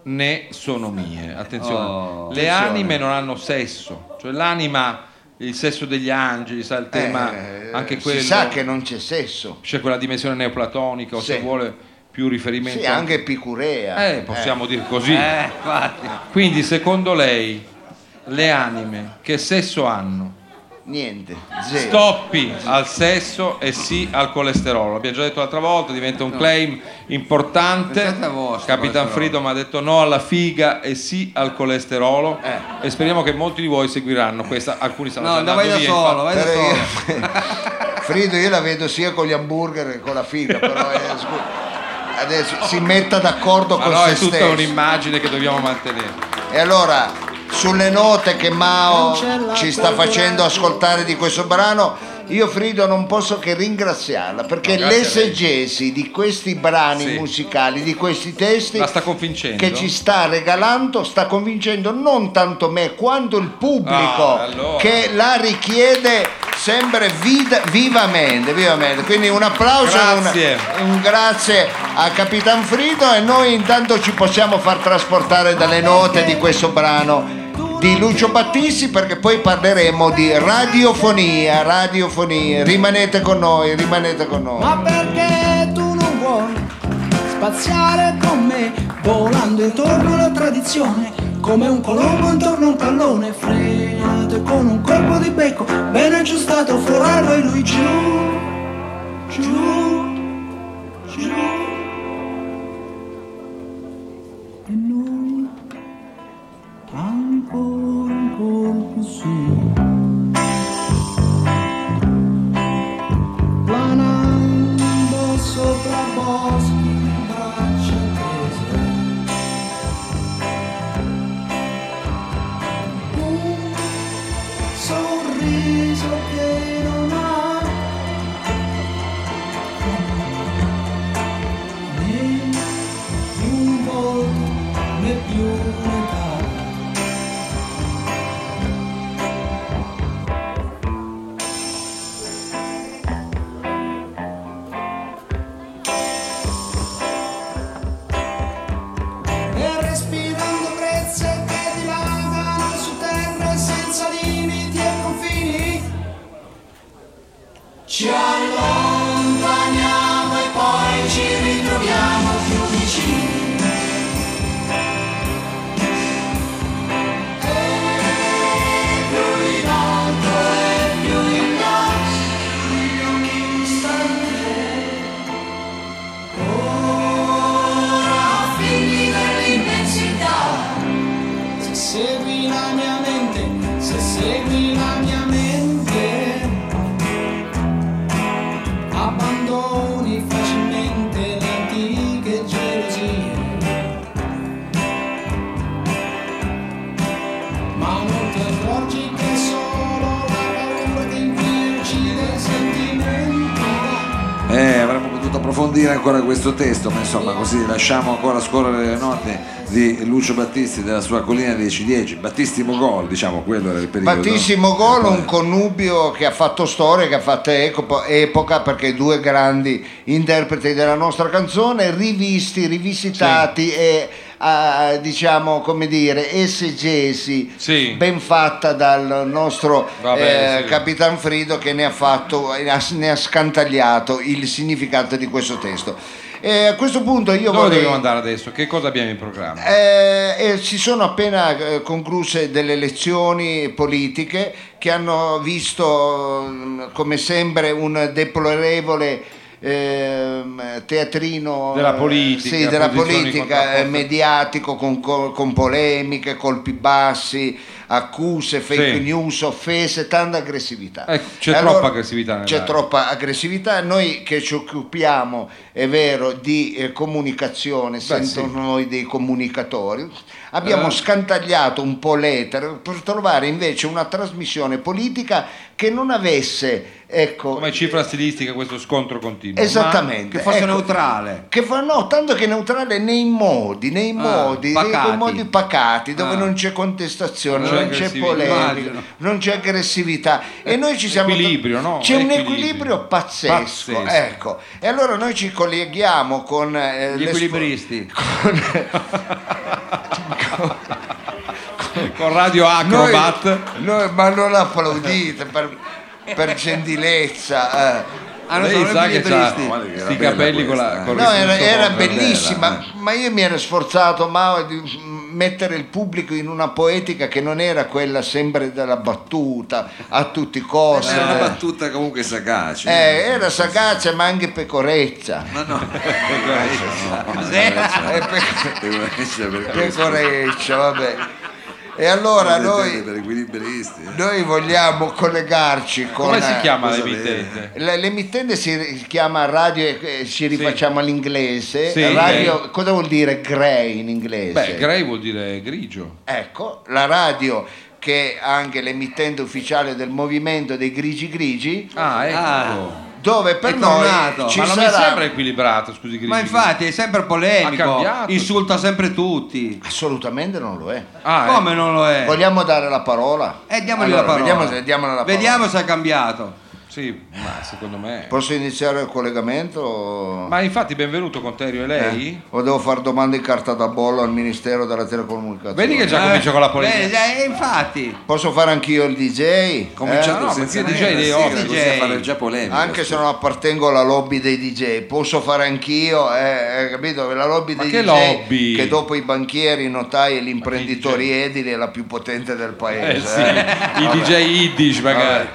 Speaker 4: né sono mie. Attenzione,
Speaker 3: Oh,
Speaker 4: le anime non hanno sesso, cioè l'anima, il sesso degli angeli, sa il tema,
Speaker 2: Eh,
Speaker 4: anche quello.
Speaker 2: si sa che non c'è sesso.
Speaker 4: C'è quella dimensione neoplatonica, o se
Speaker 2: Sì.
Speaker 4: vuole più riferimento.
Speaker 2: Sì, anche Epicurea.
Speaker 4: Eh, possiamo dire così.
Speaker 3: Eh, infatti.
Speaker 4: Quindi, secondo lei, le anime che sesso hanno?
Speaker 2: Eh, niente, zero.
Speaker 4: Stoppi al sesso e sì al colesterolo. L'abbiamo già detto l'altra volta, diventa un claim importante.
Speaker 3: Pensate a voi, sto
Speaker 4: Capitan
Speaker 3: colesterolo.
Speaker 4: Freedom ha detto no alla figa e sì al colesterolo.
Speaker 2: Eh.
Speaker 4: E speriamo che molti di voi seguiranno questa. Alcuni stanno già
Speaker 3: No, no,
Speaker 4: andando
Speaker 3: vai da
Speaker 4: via, infatti.
Speaker 3: solo, vai da
Speaker 2: Però
Speaker 3: solo.
Speaker 2: io- Frido, io la vedo sia con gli hamburger che con la figa, però eh, scu- adesso si metta d'accordo
Speaker 4: Ma
Speaker 2: con
Speaker 4: no,
Speaker 2: se
Speaker 4: è tutta
Speaker 2: stesso.
Speaker 4: un'immagine che dobbiamo mantenere.
Speaker 2: E allora, sulle note che Mao ci sta facendo ascoltare di questo brano, io Frido non posso che ringraziarla perché
Speaker 4: No, grazie a lei.
Speaker 2: l'esegesi di questi brani
Speaker 4: Sì.
Speaker 2: musicali, di questi testi,
Speaker 4: La sta convincendo?
Speaker 2: che ci sta regalando, sta convincendo non tanto me quanto il pubblico
Speaker 4: Ah, allora.
Speaker 2: che la richiede sempre vid- vivamente, vivamente. Quindi un applauso e una-
Speaker 4: Grazie.
Speaker 2: un grazie a Capitan Frido e noi intanto ci possiamo far trasportare dalle note di questo brano di Lucio Battisti perché poi parleremo di radiofonia, radiofonia. Rimanete con noi, rimanete con noi.
Speaker 9: Ma perché tu non vuoi spaziare con me, volando intorno alla tradizione, come un colombo intorno a un pallone, frenato con un colpo di becco, ben aggiustato, forarlo e lui giù, giù, giù. E noi ancora, ancora così. planando sopra boschi di braccia tese. Un sorriso che non ha né un volto né più un'età. e respirando brezze che dilagano su terre senza limiti e confini. Ci allontaniamo e poi ci ritroviamo più vicini. Oh,
Speaker 1: Eh, approfondire ancora questo testo, ma insomma così lasciamo ancora scorrere le note di Lucio Battisti della sua collina dei ciliegi, Battissimo Gol, diciamo quello era il Eh, periodo.
Speaker 2: Battissimo Gol,
Speaker 4: Eh,
Speaker 2: un connubio che ha fatto storia, che ha fatto eco- epoca perché due grandi interpreti della nostra canzone rivisti, rivisitati e ah, diciamo come dire esegesi
Speaker 4: Sì.
Speaker 2: ben fatta dal nostro
Speaker 4: Vabbè,
Speaker 2: eh,
Speaker 4: sì.
Speaker 2: Capitan Frido che ne ha fatto ne ha, ne ha scantagliato il significato di questo testo. E a questo punto io
Speaker 4: Dove
Speaker 2: vorrei
Speaker 4: dobbiamo andare adesso? Che cosa abbiamo in programma?
Speaker 2: eh, eh, si sono appena eh, concluse delle elezioni politiche che hanno visto, mh, come sempre, un deplorevole ehm, teatrino
Speaker 4: Della
Speaker 2: eh,
Speaker 4: politica,
Speaker 2: sì, della
Speaker 4: posizioni
Speaker 2: politica eh,
Speaker 4: contrapposte.
Speaker 2: mediatico con, col- con polemiche, colpi bassi, accuse, fake
Speaker 4: Sì.
Speaker 2: news, offese, tanta aggressività.
Speaker 4: Ecco, c'è
Speaker 2: E
Speaker 4: troppa aggressività nell'aria.
Speaker 2: C'è troppa aggressività. Noi che ci occupiamo, è vero, di eh, comunicazione, sento noi dei comunicatori, abbiamo
Speaker 4: Eh.
Speaker 2: scantagliato un po' l'etere per trovare invece una trasmissione politica che non avesse, ecco,
Speaker 4: Come cifra stilistica questo scontro continuo?
Speaker 3: Esatto,
Speaker 2: Esattamente.
Speaker 3: Che fosse
Speaker 2: ecco.
Speaker 3: neutrale.
Speaker 2: Che fa, no, tanto che neutrale nei modi, nei
Speaker 4: Ah,
Speaker 2: modi, nei-
Speaker 3: pacati.
Speaker 2: nei modi pacati, dove
Speaker 3: Ah.
Speaker 2: non c'è contestazione,
Speaker 4: Non c'è
Speaker 2: non c'è
Speaker 4: aggressività. Eh,
Speaker 2: polemica,
Speaker 3: Immagino.
Speaker 2: non c'è aggressività. E noi ci siamo.
Speaker 4: Equilibrio, no?
Speaker 2: C'è un
Speaker 4: Equilibrio.
Speaker 2: equilibrio pazzesco.
Speaker 4: Pazzesco.
Speaker 2: Ecco. E allora noi ci colleghiamo con eh,
Speaker 3: Gli
Speaker 2: le spo-
Speaker 3: equilibristi.
Speaker 4: Ma- Con Radio
Speaker 2: Noi-
Speaker 4: Acrobat.
Speaker 2: noi- ma non applaudite per, per gentilezza. eh.
Speaker 3: Ah, non
Speaker 4: Lei
Speaker 3: sono gli
Speaker 4: sa che c'ha
Speaker 3: equilibristi.
Speaker 1: Guarda che era
Speaker 4: sti
Speaker 1: bella
Speaker 4: capelli con la...
Speaker 1: questa,
Speaker 4: Con
Speaker 2: No, era, era
Speaker 1: Bella,
Speaker 2: bellissima,
Speaker 1: eh.
Speaker 2: ma io mi ero sforzato Mao, di mettere il pubblico in una poetica che non era quella sempre della battuta a tutti i costi.
Speaker 1: Era una
Speaker 2: Eh,
Speaker 1: battuta comunque sagace.
Speaker 2: eh, era sagace ma anche pecorezza.
Speaker 1: Ma no, pecoreccia, no,
Speaker 2: Eh, pecoreccia,
Speaker 1: pecoreccia, perché-
Speaker 2: pecoreccia, vabbè. E allora noi,
Speaker 1: Per equilibristi. eh.
Speaker 2: noi vogliamo collegarci con... eh,
Speaker 4: Come si chiama
Speaker 1: cosa
Speaker 4: l'emittente?
Speaker 2: La- L'emittente si chiama radio, eh, ci rifacciamo all'inglese.
Speaker 4: Sì.
Speaker 2: Radio, cosa vuol dire grey in inglese?
Speaker 4: Beh, grey vuol dire grigio.
Speaker 2: Ecco, la radio che è anche l'emittente ufficiale del movimento dei grigi grigi,
Speaker 4: Ah, ecco.
Speaker 2: dove per
Speaker 3: È
Speaker 2: noi
Speaker 3: tornato,
Speaker 2: ci
Speaker 4: Ma non mi
Speaker 2: sarà
Speaker 4: sembra equilibrato, scusi grigio.
Speaker 3: Ma infatti è sempre
Speaker 4: Ha
Speaker 3: polemico,
Speaker 4: cambiato.
Speaker 3: insulta sempre tutti.
Speaker 2: assolutamente non lo è.
Speaker 4: Ah,
Speaker 3: Come non lo è?
Speaker 2: Vogliamo dare la parola?
Speaker 3: Eh, diamogli
Speaker 2: Allora,
Speaker 3: la parola.
Speaker 2: Vediamo se, diamola la parola.
Speaker 3: Vediamo se ha cambiato.
Speaker 4: ecco. Sì, ma secondo me...
Speaker 2: Posso iniziare il collegamento? o-
Speaker 4: Ma infatti benvenuto Conterio e lei?
Speaker 2: O devo fare domande in carta da bollo al Ministero della Telecomunicazione?
Speaker 4: Vedi che già
Speaker 3: Eh,
Speaker 4: comincia con la polemica.
Speaker 3: beh, eh, infatti.
Speaker 2: Posso fare anch'io il DJ?
Speaker 1: Cominciato
Speaker 4: no,
Speaker 1: senza
Speaker 4: perché
Speaker 1: neanche
Speaker 4: DJ
Speaker 1: la sigla,
Speaker 4: dei
Speaker 1: così
Speaker 3: DJ.
Speaker 1: a fare già polemica.
Speaker 2: Anche se non appartengo alla lobby dei DJ, posso fare anch'io, eh, eh, capito? La lobby
Speaker 4: Ma
Speaker 2: dei
Speaker 4: che
Speaker 2: DJ
Speaker 4: lobby?
Speaker 2: che dopo i banchieri, i notai e gli imprenditori
Speaker 4: DJ?
Speaker 2: edili è la più potente del
Speaker 4: Eh
Speaker 2: paese.
Speaker 4: sì,
Speaker 2: eh.
Speaker 4: i
Speaker 2: Vabbè,
Speaker 4: DJ Yiddish magari.
Speaker 2: vabbè.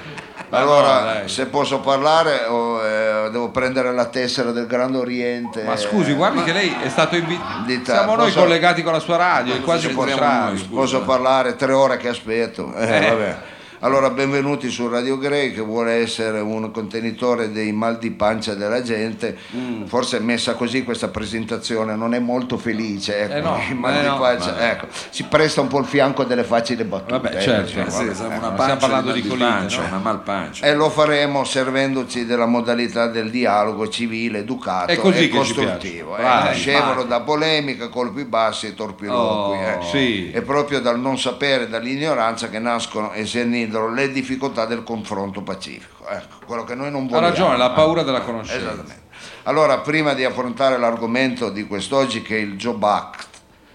Speaker 2: Allora,
Speaker 4: dai.
Speaker 2: se posso parlare, oh, eh, devo prendere la tessera del Grande Oriente.
Speaker 4: Ma scusi, guardi che lei è stato
Speaker 2: Eh, Di
Speaker 4: invitato.
Speaker 2: ta-
Speaker 4: Siamo noi
Speaker 2: posso-
Speaker 4: collegati con la sua radio, è quasi il
Speaker 1: c'entriamo
Speaker 4: contrario.
Speaker 1: noi, scusa.
Speaker 2: Posso parlare tre ore che aspetto. Eh, vabbè. Allora, benvenuti su Radio Grey che vuole essere un contenitore dei mal di pancia della gente.
Speaker 4: Mm.
Speaker 2: Forse messa così questa presentazione non è molto felice. Ecco.
Speaker 4: Eh no,
Speaker 2: I mal
Speaker 4: eh
Speaker 2: di
Speaker 4: no.
Speaker 2: pancia, ecco. Si presta un po' il fianco delle facili battute.
Speaker 4: Vabbè,
Speaker 2: eh,
Speaker 4: certo.
Speaker 2: diciamo,
Speaker 4: Eh
Speaker 1: Sì,
Speaker 2: vabbè.
Speaker 1: siamo una
Speaker 4: eh, stiamo
Speaker 1: pancia,
Speaker 4: parlando
Speaker 1: una
Speaker 4: di colline,
Speaker 1: pancia,
Speaker 4: no?
Speaker 1: una malpancia.
Speaker 2: E lo faremo servendoci della modalità del dialogo civile, educato
Speaker 4: È così
Speaker 2: e
Speaker 4: che ci
Speaker 2: costruttivo.
Speaker 4: piace.
Speaker 2: eh,
Speaker 4: Bravi,
Speaker 2: scevro da polemica, colpi bassi e torpiloqui.
Speaker 3: Oh,
Speaker 2: eh.
Speaker 4: sì.
Speaker 2: È proprio dal non sapere, dall'ignoranza che nascono e si annidono le difficoltà del confronto pacifico. Ecco, quello che noi non
Speaker 4: Ha
Speaker 2: vogliamo.
Speaker 4: ragione, la paura della
Speaker 2: Eh,
Speaker 4: conoscenza.
Speaker 2: Esattamente. Allora, prima di affrontare l'argomento di quest'oggi che è il Job Act,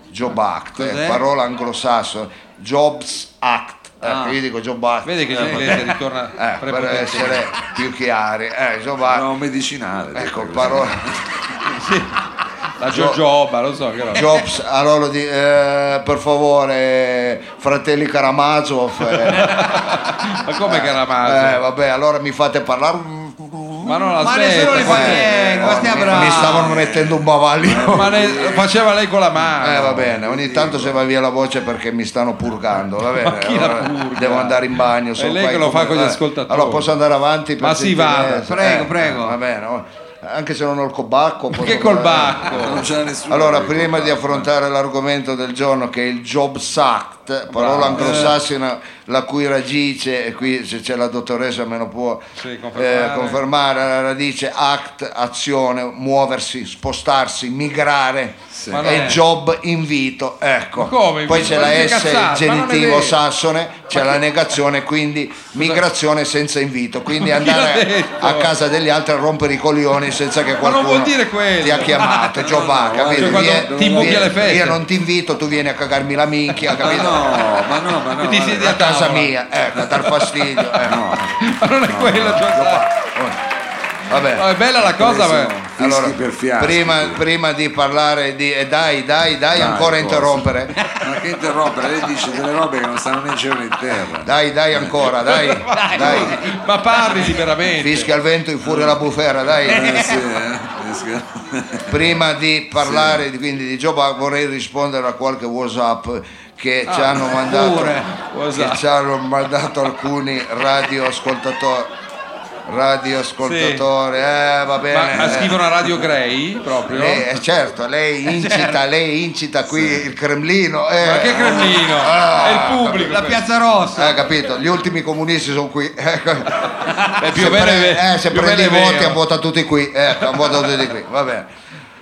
Speaker 2: Job Act, eh,
Speaker 3: Cos'è?
Speaker 2: parola anglosassone, Jobs Act, eh,
Speaker 3: Ah.
Speaker 2: io dico Job Act.
Speaker 4: Vede che
Speaker 2: eh,
Speaker 4: l'inglese ritorna
Speaker 2: eh, per
Speaker 4: prepotente.
Speaker 2: essere più chiari, eh, Giovanni,
Speaker 1: Era un medicinale.
Speaker 2: ecco,
Speaker 1: detto così.
Speaker 2: parola,
Speaker 4: La Giorgioba, lo so che era.
Speaker 2: Jobs, allora di, eh, per favore, fratelli Karamazov, eh,
Speaker 4: Ma come che era
Speaker 2: eh,
Speaker 4: male?
Speaker 2: vabbè, allora mi fate parlare,
Speaker 4: ma non la
Speaker 3: Ma
Speaker 4: smetta,
Speaker 3: nessuno li fa
Speaker 4: eh.
Speaker 3: niente, ma stia
Speaker 2: mi,
Speaker 3: bravo.
Speaker 2: mi stavano mettendo un bavaglio.
Speaker 4: Ma ne-
Speaker 3: Eh,
Speaker 4: lo faceva lei con la mano.
Speaker 2: Eh va bene, ogni tanto se va via la voce perché mi stanno purgando, va bene.
Speaker 4: chi la
Speaker 2: allora
Speaker 4: purga?
Speaker 2: Devo andare in bagno. sono
Speaker 4: lei
Speaker 2: qua
Speaker 4: che
Speaker 2: in
Speaker 4: lo fa
Speaker 2: comunità.
Speaker 4: con gli ascoltatori.
Speaker 2: eh, Allora posso andare avanti? per
Speaker 4: Ma si
Speaker 2: gentilezza?
Speaker 4: vada,
Speaker 3: prego, prego.
Speaker 2: Va bene, oh, anche se non ho il cobacco. posso
Speaker 4: Che col
Speaker 2: andare-
Speaker 4: bacco?
Speaker 1: Non c'era nessuno.
Speaker 2: Allora,
Speaker 1: che-
Speaker 2: prima di affrontare l'argomento del giorno che è il job sack, Shabbat, parola
Speaker 4: Bravo. Eh.
Speaker 2: anglosassina la cui radice, e qui se c'è la dottoressa me lo può
Speaker 4: Sì,
Speaker 2: eh,
Speaker 4: confermare.
Speaker 2: confermare, la radice act, azione, muoversi, spostarsi, migrare
Speaker 4: Ma non
Speaker 2: e
Speaker 4: è.
Speaker 2: job invito, ecco.
Speaker 4: Ma come?
Speaker 2: Poi c'è la
Speaker 4: Queste
Speaker 2: S, il
Speaker 4: cazzate, ma non è
Speaker 2: genitivo
Speaker 4: vero.
Speaker 2: sassone, c'è la negazione, quindi migrazione senza invito, quindi
Speaker 4: Ma chi l'ha
Speaker 2: andare
Speaker 4: detto?
Speaker 2: a casa degli altri a rompere i coglioni senza che
Speaker 4: Ma
Speaker 2: qualcuno
Speaker 4: non vuol dire quello.
Speaker 2: ti ha chiamato, Giova, capito?
Speaker 4: Cioè, quando
Speaker 2: Vieni-
Speaker 4: ti buchi
Speaker 2: vieni-
Speaker 4: alle feste.
Speaker 2: Io non ti invito, tu vieni a cagarmi la minchia, capito?
Speaker 11: ma no, ma no.
Speaker 2: Ti siedi a casa mia, ecco, a dar fastidio. eh.
Speaker 4: Ma non è quello, Giovanni.
Speaker 2: Vabbè.
Speaker 4: No, è bella la cosa,
Speaker 2: Adesso,
Speaker 4: ma-
Speaker 2: allora,
Speaker 1: per fiaschi.
Speaker 2: prima, prima di parlare di eh, dai, dai, dai,
Speaker 1: Dai,
Speaker 2: ancora
Speaker 1: cosa?
Speaker 2: interrompere.
Speaker 1: Ma che interrompere? Lei dice delle robe che non stanno né in cielo né in terra.
Speaker 2: Dai, dai, ancora, dai, dai.
Speaker 4: Ma parli liberamente.
Speaker 2: Fischi al vento in furia la bufera, dai.
Speaker 1: Eh, sì, eh, esca-
Speaker 2: Prima di parlare di- quindi di Giova vorrei rispondere a qualche Whatsapp che ci hanno mandato
Speaker 3: pure.
Speaker 2: che
Speaker 4: WhatsApp.
Speaker 2: ci hanno mandato alcuni radioascoltatori. Radioascoltatori, eh, va
Speaker 4: Ma,
Speaker 2: bene.
Speaker 4: ma
Speaker 2: eh.
Speaker 4: scrivono a Radio Grey proprio?
Speaker 2: Lei- eh, certo, lei incita, lei incita qui il Cremlino. eh.
Speaker 4: Ma che cremlino!
Speaker 2: Ah,
Speaker 4: è il pubblico.
Speaker 3: La
Speaker 4: questo.
Speaker 3: Piazza Rossa.
Speaker 2: Ah, capito, gli ultimi comunisti sono qui. Ecco.
Speaker 4: Beh, più
Speaker 2: se
Speaker 4: o meno è
Speaker 2: pre-
Speaker 4: ve-
Speaker 2: eh, se
Speaker 4: più o
Speaker 2: prendi i
Speaker 4: meno è
Speaker 2: voti
Speaker 4: vero.
Speaker 2: hanno votato tutti qui. Ecco, hanno votato tutti qui. Va bene.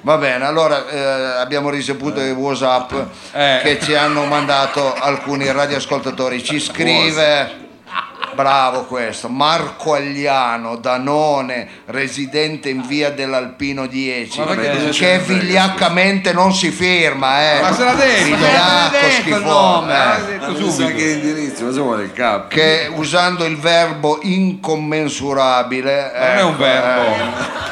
Speaker 2: Va bene, allora eh, abbiamo ricevuto i Whatsapp
Speaker 4: Eh.
Speaker 2: che ci hanno mandato alcuni radioascoltatori. Ci scrive. Bravo questo, Marco Agliano, Danone, residente in via dell'Alpino 10,
Speaker 4: Ma perché non
Speaker 2: che vigliaccamente non si firma, eh.
Speaker 4: Ma se l'ha detto, ma se
Speaker 3: l'ha
Speaker 2: Vigliacco,
Speaker 3: detto il
Speaker 2: schifoso,
Speaker 3: nome,
Speaker 2: eh
Speaker 3: eh.
Speaker 1: Ma non sa che indirizzo, ma se vuole il capo.
Speaker 2: che usando il verbo incommensurabile ecco, non
Speaker 4: è un verbo.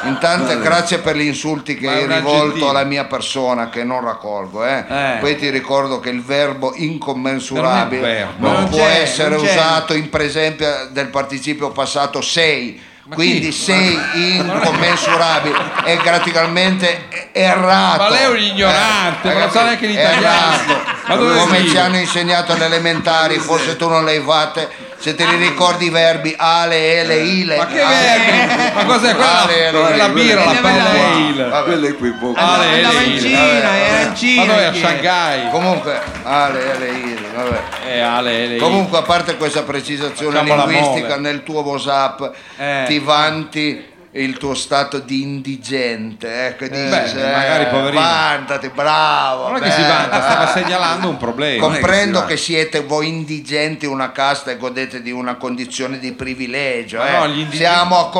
Speaker 2: intanto grazie per gli insulti che
Speaker 4: Ma è
Speaker 2: hai
Speaker 4: un
Speaker 2: rivolto
Speaker 4: aggettivo.
Speaker 2: alla mia persona che non raccolgo eh.
Speaker 3: Eh.
Speaker 2: poi ti ricordo che il verbo incommensurabile
Speaker 4: Non è un verbo.
Speaker 2: non
Speaker 3: Non
Speaker 2: può
Speaker 3: c'è,
Speaker 2: essere
Speaker 3: non c'è.
Speaker 2: usato in presente del participio passato sei quindi
Speaker 4: chi?
Speaker 2: sei incommensurabile è praticamente errato Eh,
Speaker 4: Ma lei è un ignorante, ma non sa neanche l'italiano.
Speaker 2: errato.
Speaker 4: Ma dove
Speaker 2: come
Speaker 4: vive?
Speaker 2: ci hanno insegnato alle elementari, forse tu non le hai fatte, se te li ricordi i verbi ale, ele, ile.
Speaker 4: Eh. Ma che
Speaker 2: ale,
Speaker 4: verbi? Ma cos'è quella?
Speaker 2: Ale, ele,
Speaker 4: quella
Speaker 2: ile.
Speaker 4: birra, la
Speaker 3: quella- quella-
Speaker 4: Pale
Speaker 2: Vabbè.
Speaker 1: Quello è qui poco.
Speaker 4: Ale,
Speaker 3: Andava andava in
Speaker 4: Ele,
Speaker 3: Cina, era in Cina.
Speaker 4: Eh. Ma dove a
Speaker 3: chi è?
Speaker 4: Shanghai?
Speaker 2: Comunque, ale, ele, ile, vabbè.
Speaker 4: Eh, Ale, Ale.
Speaker 2: Comunque, a parte questa precisazione
Speaker 4: Facciamola
Speaker 2: linguistica,
Speaker 4: mole.
Speaker 2: nel tuo WhatsApp
Speaker 3: Eh.
Speaker 2: ti vanti il tuo stato di indigente, ecco, dici,
Speaker 4: Eh, beh, magari poverino.
Speaker 2: vantati, bravo.
Speaker 4: Non è che si
Speaker 2: bello,
Speaker 4: vanta, stava
Speaker 2: eh.
Speaker 4: segnalando un problema.
Speaker 1: Com-
Speaker 2: Comprendo
Speaker 1: Come
Speaker 4: Esatto.
Speaker 2: che siete voi indigenti, una casta e godete di una condizione di privilegio.
Speaker 4: Ma
Speaker 2: eh.
Speaker 4: no, gli indigenti-
Speaker 2: Siamo a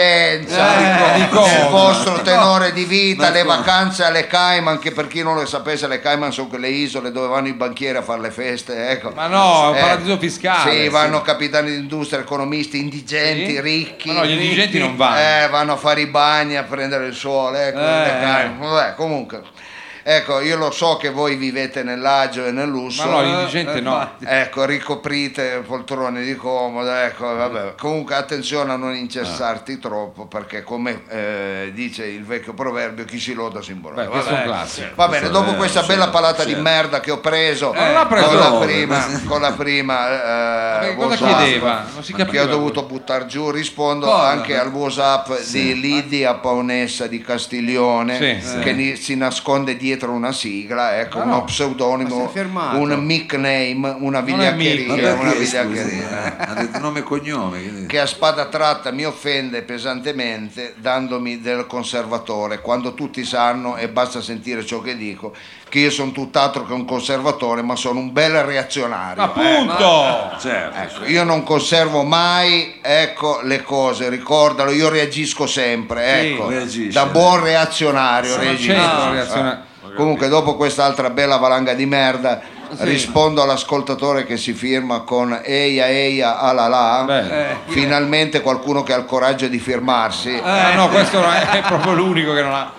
Speaker 2: conoscenza
Speaker 4: Eh,
Speaker 2: del
Speaker 4: di cosa?
Speaker 2: vostro tenore di vita, le vacanze alle Cayman, che per chi non lo sapesse, le Cayman sono quelle isole dove vanno i banchieri a fare le feste. Ecco.
Speaker 4: Ma no, è un
Speaker 2: Eh,
Speaker 4: paradiso fiscale,
Speaker 2: Sì,
Speaker 4: sì.
Speaker 2: vanno capitani d'industria, economisti, indigenti,
Speaker 4: Sì?
Speaker 2: ricchi.
Speaker 4: Ma no, gli indigenti non vanno. Eh.
Speaker 2: Eh, vanno a fare i bagni, a prendere il sole. Ecco, le Cayman. Vabbè, comunque. Ecco, io lo so che voi vivete nell'agio e nel lusso.
Speaker 4: Ma no,
Speaker 3: Eh,
Speaker 4: l'indigente no.
Speaker 2: Ecco, ricoprite poltrone di comodo, ecco, vabbè. Comunque attenzione a non
Speaker 4: Ah.
Speaker 2: incessarti troppo perché come eh, dice il vecchio proverbio chi si loda si imbroda.
Speaker 4: Beh,
Speaker 2: Va
Speaker 4: questo è un
Speaker 2: bene.
Speaker 4: classico.
Speaker 2: Va bene, dopo
Speaker 1: eh,
Speaker 2: questa
Speaker 1: certo,
Speaker 2: bella palata di
Speaker 1: certo.
Speaker 2: merda che ho preso,
Speaker 4: Eh, non l'ha preso,
Speaker 2: con, la
Speaker 1: no,
Speaker 2: prima,
Speaker 1: eh.
Speaker 2: con la prima eh,
Speaker 4: Perché cosa
Speaker 2: WhatsApp,
Speaker 4: chiedeva? Non si
Speaker 2: che ho
Speaker 4: capiva.
Speaker 2: dovuto buttare giù, rispondo
Speaker 3: Cosa?
Speaker 2: anche al WhatsApp di Lidia Paonessa di Castiglione
Speaker 4: Sì,
Speaker 2: che ni- si nasconde dietro una sigla, ecco,
Speaker 4: Ah,
Speaker 2: uno
Speaker 4: no.
Speaker 3: Ma si
Speaker 2: pseudonimo,
Speaker 3: è fermato. Eh,
Speaker 2: un nickname, una vigliaccheria,
Speaker 1: Ma
Speaker 2: una
Speaker 1: perché scusi?
Speaker 2: vigliaccheria
Speaker 1: eh? Ha detto nome e cognome. che-
Speaker 2: che a spada tratta mi offende pesantemente dandomi del conservatore, quando tutti sanno, e basta sentire ciò che dico, che io sono tutt'altro che un conservatore, ma sono un bel
Speaker 4: Eh,
Speaker 2: reazionario.
Speaker 4: Appunto!
Speaker 1: Certo.
Speaker 2: Ecco, io non conservo mai ecco, le cose, ricordalo, io reagisco sempre,
Speaker 4: Sì, eh.
Speaker 2: ecco,
Speaker 1: reagisce.
Speaker 2: da buon reazionario
Speaker 4: Non
Speaker 2: reagisco. Ah,
Speaker 4: c'è una reazione.
Speaker 2: Comunque, dopo quest'altra bella valanga di merda, rispondo all'ascoltatore che si firma con Eia Eia Alala.
Speaker 3: Eh.
Speaker 4: Beh.
Speaker 2: Finalmente qualcuno che ha il coraggio di firmarsi,
Speaker 4: Ah, no, questo non è, è proprio l'unico che non ha.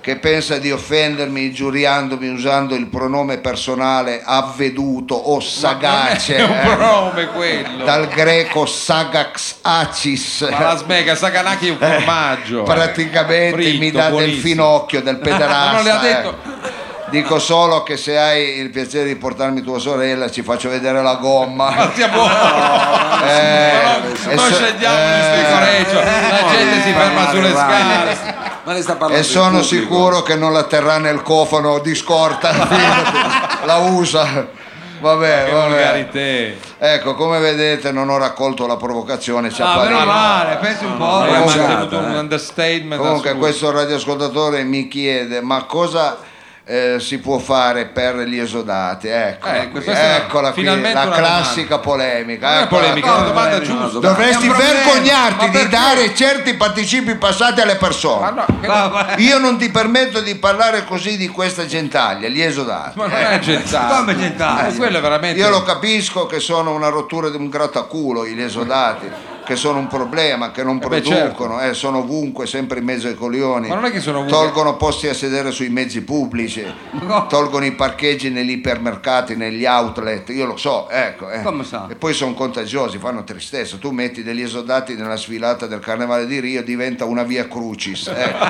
Speaker 2: che pensa di offendermi ingiuriandomi usando il pronome personale avveduto o sagace.
Speaker 4: È un
Speaker 2: eh,
Speaker 4: pronome quello.
Speaker 2: Dal greco sagax acis.
Speaker 4: Ma la smega, Saganaki è un
Speaker 2: Eh.
Speaker 4: formaggio.
Speaker 2: praticamente
Speaker 4: Fritto,
Speaker 2: mi dà del
Speaker 4: buonissimo.
Speaker 2: finocchio del pederasta
Speaker 4: Ma non le ha
Speaker 2: eh.
Speaker 4: detto?
Speaker 2: dico solo che se hai il piacere di portarmi tua sorella ci faccio vedere la
Speaker 4: Ma
Speaker 2: gomma
Speaker 4: sia buono!
Speaker 2: Eh,
Speaker 4: Ma non,
Speaker 2: e
Speaker 4: non
Speaker 2: so-
Speaker 4: scendiamo di
Speaker 2: eh,
Speaker 4: sticoreggio, la gente si ferma
Speaker 1: Vai,
Speaker 4: sulle
Speaker 1: Eh, vai.
Speaker 4: scale.
Speaker 1: Ma lei sta parlando
Speaker 2: e sono
Speaker 1: in pubblico.
Speaker 2: sicuro che non la terrà nel cofano di scorta fidati, la usa Vabbè,
Speaker 4: Che
Speaker 2: vabbè.
Speaker 4: volgarità.
Speaker 2: Ecco, come vedete non ho raccolto la provocazione. ci
Speaker 3: Ah,
Speaker 2: appare-
Speaker 3: meno male, pensi un po'.
Speaker 4: Hai
Speaker 2: no,
Speaker 3: ma-
Speaker 2: no.
Speaker 4: mantenuto un
Speaker 1: eh.
Speaker 4: understatement.
Speaker 2: Comunque
Speaker 4: assoluto.
Speaker 2: questo radioascoltatore mi chiede ma cosa eh, si può fare per gli esodati? Eccola,
Speaker 4: Eh,
Speaker 2: qui,
Speaker 4: questa è
Speaker 2: eccola qui,
Speaker 4: finalmente
Speaker 2: la
Speaker 4: una
Speaker 2: classica polemica.
Speaker 4: Non è una
Speaker 2: eccola.
Speaker 4: polemica, è una domanda giusta.
Speaker 2: Dovresti
Speaker 3: È un problema,
Speaker 2: vergognarti
Speaker 3: ma
Speaker 2: di
Speaker 3: perché?
Speaker 2: dare certi participi passati alle persone.
Speaker 4: Ma no, che-
Speaker 3: va- va-
Speaker 2: Io non ti permetto di parlare così di questa gentaglia, gli esodati.
Speaker 4: ma non è gentile.
Speaker 3: Come gentile?
Speaker 4: Ma quello è veramente.
Speaker 2: Io lo capisco che sono una rottura di un grattaculo gli esodati, che sono un problema, che non
Speaker 4: Eh beh,
Speaker 2: producono, eh, sono ovunque, sempre in mezzo ai coglioni.
Speaker 4: Ma non è che sono ovunque.
Speaker 2: Tolgono posti a sedere sui mezzi pubblici, tolgono i parcheggi negli ipermercati, negli outlet, io lo so, ecco. eh.
Speaker 3: Come sa?
Speaker 2: E poi sono contagiosi, fanno tristezza. Tu metti degli esodati nella sfilata del Carnevale di Rio, diventa una via crucis. ecco.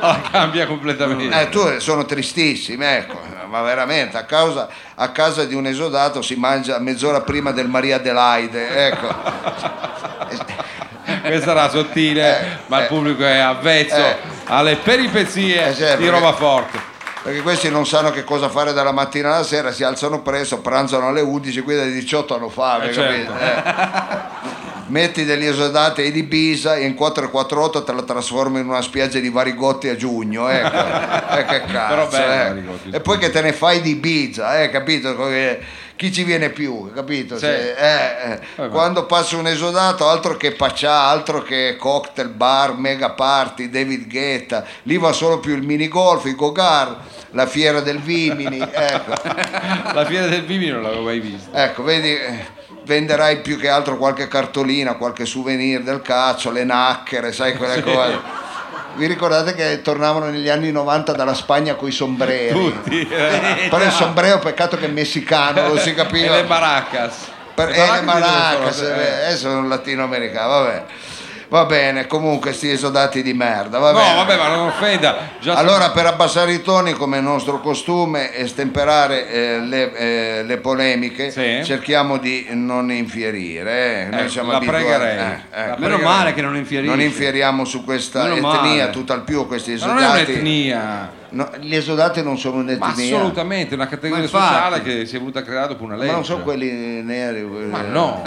Speaker 4: Ah, cambia completamente.
Speaker 2: Eh, tu sono tristissimi, ecco, ma veramente a, causa, a casa di un esodato si mangia mezz'ora prima del Maria Adelaide, ecco.
Speaker 4: Questa era sottile,
Speaker 2: Eh,
Speaker 4: ma
Speaker 2: eh.
Speaker 4: il pubblico è avvezzo
Speaker 2: Eh.
Speaker 4: alle peripezie
Speaker 2: Eh, certo,
Speaker 4: di
Speaker 2: perché-
Speaker 4: roba forte.
Speaker 2: Perché questi non sanno che cosa fare dalla mattina alla sera, si alzano presto, pranzano alle 11, quindi alle 18 hanno fame,
Speaker 4: Eh,
Speaker 2: capito? Eh. Metti degli esodati ai di Pisa e in 448 te la trasformi in una spiaggia di varigotti a giugno, ecco. Eh, che
Speaker 4: Però
Speaker 2: cazzo,
Speaker 4: bello,
Speaker 2: eh.
Speaker 4: Varigotti.
Speaker 2: E poi che te ne fai di Ibiza, eh, capito? Che- Chi ci viene più, capito?
Speaker 4: Sì.
Speaker 2: Se- eh, eh. Quando passa un esodato, altro che Paccià, altro che cocktail bar, mega party, David Guetta, lì va solo più il minigolf, i gogar, la fiera del Vimini, ecco.
Speaker 4: La fiera del Vimini non l'avevo mai vista.
Speaker 2: Ecco, vedi, eh, venderai più che altro qualche cartolina, qualche souvenir del calcio, le nacchere, sai quelle cose. Vi ricordate che tornavano negli anni 90 dalla Spagna con i sombreri?
Speaker 4: Tutti. eh.
Speaker 2: Però il sombrero, peccato che è messicano, non si
Speaker 4: E
Speaker 2: capiva.
Speaker 4: le baracas.
Speaker 2: Per- eh, le maracas, eh, eh, sono latinoamericano, vabbè. Va bene, comunque sti esodati di merda, va
Speaker 4: No,
Speaker 2: bene.
Speaker 4: vabbè, ma non offenda. Già
Speaker 2: Eh, Allora, per abbassare i toni, come è nostro costume, e stemperare eh, le, eh, le polemiche,
Speaker 4: Sì.
Speaker 2: cerchiamo di non infierire. eh. Noi
Speaker 4: Eh,
Speaker 2: siamo
Speaker 4: la
Speaker 2: abituati-
Speaker 4: pregherei.
Speaker 2: eh, ecco.
Speaker 4: La
Speaker 3: Meno male che non infierisce.
Speaker 2: Non infieriamo su questa
Speaker 3: Meno
Speaker 2: etnia,
Speaker 3: male.
Speaker 2: tutt'al più questi
Speaker 4: ma non è
Speaker 2: esodati.
Speaker 4: un'etnia.
Speaker 2: No, gli esodati non sono
Speaker 4: Ma
Speaker 2: un'etnia, ma,
Speaker 4: assolutamente, è una categoria
Speaker 3: Ma infatti.
Speaker 4: sociale che si è voluta creare dopo una legge.
Speaker 2: non sono quelli neri.
Speaker 4: Ma no,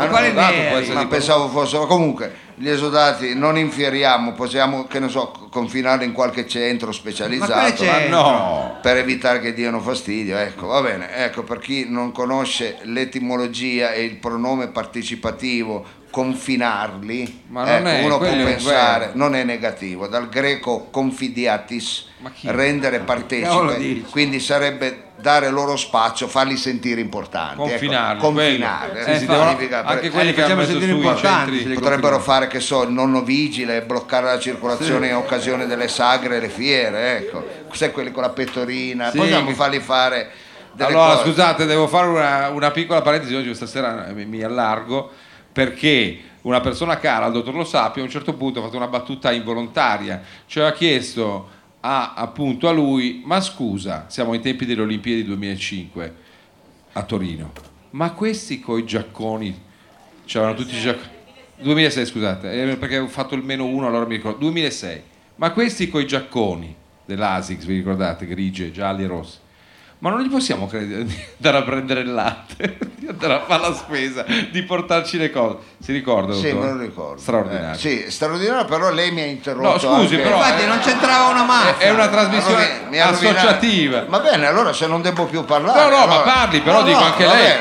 Speaker 2: Ah, no,
Speaker 3: quali
Speaker 2: dato
Speaker 3: neri?
Speaker 2: può essere Ma di- pensavo fossero comunque gli esodati non infieriamo, possiamo che ne so, confinarli in qualche centro
Speaker 3: quale
Speaker 2: specializzato
Speaker 4: ma
Speaker 3: centro?
Speaker 4: no.
Speaker 2: per evitare che diano fastidio, ecco, va bene, ecco, per chi non conosce l'etimologia e il pronome partecipativo confinarli,
Speaker 4: Ma non
Speaker 2: ecco,
Speaker 4: è-
Speaker 2: uno può
Speaker 4: quello è un
Speaker 2: pensare,
Speaker 4: verbo.
Speaker 2: non è negativo, dal greco confidiatis,
Speaker 4: Ma chi?
Speaker 2: rendere
Speaker 3: cavolo
Speaker 2: partecipe,
Speaker 3: dici?
Speaker 2: quindi sarebbe dare loro spazio, farli sentire importanti, ecco,
Speaker 4: Confinarli,
Speaker 2: confinarli,
Speaker 4: quello.
Speaker 2: eh,
Speaker 4: Sì, sì, devono-
Speaker 2: significa-
Speaker 4: anche
Speaker 2: eh,
Speaker 4: quelli
Speaker 3: li
Speaker 4: che hanno
Speaker 3: facciamo
Speaker 4: messo
Speaker 3: sentire
Speaker 4: su i
Speaker 3: importanti,
Speaker 4: centri
Speaker 3: se li
Speaker 2: Potrebbero fare, che so, il nonno vigile, bloccare la circolazione in occasione delle sagre e le fiere, ecco. Sai quelli con la pettorina,
Speaker 4: Sì,
Speaker 2: possiamo
Speaker 4: che-
Speaker 2: farli fare delle
Speaker 4: allora,
Speaker 2: cose.
Speaker 4: scusate, devo fare una, una piccola parentesi. Oggi, stasera eh, mi, mi allargo perché una persona cara al dottor Lo Sapio a un certo punto ha fatto una battuta involontaria, cioè ha chiesto a, appunto a lui: Ma scusa, siamo ai tempi delle Olimpiadi 2005 a Torino, ma questi coi giacconi c'erano tutti i giacconi. 2006, scusate, eh, perché ho fatto il meno uno, allora mi ricordo. 2006, ma questi coi giacconi dell'Asics, vi ricordate, grigie, gialli e rossi. Ma non gli possiamo credere di andare a prendere il latte, di andare a fare la spesa, di portarci le cose. Si ricorda?
Speaker 2: Sì,
Speaker 4: dottore?
Speaker 2: me lo ricordo.
Speaker 4: Straordinario.
Speaker 2: Eh, sì, straordinario, però lei mi ha interrotto.
Speaker 4: No, scusi,
Speaker 2: anche-
Speaker 4: però,
Speaker 3: Infatti
Speaker 4: eh,
Speaker 3: non c'entrava una
Speaker 4: È-
Speaker 3: mazza.
Speaker 4: È una
Speaker 2: Mi ha
Speaker 4: trasmissione
Speaker 2: rovin- mi ha rovinato.
Speaker 4: associativa.
Speaker 2: Va bene, allora se non devo più parlare.
Speaker 4: No, no, ma
Speaker 2: allora-
Speaker 4: parli, però dico anche
Speaker 2: va
Speaker 4: lei.
Speaker 2: bene.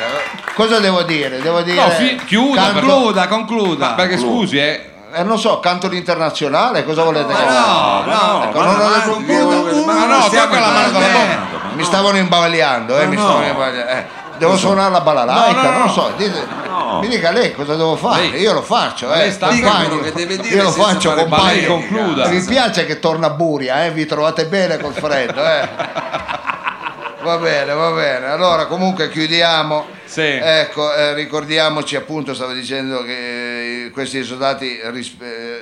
Speaker 2: Cosa devo dire? Devo dire...
Speaker 4: fi- chiuda,
Speaker 2: Canto-
Speaker 4: però-
Speaker 3: Concluda, concluda.
Speaker 4: Perché scusi, eh,
Speaker 2: Eh, non so, canto l'internazionale, cosa volete che
Speaker 3: No, no,
Speaker 2: Ecco, non ho detto un
Speaker 4: ma, no, proprio la mano
Speaker 3: parlando.
Speaker 4: della
Speaker 2: Mi stavano imbavagliando, eh, mi stavano imbavagliando, eh. Devo suonare la balalaica,
Speaker 4: No, no, no.
Speaker 2: non so, dite- mi dica lei cosa devo fare,
Speaker 4: Lei-
Speaker 2: io lo faccio, eh,
Speaker 4: lei sta
Speaker 2: compagno.
Speaker 4: anche
Speaker 1: quello che deve dire
Speaker 2: io lo
Speaker 1: senza
Speaker 2: faccio,
Speaker 1: fare
Speaker 4: Ma lei
Speaker 2: compagno.
Speaker 4: concluda.
Speaker 2: Vi piace che torna Buria, eh? vi trovate bene col freddo, eh? Va bene, va bene. Allora, comunque chiudiamo.
Speaker 4: Sì.
Speaker 2: Ecco, eh, ricordiamoci appunto, stavo dicendo che eh, questi soldati ris- eh,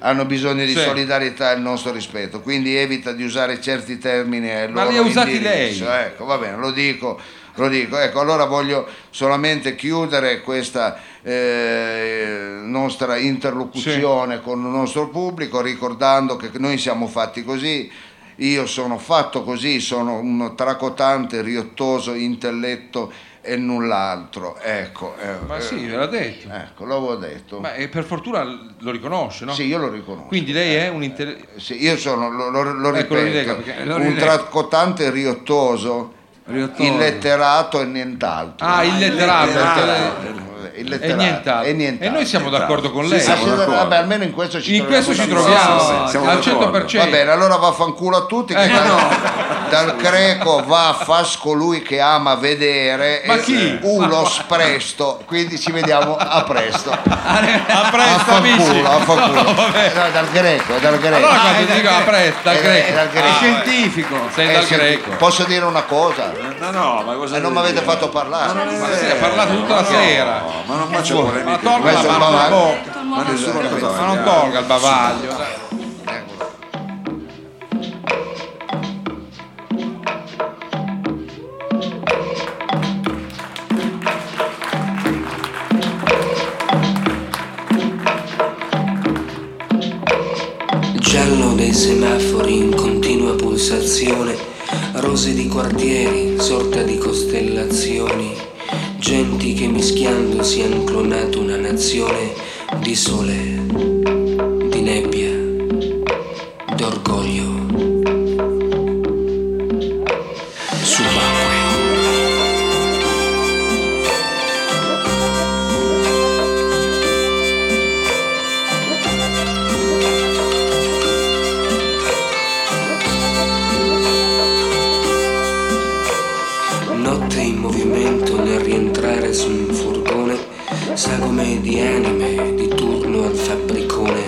Speaker 2: hanno bisogno di
Speaker 4: Sì.
Speaker 2: solidarietà e il nostro rispetto, quindi evita di usare certi termini e
Speaker 4: Ma
Speaker 2: loro
Speaker 4: li ha usati
Speaker 2: indirizzo.
Speaker 4: lei?
Speaker 2: Ecco, va bene, lo dico. Lo dico, ecco, allora voglio solamente chiudere questa eh, nostra interlocuzione con il nostro pubblico ricordando che noi siamo fatti così. io sono fatto così, sono un tracotante, riottoso intelletto e null'altro. Ecco, eh,
Speaker 4: Ma
Speaker 2: eh,
Speaker 4: sì, ve l'ha detto.
Speaker 2: Ecco, l'avevo detto.
Speaker 4: Ma eh, per fortuna lo riconosce, no?
Speaker 2: Sì, io lo riconosco.
Speaker 4: Quindi lei è un inter...
Speaker 2: Sì, io sono, lo, lo- lo
Speaker 4: Ecco, lo rilega,
Speaker 2: ripeto,
Speaker 4: perché- lo
Speaker 2: un
Speaker 4: rilega.
Speaker 2: tracotante riottoso,
Speaker 3: Riottoso.
Speaker 2: illetterato e nient'altro.
Speaker 4: Ah, illetterato.
Speaker 2: Illetterato.
Speaker 4: E
Speaker 2: Illetterato.
Speaker 4: nient'altro.
Speaker 2: E nient'altro.
Speaker 4: E noi siamo d'accordo con
Speaker 2: Sì,
Speaker 4: lei.
Speaker 2: siamo d'accordo. Vabbè, almeno in questo ci
Speaker 4: In questo ci
Speaker 2: d'accordo.
Speaker 4: troviamo
Speaker 1: Sì, sì, sì, siamo
Speaker 4: al
Speaker 1: d'accordo.
Speaker 4: 100%.
Speaker 2: Va bene, allora vaffanculo a tutti.
Speaker 4: Eh,
Speaker 2: Che dal, dal greco va a fas colui che ama vedere.
Speaker 4: Ma
Speaker 2: e
Speaker 4: chi?
Speaker 2: Ulos presto. Quindi ci vediamo a presto.
Speaker 4: A presto, amici.
Speaker 2: Vaffanculo, vaffanculo.
Speaker 4: No, vabbè.
Speaker 2: Eh, no, dal greco, è dal greco.
Speaker 4: Allora,
Speaker 2: Ah,
Speaker 4: quando
Speaker 2: è
Speaker 4: ti dico a presto, dal
Speaker 2: Eh,
Speaker 4: greco.
Speaker 2: è dal greco.
Speaker 4: Ah,
Speaker 12: Scientifico.
Speaker 4: Sei
Speaker 2: eh,
Speaker 4: dal
Speaker 2: senti,
Speaker 4: greco.
Speaker 2: Posso dire una cosa?
Speaker 1: No, no, ma cosa
Speaker 2: Eh, non mi
Speaker 1: devo
Speaker 2: avete
Speaker 1: dire?
Speaker 2: fatto parlare.
Speaker 4: Ma sì, ha parlato tutta la sera.
Speaker 1: No, ma non faccio
Speaker 4: Ma
Speaker 1: polemiche.
Speaker 4: tolga la
Speaker 2: Questo è un
Speaker 4: mano dalla
Speaker 2: bavaglio.
Speaker 4: bocca.
Speaker 1: Ma nessuno cosa
Speaker 4: Ma
Speaker 1: voglio.
Speaker 4: non tolga il bavaglio. dai.
Speaker 9: Giallo dei semafori in continua pulsazione, rose di quartieri, sorta di costellazioni, genti che mischiandosi han clonato una nazione di sole, di nebbia, d'orgoglio. Subacqueo. Notte in movimento nel rientrare su un furgone, sagome di anime di turno al fabbricone,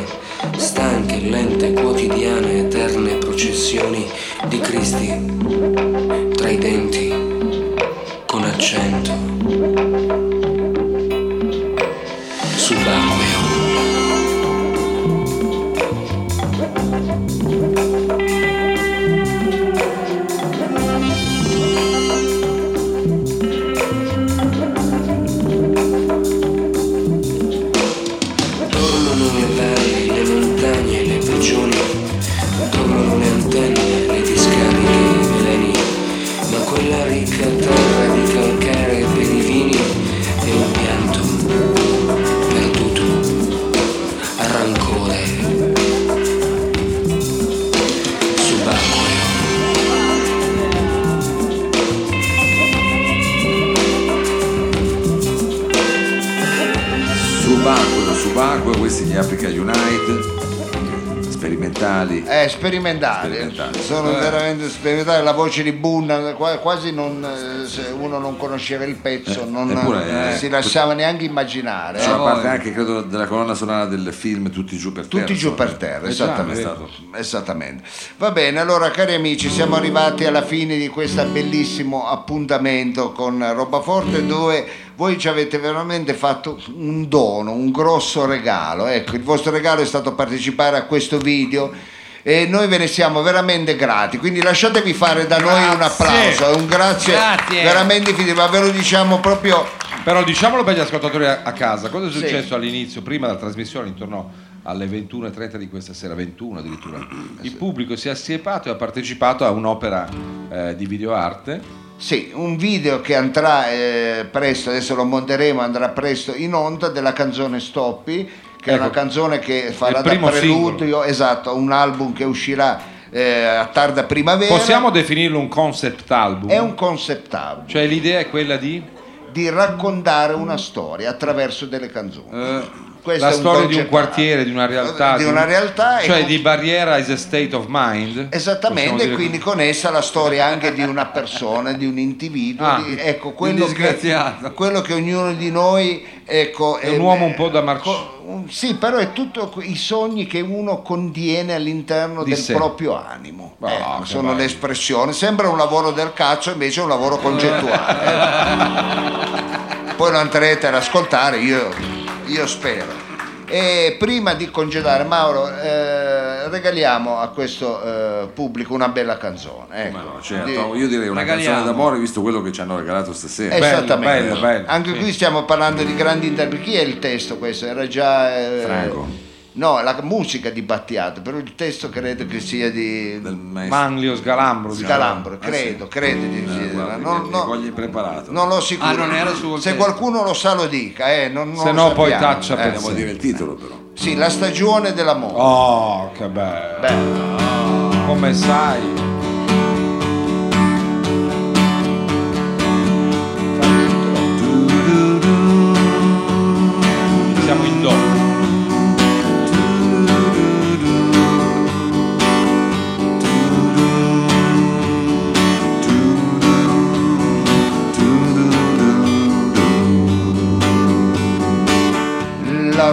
Speaker 9: stanche, lente, quotidiane, eterne processioni di Cristi tra i denti, con accento. Subacqueo. Dormono le valli, le montagne, le prigioni, dormono le antenne, le discariche, i veleni, ma quella ricca terra di calcare per i vini è un pianto perduto, rancore, subacqueo.
Speaker 1: Subacqueo, subacqueo, questi gli Africa United, sperimentali.
Speaker 2: Eh, sperimentali,
Speaker 1: Sperimentali.
Speaker 2: sono
Speaker 4: Eh.
Speaker 2: veramente sperimentali. La voce di Bunna, qua- quasi non, eh, se uno non conosceva il pezzo, non
Speaker 1: eppure, eh,
Speaker 2: si lasciava neanche immaginare.
Speaker 4: Cioè,
Speaker 1: C'è una
Speaker 2: eh.
Speaker 1: Cioè, parte anche, credo, della colonna sonora del film Tutti giù per terra.
Speaker 2: Tutti giù per
Speaker 1: insomma.
Speaker 2: terra,
Speaker 1: Eh già,
Speaker 2: esattamente.
Speaker 1: è stato-
Speaker 2: Esattamente. Va bene, allora cari amici, siamo arrivati alla fine di questo bellissimo appuntamento con Robaforte dove voi ci avete veramente fatto un dono, un grosso regalo. Ecco, il vostro regalo è stato partecipare a questo video e noi ve ne siamo veramente grati. Quindi lasciatevi fare da noi un applauso e un grazie,
Speaker 3: Grazie.
Speaker 2: veramente infinito, ma ve lo diciamo proprio
Speaker 4: Però diciamolo per gli ascoltatori a a casa, cosa è
Speaker 2: Sì.
Speaker 4: successo all'inizio, prima della trasmissione, intorno alle 21.30 di questa sera, 21 addirittura,
Speaker 2: Eh
Speaker 4: il pubblico si è assiepato e ha partecipato a un'opera eh, di videoarte.
Speaker 2: Sì, un video che andrà eh, presto, adesso lo monteremo, andrà presto in onda della canzone Stoppi, che è
Speaker 4: Ecco.
Speaker 2: una canzone che farà
Speaker 4: Il
Speaker 2: da
Speaker 4: primo
Speaker 2: preludio, esatto, un album che uscirà eh, a tarda primavera.
Speaker 4: Possiamo definirlo un concept album?
Speaker 2: È un concept album,
Speaker 4: Cioè l'idea è quella di...
Speaker 2: di raccontare una storia attraverso delle canzoni. Questo
Speaker 4: Eh, la
Speaker 2: è un
Speaker 4: storia di un
Speaker 2: concept
Speaker 4: quartiere, di una realtà,
Speaker 2: Di una realtà e
Speaker 4: cioè
Speaker 2: con-
Speaker 4: di barriera is a state of mind. possiamo
Speaker 2: Esattamente,
Speaker 4: dire
Speaker 2: e quindi con essa la storia anche di una persona, di un individuo,
Speaker 4: Ah,
Speaker 2: di- ecco, quello,
Speaker 3: disgraziato.
Speaker 2: che, quello che ognuno di noi ecco,
Speaker 4: È un uomo un po' da Marx-
Speaker 2: co- un- sì, però è tutto que- i sogni che uno contiene all'interno
Speaker 4: Di
Speaker 2: del
Speaker 4: sé.
Speaker 2: proprio animo.
Speaker 4: Ah,
Speaker 2: Ecco,
Speaker 4: che
Speaker 2: sono
Speaker 4: bello.
Speaker 2: le espressioni. Sembra un lavoro del cazzo, invece è un lavoro concettuale. Poi lo andrete ad ascoltare, io, io spero. E prima di congedare Mauro, eh, regaliamo a questo eh, pubblico una bella canzone. ecco.
Speaker 1: Ma no, certo,
Speaker 2: Di-
Speaker 1: io direi una
Speaker 3: Regaliamo.
Speaker 1: canzone d'amore visto quello che ci hanno regalato stasera.
Speaker 4: Bello,
Speaker 2: Esattamente.
Speaker 4: bello, bello,
Speaker 2: Anche
Speaker 4: sì.
Speaker 2: qui stiamo parlando di grandi interpreti. Chi è il testo questo? Era già eh,
Speaker 1: Franco.
Speaker 2: No, la musica di Battiato, però il testo credo che sia di
Speaker 4: Manlio Sgalambro.
Speaker 2: Scalambro,
Speaker 4: diciamo.
Speaker 2: credo,
Speaker 4: Eh, sì.
Speaker 2: credo di
Speaker 4: Eh, guarda,
Speaker 2: non-
Speaker 4: che-
Speaker 2: non-
Speaker 4: che voglio impreparato.
Speaker 2: non lo sicuro.
Speaker 4: Ah, non era suo
Speaker 2: Se
Speaker 4: testo.
Speaker 2: qualcuno lo sa lo dica, eh, non, non
Speaker 4: Se
Speaker 2: lo
Speaker 4: no poi
Speaker 2: sappiamo.
Speaker 4: taccia
Speaker 2: Eh,
Speaker 4: per
Speaker 2: sì.
Speaker 4: sé.
Speaker 1: il titolo però.
Speaker 2: Sì, la stagione dell'amore.
Speaker 4: Oh, che bello. Come sai. Siamo in do.
Speaker 2: La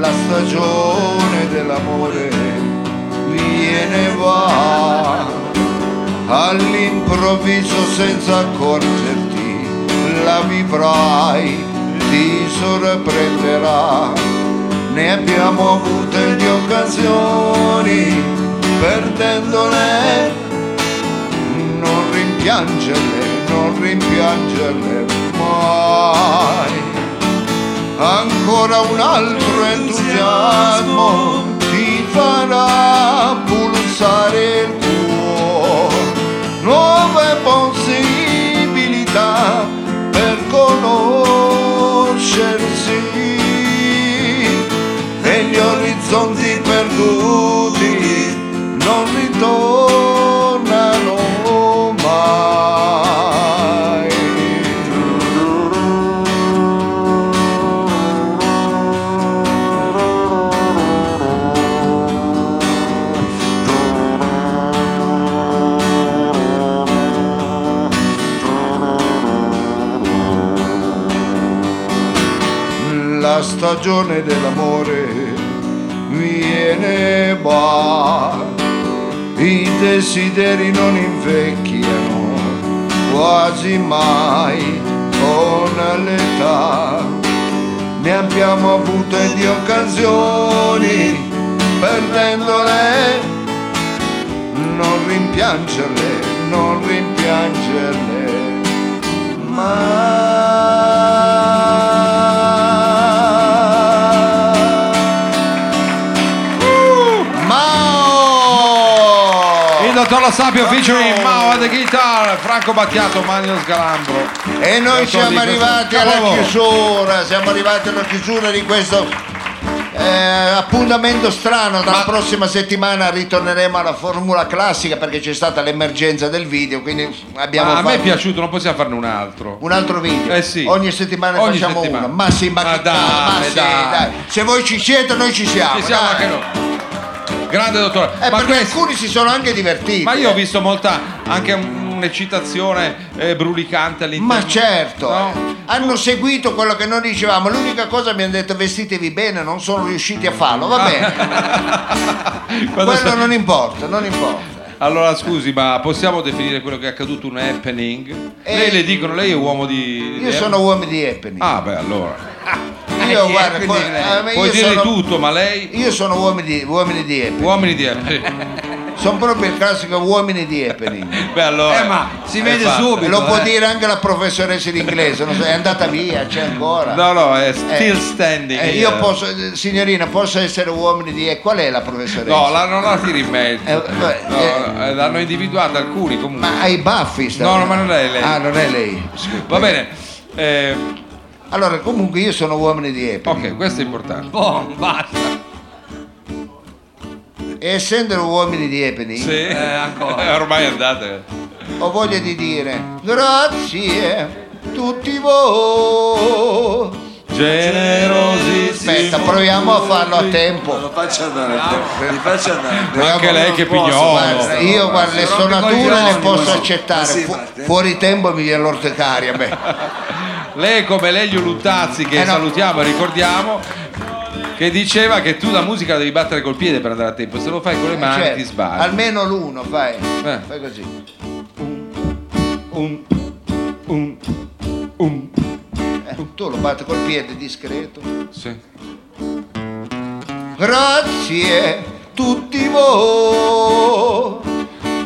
Speaker 2: la stagione dell'amore viene e va all'improvviso senza accorgerti la vivrai ti sorprenderà ne abbiamo avute di occasioni perdendone non rimpiangerle non rimpiangerle mai ancora un altro entusiasmo ti farà pulsare il cuore. Nuove possibilità per conoscersi e gli orizzonti perduti non ritornano mai. la stagione dell'amore viene e va, i desideri non invecchiano quasi mai con l'età, ne abbiamo avute di occasioni perdendole, non rimpiangerle, non rimpiangerle. Mao!
Speaker 4: Il dottor Lo Sapio featuring Mao de Guitar, Franco Battiato, Manlio Sgalambro.
Speaker 2: E noi
Speaker 4: Dottor
Speaker 2: siamo
Speaker 4: Di Costa-
Speaker 2: arrivati alla
Speaker 4: Capolavoro.
Speaker 2: chiusura, siamo arrivati alla chiusura di questo eh, appuntamento strano. Dalla prossima settimana ritorneremo alla formula classica perché c'è stata l'emergenza del video, quindi abbiamo
Speaker 4: Ma Ah, a me è
Speaker 2: fatto
Speaker 4: piaciuto, non possiamo farne un altro.
Speaker 2: un altro video.
Speaker 4: Eh sì.
Speaker 2: Ogni settimana
Speaker 4: Ogni
Speaker 2: facciamo
Speaker 4: settimana.
Speaker 2: uno. Ma sì, ma,
Speaker 4: Ma
Speaker 2: che cazzo, ma
Speaker 4: dai,
Speaker 2: sì,
Speaker 4: dai.
Speaker 2: dai. Se voi ci siete, noi ci siamo.
Speaker 4: Ci siamo
Speaker 2: dai.
Speaker 4: anche noi. Grande dottore.
Speaker 2: Eh,
Speaker 4: ma,
Speaker 2: perché alcuni si sono anche divertiti.
Speaker 4: ma io ho
Speaker 2: eh.
Speaker 4: visto molta anche un- un'eccitazione eh, brulicante all'interno.
Speaker 2: Ma certo,
Speaker 4: No?
Speaker 2: eh. hanno seguito quello che noi dicevamo. L'unica cosa mi hanno detto vestitevi bene, non sono riusciti a farlo, va
Speaker 4: Ah,
Speaker 2: bene.
Speaker 4: Quando
Speaker 2: quello
Speaker 4: sta-
Speaker 2: non importa, non importa.
Speaker 4: Allora scusi, ma possiamo definire quello che è accaduto un happening? Lei le dicono, lei è uomo di.
Speaker 2: Eh, Io sono uomo di happening.
Speaker 4: eh. Ah beh allora.
Speaker 2: io,
Speaker 4: eh,
Speaker 2: guarda,
Speaker 4: quindi
Speaker 2: poi-
Speaker 4: lei-
Speaker 2: eh, ma
Speaker 4: Puoi
Speaker 2: io
Speaker 4: dire
Speaker 2: sono,
Speaker 4: tutto, ma lei.
Speaker 2: io sono uomo di, uomini di happening.
Speaker 4: Uomini di happening.
Speaker 2: Sono proprio il classico uomini di happening.
Speaker 4: Beh allora.
Speaker 3: Eh, ma si vede
Speaker 4: infatti.
Speaker 3: subito.
Speaker 2: Lo può
Speaker 3: eh.
Speaker 2: dire anche la professoressa di inglese, non so, è andata via, c'è ancora.
Speaker 4: No, no, è
Speaker 2: Eh,
Speaker 4: still standing.
Speaker 2: Eh,
Speaker 4: eh.
Speaker 2: io posso, eh, signorina, posso essere uomini di happening? Qual è la professoressa?
Speaker 4: No, l'hanno la tiri in mezzo.
Speaker 2: Eh, vabbè,
Speaker 4: No,
Speaker 2: eh.
Speaker 4: eh, l'hanno individuata alcuni
Speaker 3: Ah.
Speaker 4: comunque.
Speaker 2: Ma ha i baffi sta-
Speaker 4: No, no, ma non è lei.
Speaker 2: Ah, non è lei. Scusa.
Speaker 4: Va bene. eh,
Speaker 2: Allora, comunque io sono uomini di happening.
Speaker 4: ok, questo è importante.
Speaker 3: Boh, basta.
Speaker 2: E essendo uomini di happening,
Speaker 4: Sì.
Speaker 3: Eh, ancora.
Speaker 4: Ormai andate.
Speaker 2: ho voglia di dire grazie tutti voi.
Speaker 4: Generosissimo.
Speaker 2: Aspetta, proviamo a farlo a tempo.
Speaker 1: Lo faccia andare, mi faccia andare.
Speaker 4: Ma anche lei che pignolo.
Speaker 2: Guarda, io guarda, le sonature le posso accettare,
Speaker 1: Sì,
Speaker 2: fu-
Speaker 1: ma-
Speaker 2: fuori tempo mi viene l'orticaria. beh.
Speaker 4: Lei come Lelio Luttazzi che
Speaker 2: Eh, no.
Speaker 4: salutiamo e ricordiamo. che diceva che tu la musica la devi battere col piede per andare a tempo, se lo fai con le mani
Speaker 2: Certo,
Speaker 4: ti sbagli. Eh.
Speaker 2: Almeno l'uno, fai. Fai così.
Speaker 4: Un, un, un.
Speaker 2: Eh, tu lo batti col piede discreto.
Speaker 4: Sì.
Speaker 2: Grazie tutti voi.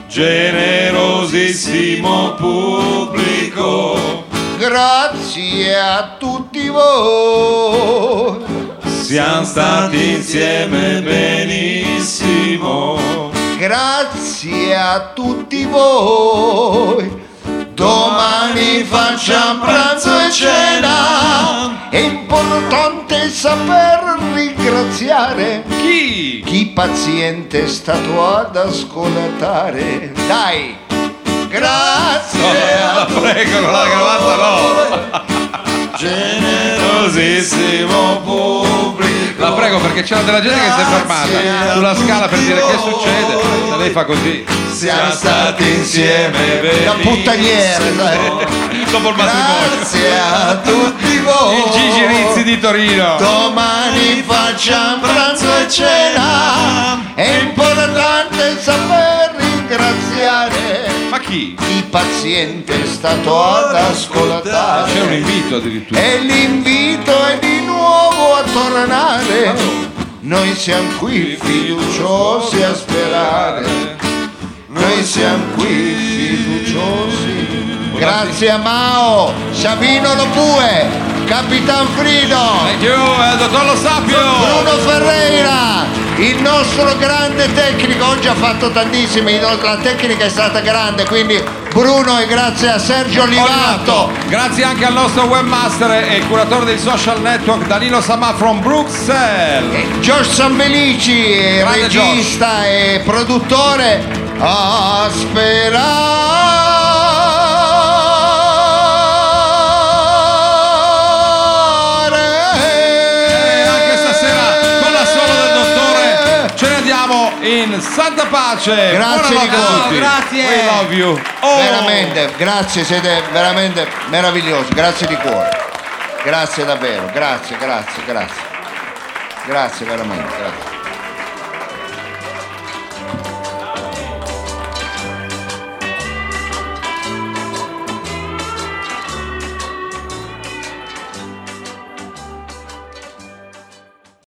Speaker 4: Generosissimo pubblico,
Speaker 2: Grazie a tutti voi.
Speaker 4: siamo stati insieme benissimo.
Speaker 2: Grazie a tutti voi. Domani facciamo pranzo e cena. È importante saper ringraziare
Speaker 4: chi?
Speaker 2: Chi paziente è stato ad ascoltare. Dai! Grazie!
Speaker 4: La prego, con la cravatta no! Generosissimo pubblico. La prego perché c'era della gente che si è fermata sulla scala per dire che succede. Se lei fa così.
Speaker 2: Siamo
Speaker 4: stati insieme
Speaker 2: Da puttaniere, dai.
Speaker 4: Dopo il matrimonio.
Speaker 2: Grazie a tutti voi.
Speaker 4: Il Gigi Rizzi di Torino.
Speaker 2: Domani facciamo pranzo e cena. È importante saper ringraziare
Speaker 4: Ma chi?
Speaker 2: chi paziente è stato ad ascoltare.
Speaker 4: C'è un invito addirittura.
Speaker 2: E l'invito è di nuovo a tornare. Noi siamo qui fiduciosi a sperare. Noi siamo qui fiduciosi. Grazie a Mao, Sabino Lopue, Capitan Frido,
Speaker 4: Thank you, eh, dottor Lo Sapio.
Speaker 2: Bruno Ferreira, il nostro grande tecnico. Oggi ha fatto tantissimi, no- la tecnica è stata grande, quindi Bruno e grazie a Sergio Olivato.
Speaker 4: Grazie anche al nostro webmaster e curatore dei social network Danilo Samà from Bruxelles.
Speaker 2: George Sanvelici, eh,
Speaker 4: Grande
Speaker 2: regista e produttore. A
Speaker 4: E Eh,
Speaker 2: sperare.
Speaker 4: anche stasera con la solo del dottore ce ne andiamo in santa pace.
Speaker 2: Grazie,
Speaker 4: Buonanotte a
Speaker 2: Nicola.
Speaker 4: tutti.
Speaker 3: Grazie.
Speaker 4: We love you. Oh.
Speaker 2: Veramente, grazie, siete veramente meravigliosi, grazie di cuore. Grazie davvero, grazie, grazie, grazie. Grazie veramente, grazie.